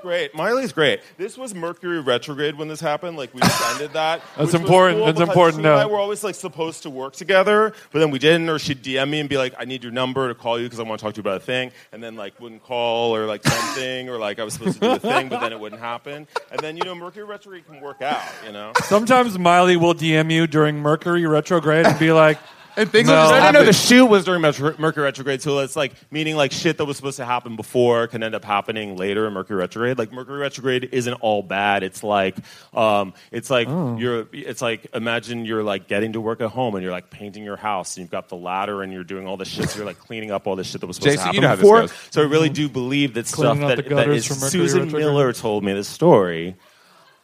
[SPEAKER 11] great. Miley's great. This was Mercury retrograde when this happened. Like we just ended that.
[SPEAKER 2] That's
[SPEAKER 11] which was
[SPEAKER 2] important. That's
[SPEAKER 11] because
[SPEAKER 2] important
[SPEAKER 11] She and I
[SPEAKER 2] note.
[SPEAKER 11] were always like supposed to work together, but then we didn't. Or she'd DM me and be like, "I need your number to call you because I want to talk to you about a thing," and then like wouldn't call or like something or like I was supposed to do the thing, but then it wouldn't happen. And then you know Mercury retrograde can work out. You know.
[SPEAKER 2] Sometimes Miley will DM you during Mercury retrograde and be like,
[SPEAKER 5] And things
[SPEAKER 2] No.
[SPEAKER 5] will just
[SPEAKER 11] I
[SPEAKER 5] happen.
[SPEAKER 11] didn't know the shoot was during Metro- Mercury retrograde, so it's like meaning like shit that was supposed to happen before can end up happening later in Mercury retrograde. Like Mercury retrograde isn't all bad. It's like um, it's like you're it's like imagine you're like getting to work at home and you're like painting your house and you've got the ladder and you're doing all this shit. So you're like cleaning up all this shit that was supposed
[SPEAKER 5] Jason,
[SPEAKER 11] to happen
[SPEAKER 5] you know how this
[SPEAKER 11] before.
[SPEAKER 5] goes.
[SPEAKER 11] So I really do believe that
[SPEAKER 2] Cleaning up
[SPEAKER 11] stuff
[SPEAKER 2] the
[SPEAKER 11] that, that
[SPEAKER 2] gutters
[SPEAKER 11] is
[SPEAKER 2] from Mercury
[SPEAKER 11] Susan
[SPEAKER 2] retrograde.
[SPEAKER 11] Miller told me this story.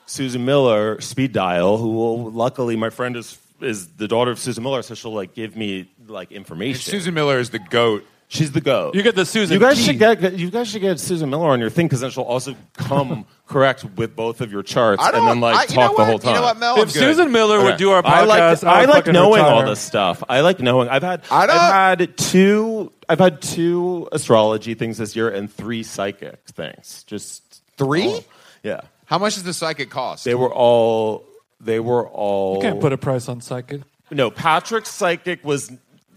[SPEAKER 11] Susan Miller speed dial, who will luckily my friend is is the daughter of Susan Miller, so she'll like give me like information.
[SPEAKER 1] Susan Miller is the goat.
[SPEAKER 11] she's the go.
[SPEAKER 2] "You get the Susan."
[SPEAKER 11] You guys
[SPEAKER 2] G.
[SPEAKER 11] should get you guys should get Susan Miller on your thing because then she'll also come correct with both of your charts
[SPEAKER 5] I
[SPEAKER 11] and
[SPEAKER 5] don't-
[SPEAKER 11] then like
[SPEAKER 5] I- you know
[SPEAKER 11] talk the
[SPEAKER 5] what?
[SPEAKER 11] whole time.
[SPEAKER 5] You know what, Mel? I'm
[SPEAKER 2] If
[SPEAKER 5] good.
[SPEAKER 2] Susan Miller would do our podcast,
[SPEAKER 11] I like
[SPEAKER 2] I,
[SPEAKER 11] I
[SPEAKER 2] would
[SPEAKER 11] like
[SPEAKER 2] fucking
[SPEAKER 11] knowing
[SPEAKER 2] retire.
[SPEAKER 11] all this stuff. I like knowing. I've had
[SPEAKER 5] I don't-
[SPEAKER 11] I've had two I've had two astrology things this year and three psychic things. Just
[SPEAKER 5] Three?
[SPEAKER 11] all- yeah.
[SPEAKER 5] How much does the psychic cost?
[SPEAKER 11] They were all. They were all.
[SPEAKER 2] Can't put a price on psychic.
[SPEAKER 11] no, Patrick's psychic was.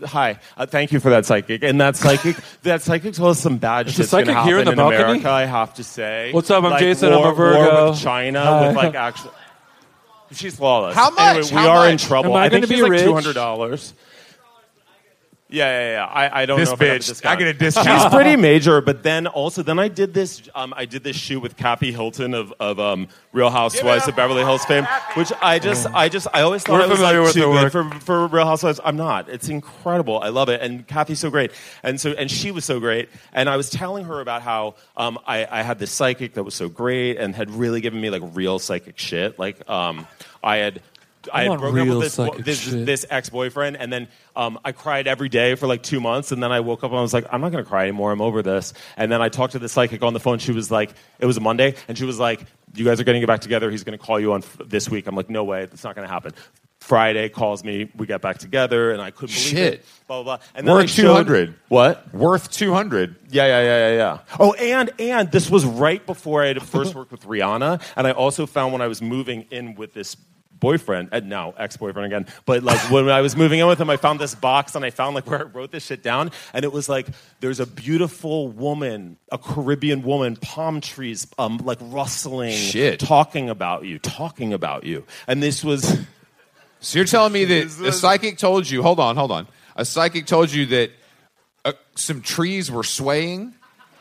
[SPEAKER 11] Hi, uh, thank you for that psychic. And that psychic, that psychic told us some bad shit's
[SPEAKER 2] psychic
[SPEAKER 11] gonna happen
[SPEAKER 2] here in the balcony?
[SPEAKER 11] America. I have to say.
[SPEAKER 2] What's up, I'm
[SPEAKER 11] Like,
[SPEAKER 2] Jason, I'm
[SPEAKER 11] war-
[SPEAKER 2] a Virgo.
[SPEAKER 11] War with China
[SPEAKER 2] Hi.
[SPEAKER 11] with like actual. She's flawless.
[SPEAKER 5] How much?
[SPEAKER 11] Anyway, we
[SPEAKER 5] How
[SPEAKER 11] are in
[SPEAKER 5] much?
[SPEAKER 11] trouble.
[SPEAKER 2] Am I
[SPEAKER 11] think
[SPEAKER 2] gonna
[SPEAKER 11] she's
[SPEAKER 2] be
[SPEAKER 11] like
[SPEAKER 2] rich?
[SPEAKER 11] two hundred dollars. Yeah, yeah, yeah. I, I don't
[SPEAKER 1] This
[SPEAKER 11] know. if I
[SPEAKER 1] bitch.
[SPEAKER 11] have a
[SPEAKER 1] I
[SPEAKER 11] discount.
[SPEAKER 1] get a discount.
[SPEAKER 11] She's pretty major, but then also then I did this um, I did this shoot with Kathy Hilton of, of um, Real Housewives of Beverly Hills fame, which I just I just I always thought
[SPEAKER 2] We're
[SPEAKER 11] I was
[SPEAKER 2] familiar
[SPEAKER 11] like
[SPEAKER 2] with
[SPEAKER 11] too
[SPEAKER 2] her
[SPEAKER 11] good for, for Real Housewives. I'm not. It's incredible. I love it, and Kathy's so great, and so and she was so great, and I was telling her about how um, I, I had this psychic that was so great and had really given me like real psychic shit. Like um, I had. I
[SPEAKER 2] want
[SPEAKER 11] had broken up
[SPEAKER 2] real
[SPEAKER 11] with this,
[SPEAKER 2] psychic
[SPEAKER 11] this,
[SPEAKER 2] shit.
[SPEAKER 11] this this ex-boyfriend and then um, i cried every day for like two months and then i woke up and i was like i'm not going to cry anymore i'm over this and then i talked to the psychic on the phone she was like it was a monday and she was like you guys are going to get back together he's going to call you on f- this week i'm like no way that's not going to happen friday calls me we get back together and i couldn't believe
[SPEAKER 5] Shit.
[SPEAKER 11] it blah blah blah and
[SPEAKER 1] We're
[SPEAKER 11] I
[SPEAKER 1] at
[SPEAKER 11] showed-
[SPEAKER 1] 200.
[SPEAKER 11] what
[SPEAKER 1] Worth 200.
[SPEAKER 11] yeah, yeah, yeah, yeah, yeah. Oh, and and this was right before I had first worked with Rihanna, and I also found when I was moving in with this boyfriend, and now ex-boyfriend again, but like when I was moving in with him, I found this box and I found like where I wrote this shit down, and it was like there's a beautiful woman, a Caribbean woman, palm trees, um, like rustling,
[SPEAKER 5] Shit.
[SPEAKER 11] talking about you, talking about you, and this was.
[SPEAKER 5] So you're telling me that a psychic told you, hold on, hold on. A psychic told you that uh, some trees were swaying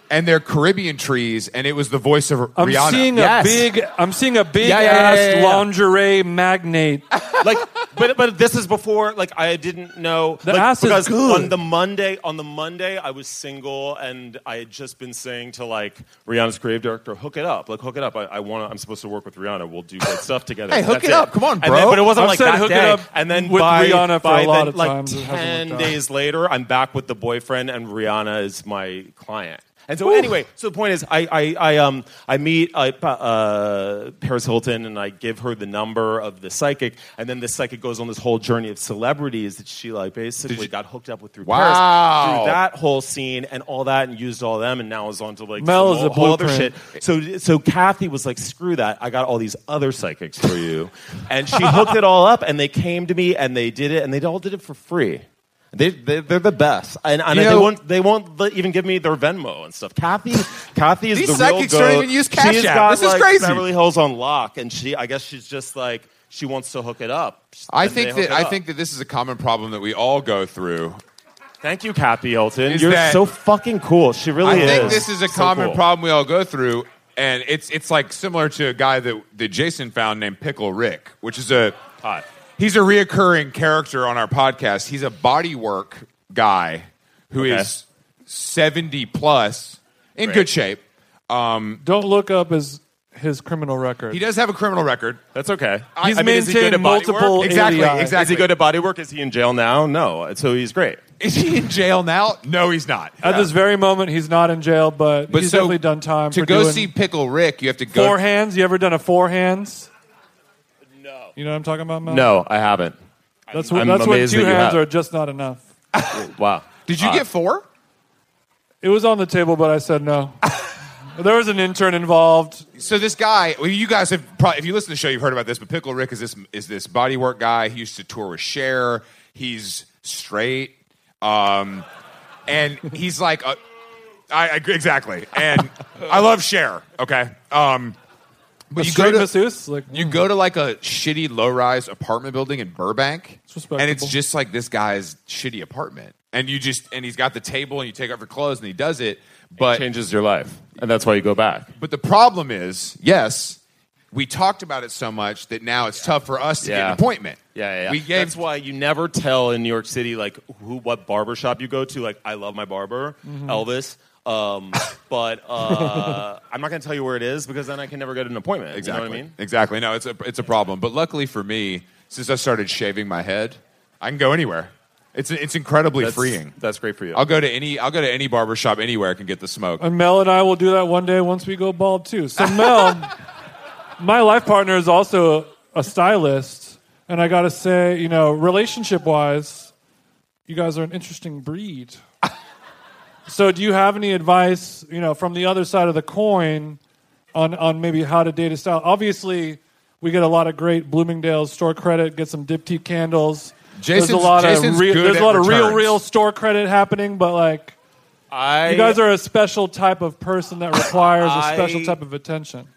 [SPEAKER 5] and they're Caribbean trees and it was the voice of
[SPEAKER 2] I'm
[SPEAKER 5] Rihanna.
[SPEAKER 2] seeing
[SPEAKER 5] Yes.
[SPEAKER 2] a big. I'm seeing a big
[SPEAKER 5] Yeah, yeah, yeah,
[SPEAKER 2] ass
[SPEAKER 5] yeah, yeah, yeah.
[SPEAKER 2] lingerie magnate.
[SPEAKER 11] like but but this is before like I didn't know
[SPEAKER 2] The
[SPEAKER 11] like,
[SPEAKER 2] ass is
[SPEAKER 11] because
[SPEAKER 2] good.
[SPEAKER 11] on the Monday on the Monday I was single and I had just been saying to like Rihanna's creative director hook it up like hook it up I, I want I'm supposed to work with Rihanna we'll do great stuff together
[SPEAKER 5] Hey, hook
[SPEAKER 11] That's
[SPEAKER 5] it up. Come on,
[SPEAKER 11] And
[SPEAKER 5] bro.
[SPEAKER 11] then- but it wasn't
[SPEAKER 2] I've
[SPEAKER 11] like
[SPEAKER 2] said
[SPEAKER 11] that
[SPEAKER 2] hook it
[SPEAKER 11] day
[SPEAKER 2] up
[SPEAKER 11] and then
[SPEAKER 2] with
[SPEAKER 11] by,
[SPEAKER 2] Rihanna for
[SPEAKER 11] by
[SPEAKER 2] a lot
[SPEAKER 11] the,
[SPEAKER 2] of
[SPEAKER 11] like
[SPEAKER 2] times. It hasn't
[SPEAKER 11] ten
[SPEAKER 2] worked out.
[SPEAKER 11] days days later, I'm back with the boyfriend, and Rihanna is my client. And so, anyway, so the point is, I, I, I, um, I meet uh, uh, Paris Hilton and I give her the number of the psychic, and then the psychic goes on this whole journey of celebrities that she like basically got hooked up with through Paris
[SPEAKER 5] Wow.
[SPEAKER 11] through that whole scene and all that, and used all them, and now is on to like
[SPEAKER 2] Mel
[SPEAKER 11] some
[SPEAKER 2] is a
[SPEAKER 11] whole other
[SPEAKER 2] blueprint.
[SPEAKER 11] shit. So, so Kathy was like, "Screw that! I got all these other psychics for you," and she hooked it all up, and they came to me, and they did it, and they all did it for free. They, they, they're the best, and, and
[SPEAKER 5] You
[SPEAKER 11] they
[SPEAKER 5] know-
[SPEAKER 11] won't they won't li- even give me their Venmo and stuff. Kathy, Kathy is
[SPEAKER 5] These
[SPEAKER 11] the
[SPEAKER 5] psychics
[SPEAKER 11] real
[SPEAKER 5] don't
[SPEAKER 11] goat.
[SPEAKER 5] even use Cash
[SPEAKER 11] She's
[SPEAKER 5] App.
[SPEAKER 11] got,
[SPEAKER 5] This is
[SPEAKER 11] like,
[SPEAKER 5] crazy.
[SPEAKER 11] Beverly Hills on lock, and she I guess she's just like she wants to hook it up.
[SPEAKER 5] I
[SPEAKER 11] And they
[SPEAKER 5] think
[SPEAKER 11] hook
[SPEAKER 5] that
[SPEAKER 11] it
[SPEAKER 5] I
[SPEAKER 11] up.
[SPEAKER 5] think that this is a common problem that we all go through.
[SPEAKER 11] Thank you, Kathy Hilton.
[SPEAKER 5] Is
[SPEAKER 11] You're
[SPEAKER 5] that-
[SPEAKER 11] so fucking cool. She
[SPEAKER 5] I
[SPEAKER 11] really Oh, is.
[SPEAKER 5] think this is a
[SPEAKER 11] So
[SPEAKER 5] common
[SPEAKER 11] cool.
[SPEAKER 5] problem we all go through.
[SPEAKER 1] And it's it's like similar to a guy that, that Jason found named Pickle Rick, which is a
[SPEAKER 11] Hot.
[SPEAKER 1] he's a reoccurring character on our podcast. He's a bodywork guy who is
[SPEAKER 11] Okay.
[SPEAKER 1] 70 plus in
[SPEAKER 11] Great.
[SPEAKER 1] good shape.
[SPEAKER 2] Don't look up his his criminal record.
[SPEAKER 1] He does have a criminal record.
[SPEAKER 11] That's okay.
[SPEAKER 2] He's
[SPEAKER 11] I mean, is he good
[SPEAKER 2] maintained
[SPEAKER 11] at body work?
[SPEAKER 2] multiple
[SPEAKER 1] Exactly,
[SPEAKER 2] ADIs.
[SPEAKER 1] exactly.
[SPEAKER 11] Is he good at body work? Is he in jail now? No. So he's great.
[SPEAKER 1] Is he in jail now? No, he's not.
[SPEAKER 2] At this very moment, he's not in jail, but,
[SPEAKER 5] But
[SPEAKER 2] he's
[SPEAKER 5] so
[SPEAKER 2] definitely done time
[SPEAKER 5] to
[SPEAKER 2] for
[SPEAKER 5] go
[SPEAKER 2] doing
[SPEAKER 5] see Pickle Rick. You have to go.
[SPEAKER 2] forehands. You ever done a forehands? No. You know what I'm talking about, Mel?
[SPEAKER 11] No, I haven't.
[SPEAKER 2] That's what,
[SPEAKER 11] I'm
[SPEAKER 2] that's when
[SPEAKER 11] amazed
[SPEAKER 2] two
[SPEAKER 11] that you
[SPEAKER 2] hands
[SPEAKER 11] have.
[SPEAKER 2] are just not enough.
[SPEAKER 11] Wow.
[SPEAKER 5] Did you
[SPEAKER 11] Ah.
[SPEAKER 2] Uh,
[SPEAKER 5] get four?
[SPEAKER 2] It was on the table, but I said no. There was an intern involved.
[SPEAKER 5] So this guy, well, you guys have probably, if you listen to the show, you've heard about this. But Pickle Rick is this is this bodywork guy. He used to tour with Cher. He's straight, um, and he's like, a, I, I exactly. And I love Cher. Okay, um, but you go
[SPEAKER 2] Straight
[SPEAKER 5] to
[SPEAKER 2] masseuse? Like,
[SPEAKER 5] you go to like a shitty low-rise apartment building in Burbank,
[SPEAKER 2] respectable.
[SPEAKER 5] and it's just like this guy's shitty apartment. And you just and he's got the table, and you take off your clothes, and he does it. But
[SPEAKER 11] changes your life, and that's why you go back.
[SPEAKER 5] but the problem is, yes, we talked about it so much that now it's tough for us to get
[SPEAKER 11] Yeah.
[SPEAKER 5] an appointment.
[SPEAKER 11] Yeah, yeah, yeah.
[SPEAKER 5] We gave
[SPEAKER 11] That's why you never tell in New York City like who what barber shop you go to. Like I love my barber, Elvis. Um, but uh, I'm not going to tell you where it is because then I can never get an appointment.
[SPEAKER 5] exactly.
[SPEAKER 11] You know what I mean?
[SPEAKER 5] Exactly. No, it's a it's a problem. But luckily for me, since I started shaving my head, I can go anywhere. It's it's incredibly
[SPEAKER 11] That's-
[SPEAKER 5] freeing.
[SPEAKER 11] That's great for you.
[SPEAKER 5] I'll go to any I'll go to any barber shop anywhere I can get the smoke.
[SPEAKER 2] And Mel and I will do that one day once we go bald too. So Mel, my life partner is also a stylist, and I gotta say, you know, relationship wise, you guys are an interesting breed. so do you have any advice, you know, from the other side of the coin on on maybe how to date a style? Obviously, we get a lot of great Bloomingdale's store credit, get some dip tea candles. there's
[SPEAKER 5] Jason's-
[SPEAKER 2] a lot
[SPEAKER 5] Jason's
[SPEAKER 2] of real,
[SPEAKER 5] good
[SPEAKER 2] there's
[SPEAKER 5] at
[SPEAKER 2] a lot of real
[SPEAKER 5] returns.
[SPEAKER 2] real store credit happening, but like
[SPEAKER 11] I,
[SPEAKER 2] you guys are a special type of person that requires a special
[SPEAKER 11] I-
[SPEAKER 2] type of attention.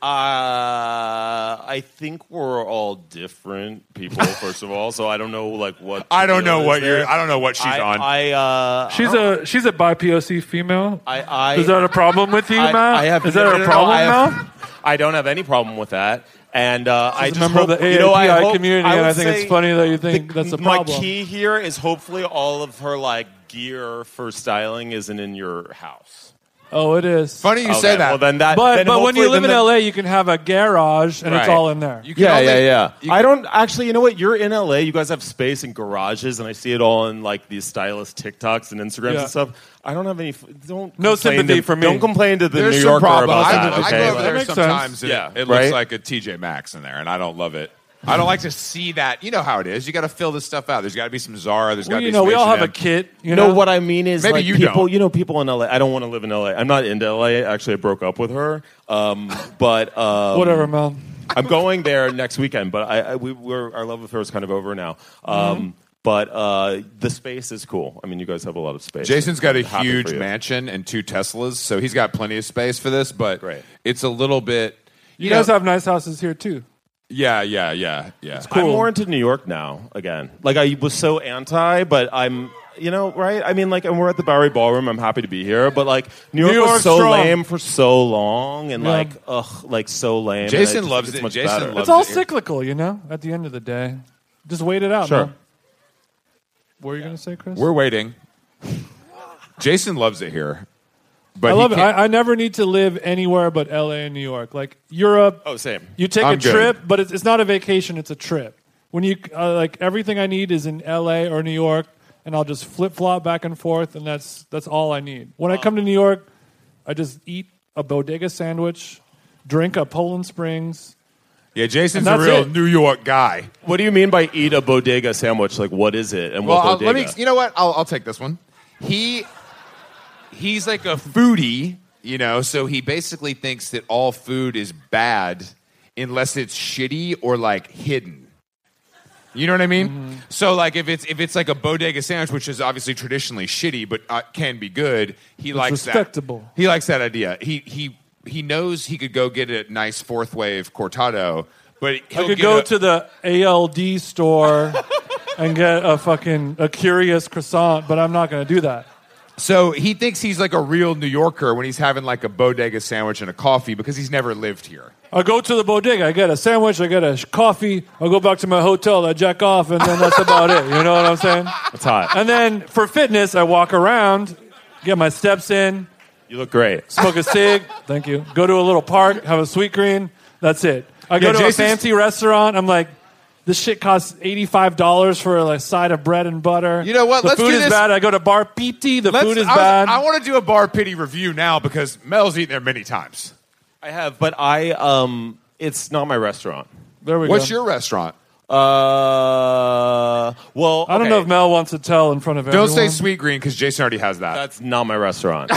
[SPEAKER 11] Uh, I think we're all different people, first of all. So I don't know like what.
[SPEAKER 5] I don't know
[SPEAKER 11] deal
[SPEAKER 5] what
[SPEAKER 11] is
[SPEAKER 5] you're
[SPEAKER 11] there.
[SPEAKER 5] I don't know what she's
[SPEAKER 11] I,
[SPEAKER 5] on.
[SPEAKER 11] I, uh,
[SPEAKER 2] She's a she's a bi POC female.
[SPEAKER 11] I, I,
[SPEAKER 2] Is that a problem with you,
[SPEAKER 11] I-
[SPEAKER 2] Matt?
[SPEAKER 11] I have-
[SPEAKER 2] Is that
[SPEAKER 11] no,
[SPEAKER 2] a
[SPEAKER 11] no, no,
[SPEAKER 2] problem,
[SPEAKER 11] I have-
[SPEAKER 2] Mel?
[SPEAKER 11] I don't have any problem with that. And uh, I
[SPEAKER 2] She's
[SPEAKER 11] just
[SPEAKER 2] a member
[SPEAKER 11] hope,
[SPEAKER 2] of the AAPI
[SPEAKER 11] you know, I hope,
[SPEAKER 2] community,
[SPEAKER 11] I
[SPEAKER 2] and I
[SPEAKER 11] would
[SPEAKER 2] think
[SPEAKER 11] say
[SPEAKER 2] it's funny that you think that's a problem.
[SPEAKER 11] My key here is hopefully all of her like gear for styling isn't in your house.
[SPEAKER 2] Oh, it is.
[SPEAKER 5] Funny you
[SPEAKER 11] Okay,
[SPEAKER 5] say that.
[SPEAKER 11] Well, then that.
[SPEAKER 2] But
[SPEAKER 11] then
[SPEAKER 2] but when you
[SPEAKER 11] hopefully
[SPEAKER 2] live in
[SPEAKER 11] then the-
[SPEAKER 2] LA, you can have a garage and it's
[SPEAKER 11] Right.
[SPEAKER 2] all in there.
[SPEAKER 5] You can
[SPEAKER 11] Yeah,
[SPEAKER 5] only-
[SPEAKER 11] yeah, yeah.
[SPEAKER 5] you
[SPEAKER 11] I don't actually. You know what? You're in LA. You guys have space and garages, and I see it all in like these stylist TikToks and Instagrams
[SPEAKER 2] Yeah.
[SPEAKER 11] and stuff. I don't have any. f- Don't
[SPEAKER 2] No
[SPEAKER 11] complain
[SPEAKER 2] sympathy
[SPEAKER 11] to,
[SPEAKER 2] for me.
[SPEAKER 11] Don't complain to the
[SPEAKER 5] There's
[SPEAKER 11] New
[SPEAKER 5] some
[SPEAKER 11] Yorker
[SPEAKER 5] problem.
[SPEAKER 11] about
[SPEAKER 5] I,
[SPEAKER 11] that.
[SPEAKER 5] I
[SPEAKER 11] okay,
[SPEAKER 5] go over
[SPEAKER 11] Like,
[SPEAKER 5] there
[SPEAKER 2] makes sense.
[SPEAKER 5] sometimes. And
[SPEAKER 11] Yeah,
[SPEAKER 5] it, it looks
[SPEAKER 11] right?
[SPEAKER 5] like a TJ Maxx in there, and I don't love it. I don't like to see that. You know how it is. You got to fill this stuff out. There's got to be some Zara. There's got
[SPEAKER 2] Well,
[SPEAKER 5] to
[SPEAKER 2] you
[SPEAKER 5] be.
[SPEAKER 2] know,
[SPEAKER 5] some
[SPEAKER 2] we all have a
[SPEAKER 5] H&M.
[SPEAKER 2] kit. You
[SPEAKER 11] No,
[SPEAKER 2] know
[SPEAKER 11] what I mean is
[SPEAKER 5] Maybe
[SPEAKER 11] like
[SPEAKER 5] you
[SPEAKER 11] people.
[SPEAKER 5] don't.
[SPEAKER 11] You know, people in LA. I don't want to live in LA. I'm not into LA. Actually, I broke up with her. Um, but um,
[SPEAKER 2] Whatever, Mel.
[SPEAKER 11] I'm going there next weekend, but I, I we we're, our love affair is kind of over now.
[SPEAKER 5] Mm-hmm.
[SPEAKER 11] Um, But uh, the space is cool. I mean, you guys have a lot of space.
[SPEAKER 5] Jason's got a
[SPEAKER 11] Happy for
[SPEAKER 5] huge
[SPEAKER 11] you.
[SPEAKER 5] mansion and two Teslas, so he's got plenty of space for this. But
[SPEAKER 11] Great.
[SPEAKER 5] it's a little bit. You,
[SPEAKER 2] You guys
[SPEAKER 5] know-
[SPEAKER 2] have nice houses here too.
[SPEAKER 5] Yeah, yeah, yeah, yeah.
[SPEAKER 11] I'm more into New York now again. Like I was so anti, but I'm you know right. I mean, like, and we're at the Bowery Ballroom. I'm happy to be here, but like New York
[SPEAKER 2] York's
[SPEAKER 11] was so
[SPEAKER 2] strong.
[SPEAKER 11] lame for so long, and
[SPEAKER 2] Yeah.
[SPEAKER 11] like ugh, like so lame. and I
[SPEAKER 5] Jason
[SPEAKER 11] just think
[SPEAKER 5] loves
[SPEAKER 11] it's
[SPEAKER 5] it.
[SPEAKER 11] much
[SPEAKER 5] Jason
[SPEAKER 11] better.
[SPEAKER 5] loves
[SPEAKER 2] It's all
[SPEAKER 5] it.
[SPEAKER 2] cyclical, you know. At the end of the day, just wait it out.
[SPEAKER 11] Sure.
[SPEAKER 2] Mel. What were you gonna say, Chris?
[SPEAKER 5] We're waiting. Jason loves it here, but
[SPEAKER 2] I
[SPEAKER 5] he
[SPEAKER 2] love it.
[SPEAKER 5] can't-
[SPEAKER 2] I, I never need to live anywhere but LA and New York. Like Europe.
[SPEAKER 11] Oh, same.
[SPEAKER 2] You take
[SPEAKER 5] I'm
[SPEAKER 2] a
[SPEAKER 5] good.
[SPEAKER 2] trip, but it's, it's not a vacation, it's a trip. When you, uh, like, everything I need is in LA or New York, and I'll just flip flop back and forth, and that's, that's all I need. When I come to New York, I just eat a bodega sandwich, drink a Poland Springs.
[SPEAKER 5] yeah, Jason's a
[SPEAKER 2] And that's
[SPEAKER 5] real
[SPEAKER 2] it.
[SPEAKER 5] New York guy.
[SPEAKER 11] What do you mean by eat a bodega sandwich? Like, what is it? And
[SPEAKER 5] Well,
[SPEAKER 11] what
[SPEAKER 5] I'll,
[SPEAKER 11] bodega?
[SPEAKER 5] let me. You know what? I'll, I'll take this one. He he's like a foodie, you know. So he basically thinks that all food is bad unless it's shitty or like hidden. You know what I mean?
[SPEAKER 2] Mm-hmm.
[SPEAKER 5] So like if it's if it's like a bodega sandwich, which is obviously traditionally shitty but uh, can be good, he likes
[SPEAKER 2] respectable.
[SPEAKER 5] that. He likes that idea. He he he knows he could go get a nice fourth wave cortado, but he'll
[SPEAKER 2] I could
[SPEAKER 5] get
[SPEAKER 2] go
[SPEAKER 5] a-
[SPEAKER 2] to the ALD store and get a fucking, a curious croissant, but I'm not going to do that.
[SPEAKER 5] So he thinks he's like a real New Yorker when he's having like a bodega sandwich and a coffee because he's never lived here.
[SPEAKER 2] I go to the bodega, I get a sandwich, I get a sh- coffee, I go back to my hotel, I jack off, and then that's about it. You know what I'm saying?
[SPEAKER 11] it's hot.
[SPEAKER 2] And then for fitness, I walk around, get my steps in,
[SPEAKER 11] you look great.
[SPEAKER 2] smoke a cig. Thank you. Go to a little park, have a sweet green. That's it. I
[SPEAKER 5] Yeah,
[SPEAKER 2] go to
[SPEAKER 5] Jason's-
[SPEAKER 2] a fancy restaurant. I'm like, this shit costs eighty-five dollars for a like, side of bread and butter.
[SPEAKER 5] You know what?
[SPEAKER 2] The
[SPEAKER 5] Let's
[SPEAKER 2] food
[SPEAKER 5] do
[SPEAKER 2] is
[SPEAKER 5] this.
[SPEAKER 2] bad. I go to Bar Pitti. The food is
[SPEAKER 5] I,
[SPEAKER 2] bad.
[SPEAKER 5] want to do a bar pity review now because Mel's eaten there many times.
[SPEAKER 11] I have, but I um, it's not my restaurant.
[SPEAKER 2] there we
[SPEAKER 5] What's
[SPEAKER 2] go.
[SPEAKER 5] your restaurant?
[SPEAKER 11] Uh, well,
[SPEAKER 2] I don't
[SPEAKER 11] okay,
[SPEAKER 2] know if Mel wants to tell in front of
[SPEAKER 5] Don't
[SPEAKER 2] everyone.
[SPEAKER 11] Uh,
[SPEAKER 5] say sweet green because Jason already has that.
[SPEAKER 11] that's not my restaurant.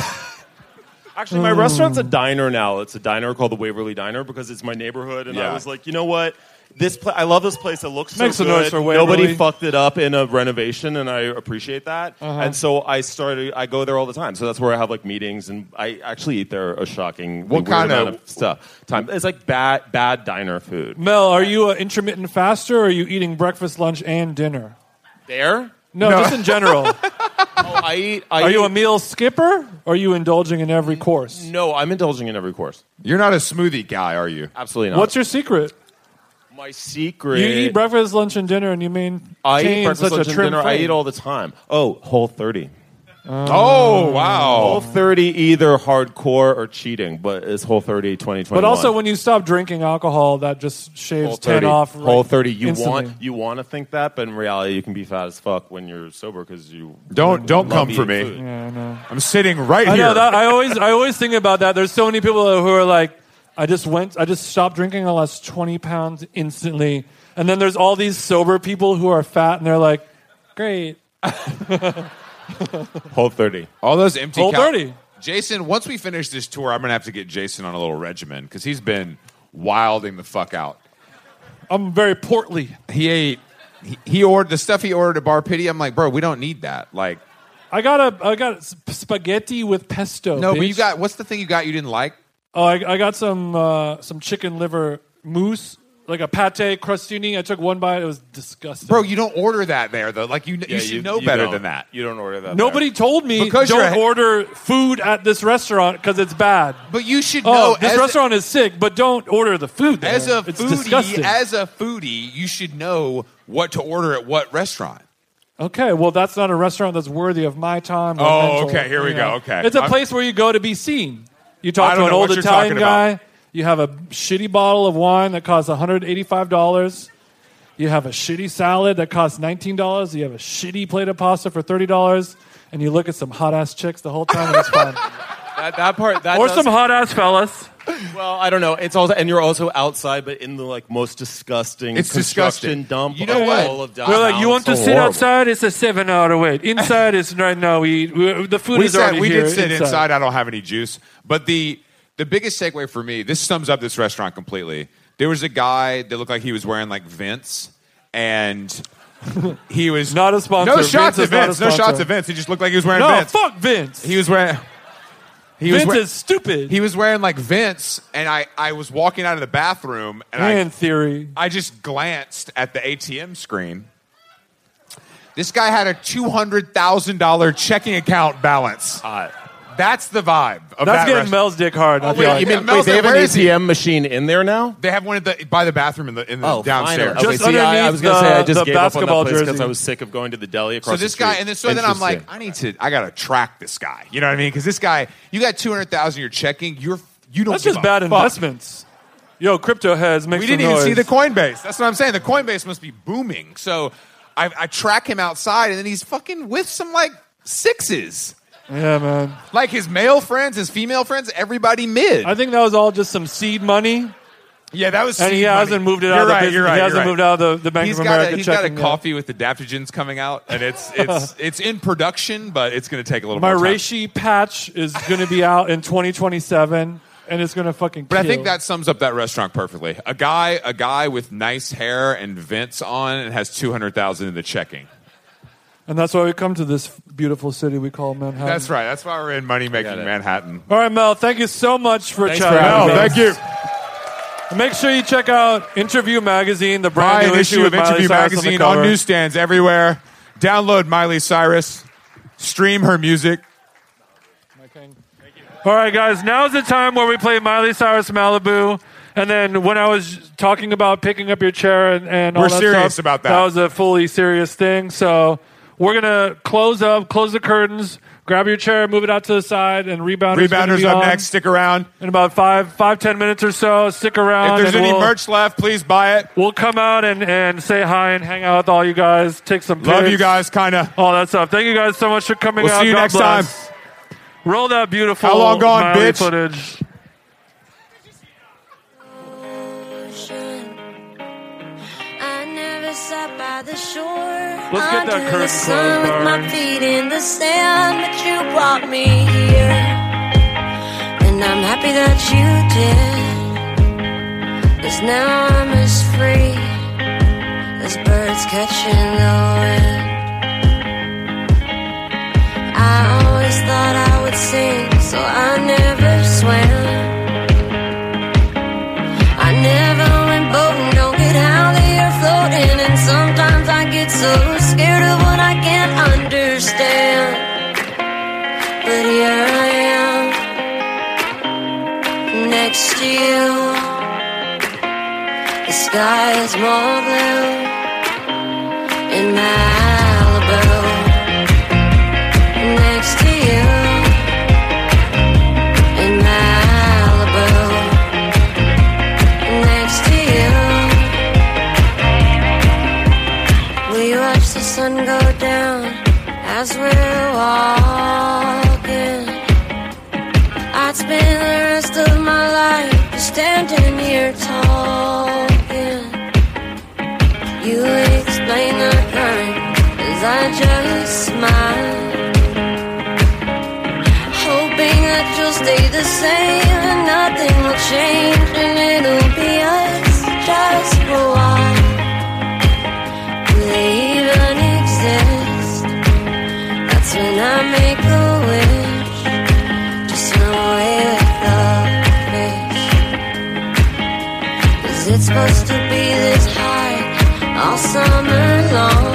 [SPEAKER 11] Actually, my restaurant's
[SPEAKER 2] Hmm.
[SPEAKER 11] a diner now. It's a diner called the Waverly Diner because it's my neighborhood, and
[SPEAKER 1] Yeah.
[SPEAKER 11] I was like, you know what? This pla- I love this place. It looks
[SPEAKER 2] Makes
[SPEAKER 11] so
[SPEAKER 2] a noise
[SPEAKER 11] good.
[SPEAKER 2] for Waverly.
[SPEAKER 11] Nobody fucked it up in a renovation, and I appreciate that.
[SPEAKER 2] Uh-huh.
[SPEAKER 11] And so I started. I go there all the time. So that's where I have like meetings, and I actually eat there a shocking
[SPEAKER 5] What
[SPEAKER 11] weird
[SPEAKER 5] kind of-
[SPEAKER 11] amount stuff. Time. It's like bad bad diner food.
[SPEAKER 2] Mel, are you an intermittent faster or are you eating breakfast, lunch, and dinner?
[SPEAKER 11] There.
[SPEAKER 2] No, just in general.
[SPEAKER 11] Oh, I eat. I
[SPEAKER 2] Are you
[SPEAKER 11] eat-
[SPEAKER 2] a meal skipper or are you indulging in every
[SPEAKER 5] Mm,
[SPEAKER 2] course?
[SPEAKER 11] No, I'm indulging in every course.
[SPEAKER 5] You're not a smoothie guy, are you?
[SPEAKER 11] Absolutely not.
[SPEAKER 2] What's your secret?
[SPEAKER 11] my secret?
[SPEAKER 2] You eat breakfast, lunch, and dinner, and you maintain
[SPEAKER 11] I eat breakfast,
[SPEAKER 2] such
[SPEAKER 11] lunch,
[SPEAKER 2] a
[SPEAKER 11] and
[SPEAKER 2] trim
[SPEAKER 11] dinner. I
[SPEAKER 2] frame.
[SPEAKER 11] eat all the time. Oh, Whole 30.
[SPEAKER 5] Oh wow!
[SPEAKER 11] Whole 30 either hardcore or cheating, but it's Whole 30 2021.
[SPEAKER 2] But also, when you stop drinking alcohol, that just shaves ten off. right,
[SPEAKER 11] Whole 30. You
[SPEAKER 2] instantly.
[SPEAKER 11] want you want to think that, but in reality, you can be fat as fuck when you're sober because you
[SPEAKER 5] Don't don't come
[SPEAKER 11] love
[SPEAKER 5] for
[SPEAKER 11] eating
[SPEAKER 5] me.
[SPEAKER 11] food.
[SPEAKER 5] I'm sitting right
[SPEAKER 2] I
[SPEAKER 5] here.
[SPEAKER 2] know that. I always, I always think about that. There's so many people who are like, I just went, I just stopped drinking. I lost 20 pounds instantly. And then there's all these sober people who are fat, and they're like, great,
[SPEAKER 11] Whole 30.
[SPEAKER 5] All those empty.
[SPEAKER 2] Whole
[SPEAKER 5] cal-
[SPEAKER 2] 30.
[SPEAKER 5] Jason, once we finish this tour, I'm gonna have to get Jason on a little regimen because he's been wilding the fuck out.
[SPEAKER 2] I'm very portly.
[SPEAKER 5] He ate. He, he ordered the stuff he ordered at Bar Pity. I'm like, bro, we don't need that. Like,
[SPEAKER 2] I got a, I got sp- spaghetti with pesto.
[SPEAKER 5] no, but
[SPEAKER 2] bitch.
[SPEAKER 5] you got. What's the thing you got you didn't like?
[SPEAKER 2] Oh, I, I got some, uh, some chicken liver mousse, like a pate crostini. I took one bite. It was disgusting.
[SPEAKER 5] Bro, you don't order that there though. Like you, you should know better
[SPEAKER 11] don't.
[SPEAKER 5] than that.
[SPEAKER 11] You don't order that.
[SPEAKER 2] Nobody told me
[SPEAKER 5] Because you're
[SPEAKER 2] don't
[SPEAKER 5] a-
[SPEAKER 2] order food at this restaurant because it's bad.
[SPEAKER 5] But you should
[SPEAKER 2] Oh,
[SPEAKER 5] know.
[SPEAKER 2] this
[SPEAKER 5] as
[SPEAKER 2] restaurant is sick, but don't order the food. There.
[SPEAKER 5] as a
[SPEAKER 2] it's
[SPEAKER 5] foodie,
[SPEAKER 2] disgusting.
[SPEAKER 5] as a foodie, you should know what to order at what restaurant.
[SPEAKER 2] okay, well, that's not a restaurant that's worthy of my time. Or
[SPEAKER 5] Oh,
[SPEAKER 2] mental,
[SPEAKER 5] okay, here we
[SPEAKER 2] you
[SPEAKER 5] go,
[SPEAKER 2] know.
[SPEAKER 5] okay.
[SPEAKER 2] it's a
[SPEAKER 5] I'm-
[SPEAKER 2] place where you go to be seen. You
[SPEAKER 5] I
[SPEAKER 2] talk to
[SPEAKER 5] don't
[SPEAKER 2] an
[SPEAKER 5] know
[SPEAKER 2] old
[SPEAKER 5] what you're
[SPEAKER 2] Italian
[SPEAKER 5] talking about.
[SPEAKER 2] guy. You have a shitty bottle of wine that costs one hundred eighty-five dollars. You have a shitty salad that costs nineteen dollars. You have a shitty plate of pasta for thirty dollars, and you look at some hot ass chicks the whole time. And it's fun.
[SPEAKER 11] That, that part. That
[SPEAKER 2] or
[SPEAKER 11] does-
[SPEAKER 2] some hot ass fellas.
[SPEAKER 11] Well, I don't know. It's also and you're also outside, but in the like most disgusting
[SPEAKER 5] It's
[SPEAKER 11] construction
[SPEAKER 5] disgusting.
[SPEAKER 11] dump.
[SPEAKER 5] You know
[SPEAKER 11] of
[SPEAKER 5] what?
[SPEAKER 11] All of
[SPEAKER 2] We're like, you
[SPEAKER 11] downtown.
[SPEAKER 2] want to sit outside? It's a seven-hour wait. Inside, it's right now. We, we the food
[SPEAKER 5] we
[SPEAKER 2] is
[SPEAKER 5] sat,
[SPEAKER 2] already
[SPEAKER 5] we
[SPEAKER 2] here.
[SPEAKER 5] did sit inside. I don't have any juice, but the the biggest takeaway for me, this sums up this restaurant completely. There was a guy that looked like he was wearing like Vince, and he was
[SPEAKER 2] Not a sponsor.
[SPEAKER 5] No shots
[SPEAKER 2] Vince is
[SPEAKER 5] at
[SPEAKER 2] not a
[SPEAKER 5] Vince. No
[SPEAKER 2] sponsor.
[SPEAKER 5] shots at Vince. He just looked like he was wearing
[SPEAKER 2] No,
[SPEAKER 5] Vince.
[SPEAKER 2] fuck Vince.
[SPEAKER 5] He was wearing. He was
[SPEAKER 2] Vince
[SPEAKER 5] wear-
[SPEAKER 2] is stupid.
[SPEAKER 5] he was wearing like Vince, and I I was walking out of the bathroom, and I
[SPEAKER 2] Man theory.
[SPEAKER 5] I just glanced at the ATM screen. This guy had a two hundred thousand dollar checking account balance. That's the vibe
[SPEAKER 2] That's
[SPEAKER 5] of that Oh,
[SPEAKER 2] getting
[SPEAKER 5] restaurant.
[SPEAKER 2] Mel's dick hard. I feel
[SPEAKER 5] wait,
[SPEAKER 2] like.
[SPEAKER 11] You mean
[SPEAKER 5] Mel's
[SPEAKER 11] wait, they
[SPEAKER 5] like,
[SPEAKER 11] have an
[SPEAKER 5] where is he?
[SPEAKER 11] ATM machine in there now?
[SPEAKER 5] They have one at the by the bathroom in the in the Oh, downstairs.
[SPEAKER 11] Oh, Okay,
[SPEAKER 2] Just
[SPEAKER 11] see, I, I
[SPEAKER 2] underneath
[SPEAKER 11] was gonna say
[SPEAKER 2] the-
[SPEAKER 11] I just
[SPEAKER 2] the
[SPEAKER 11] gave up on
[SPEAKER 2] basketball
[SPEAKER 11] that place because
[SPEAKER 2] jersey.
[SPEAKER 11] I was sick of going to the deli across.
[SPEAKER 5] so this
[SPEAKER 11] the street.
[SPEAKER 5] guy, and then so then I'm like,
[SPEAKER 11] Interesting.
[SPEAKER 5] I need to, I gotta track this guy. You know what I mean? Because this guy, you got two hundred thousand, you're checking, you're you don't.
[SPEAKER 2] That's
[SPEAKER 5] give
[SPEAKER 2] just
[SPEAKER 5] a
[SPEAKER 2] bad
[SPEAKER 5] fuck.
[SPEAKER 2] investments. Yo, crypto heads, make
[SPEAKER 5] We
[SPEAKER 2] some
[SPEAKER 5] didn't even
[SPEAKER 2] noise.
[SPEAKER 5] see the Coinbase. That's what I'm saying. The Coinbase must be booming. So I, I track him outside, and then he's fucking with some like sixes.
[SPEAKER 2] yeah, man.
[SPEAKER 5] Like his male friends, his female friends, everybody mid.
[SPEAKER 2] I think that was all just some seed money,
[SPEAKER 5] yeah, that was.
[SPEAKER 2] and he
[SPEAKER 5] seed money.
[SPEAKER 2] hasn't moved it
[SPEAKER 5] You're
[SPEAKER 2] out.
[SPEAKER 5] right,
[SPEAKER 2] of the
[SPEAKER 5] you're
[SPEAKER 2] business.
[SPEAKER 5] right,
[SPEAKER 2] He
[SPEAKER 5] you're
[SPEAKER 2] hasn't
[SPEAKER 5] right.
[SPEAKER 2] moved out of the, the Bank
[SPEAKER 5] He's
[SPEAKER 2] of
[SPEAKER 5] got,
[SPEAKER 2] America.
[SPEAKER 5] a, he's got a
[SPEAKER 2] checking yet.
[SPEAKER 5] coffee with adaptogens coming out, and it's it's it's in production, but it's going to take a little.
[SPEAKER 2] My
[SPEAKER 5] more time.
[SPEAKER 2] reishi patch is going to be out in 2027, and it's going to fucking.
[SPEAKER 5] But I
[SPEAKER 2] kill.
[SPEAKER 5] think that sums up that restaurant perfectly. A guy, a guy with nice hair and vents on, and has two hundred thousand in the checking.
[SPEAKER 2] and that's why we come to this beautiful city we call Manhattan.
[SPEAKER 5] That's right. That's why we're in money making
[SPEAKER 11] it.
[SPEAKER 5] Manhattan.
[SPEAKER 2] All right, Mel. Thank you so much for chatting.
[SPEAKER 11] having
[SPEAKER 2] with
[SPEAKER 11] me.
[SPEAKER 2] us.
[SPEAKER 5] thank you.
[SPEAKER 2] Make sure you check out Interview Magazine, the brand
[SPEAKER 5] Buy
[SPEAKER 2] new
[SPEAKER 5] an issue
[SPEAKER 2] with
[SPEAKER 5] of Interview
[SPEAKER 2] Miley Cyrus
[SPEAKER 5] Magazine
[SPEAKER 2] on, the
[SPEAKER 5] on
[SPEAKER 2] cover.
[SPEAKER 5] newsstands everywhere. Download Miley Cyrus. Stream her music.
[SPEAKER 2] All right, guys. Now's the time where we play Miley Cyrus Malibu. And then when I was talking about picking up your chair and, and all
[SPEAKER 5] We're
[SPEAKER 2] that
[SPEAKER 5] serious
[SPEAKER 2] stuff,
[SPEAKER 5] about that.
[SPEAKER 2] That was a fully serious thing. So we're gonna close up, close the curtains, grab your chair, move it out to the side, and rebounders. gonna
[SPEAKER 5] Rebounders
[SPEAKER 2] be
[SPEAKER 5] up
[SPEAKER 2] on
[SPEAKER 5] next. Stick around.
[SPEAKER 2] in about five, five, ten minutes or so. Stick around.
[SPEAKER 5] If there's
[SPEAKER 2] and
[SPEAKER 5] any
[SPEAKER 2] Ah, we'll,
[SPEAKER 5] merch left, please buy it.
[SPEAKER 2] we'll come out and, and say hi and hang out with all you guys. Take some.
[SPEAKER 5] Love you
[SPEAKER 2] pics.
[SPEAKER 5] guys. Kind of.
[SPEAKER 2] all that stuff. Thank you guys so much for coming
[SPEAKER 5] We'll
[SPEAKER 2] out.
[SPEAKER 5] see you
[SPEAKER 2] God
[SPEAKER 5] next
[SPEAKER 2] bless. Roll that beautiful
[SPEAKER 5] How long gone,
[SPEAKER 2] Miley
[SPEAKER 5] bitch?
[SPEAKER 2] footage.
[SPEAKER 12] ocean. I never sat by the shore.
[SPEAKER 2] Let's get that
[SPEAKER 12] under
[SPEAKER 2] curtain
[SPEAKER 12] the sun
[SPEAKER 2] closed,
[SPEAKER 12] with my
[SPEAKER 2] Byron.
[SPEAKER 12] feet in the sand, but you brought me here. I'm happy that you did. Cause now I'm as free as birds catching the wind. I always thought I would sing, so I never swam. I never went boating, don't get how the air floating. And sometimes I get so scared of what I can't understand. But here I am next to you. The sky is more blue in Malibu. Next to you in Malibu. Next to you, we watch the sun go down as we're walking. I'd spend the rest of my life just standing here talking. You explain the current as I just smile. Hoping that you'll stay the same and nothing will change and it'll be us just for a while. Do they even exist? That's when I make a wish. Just run away with the fish. Is it supposed to be this high all summer long?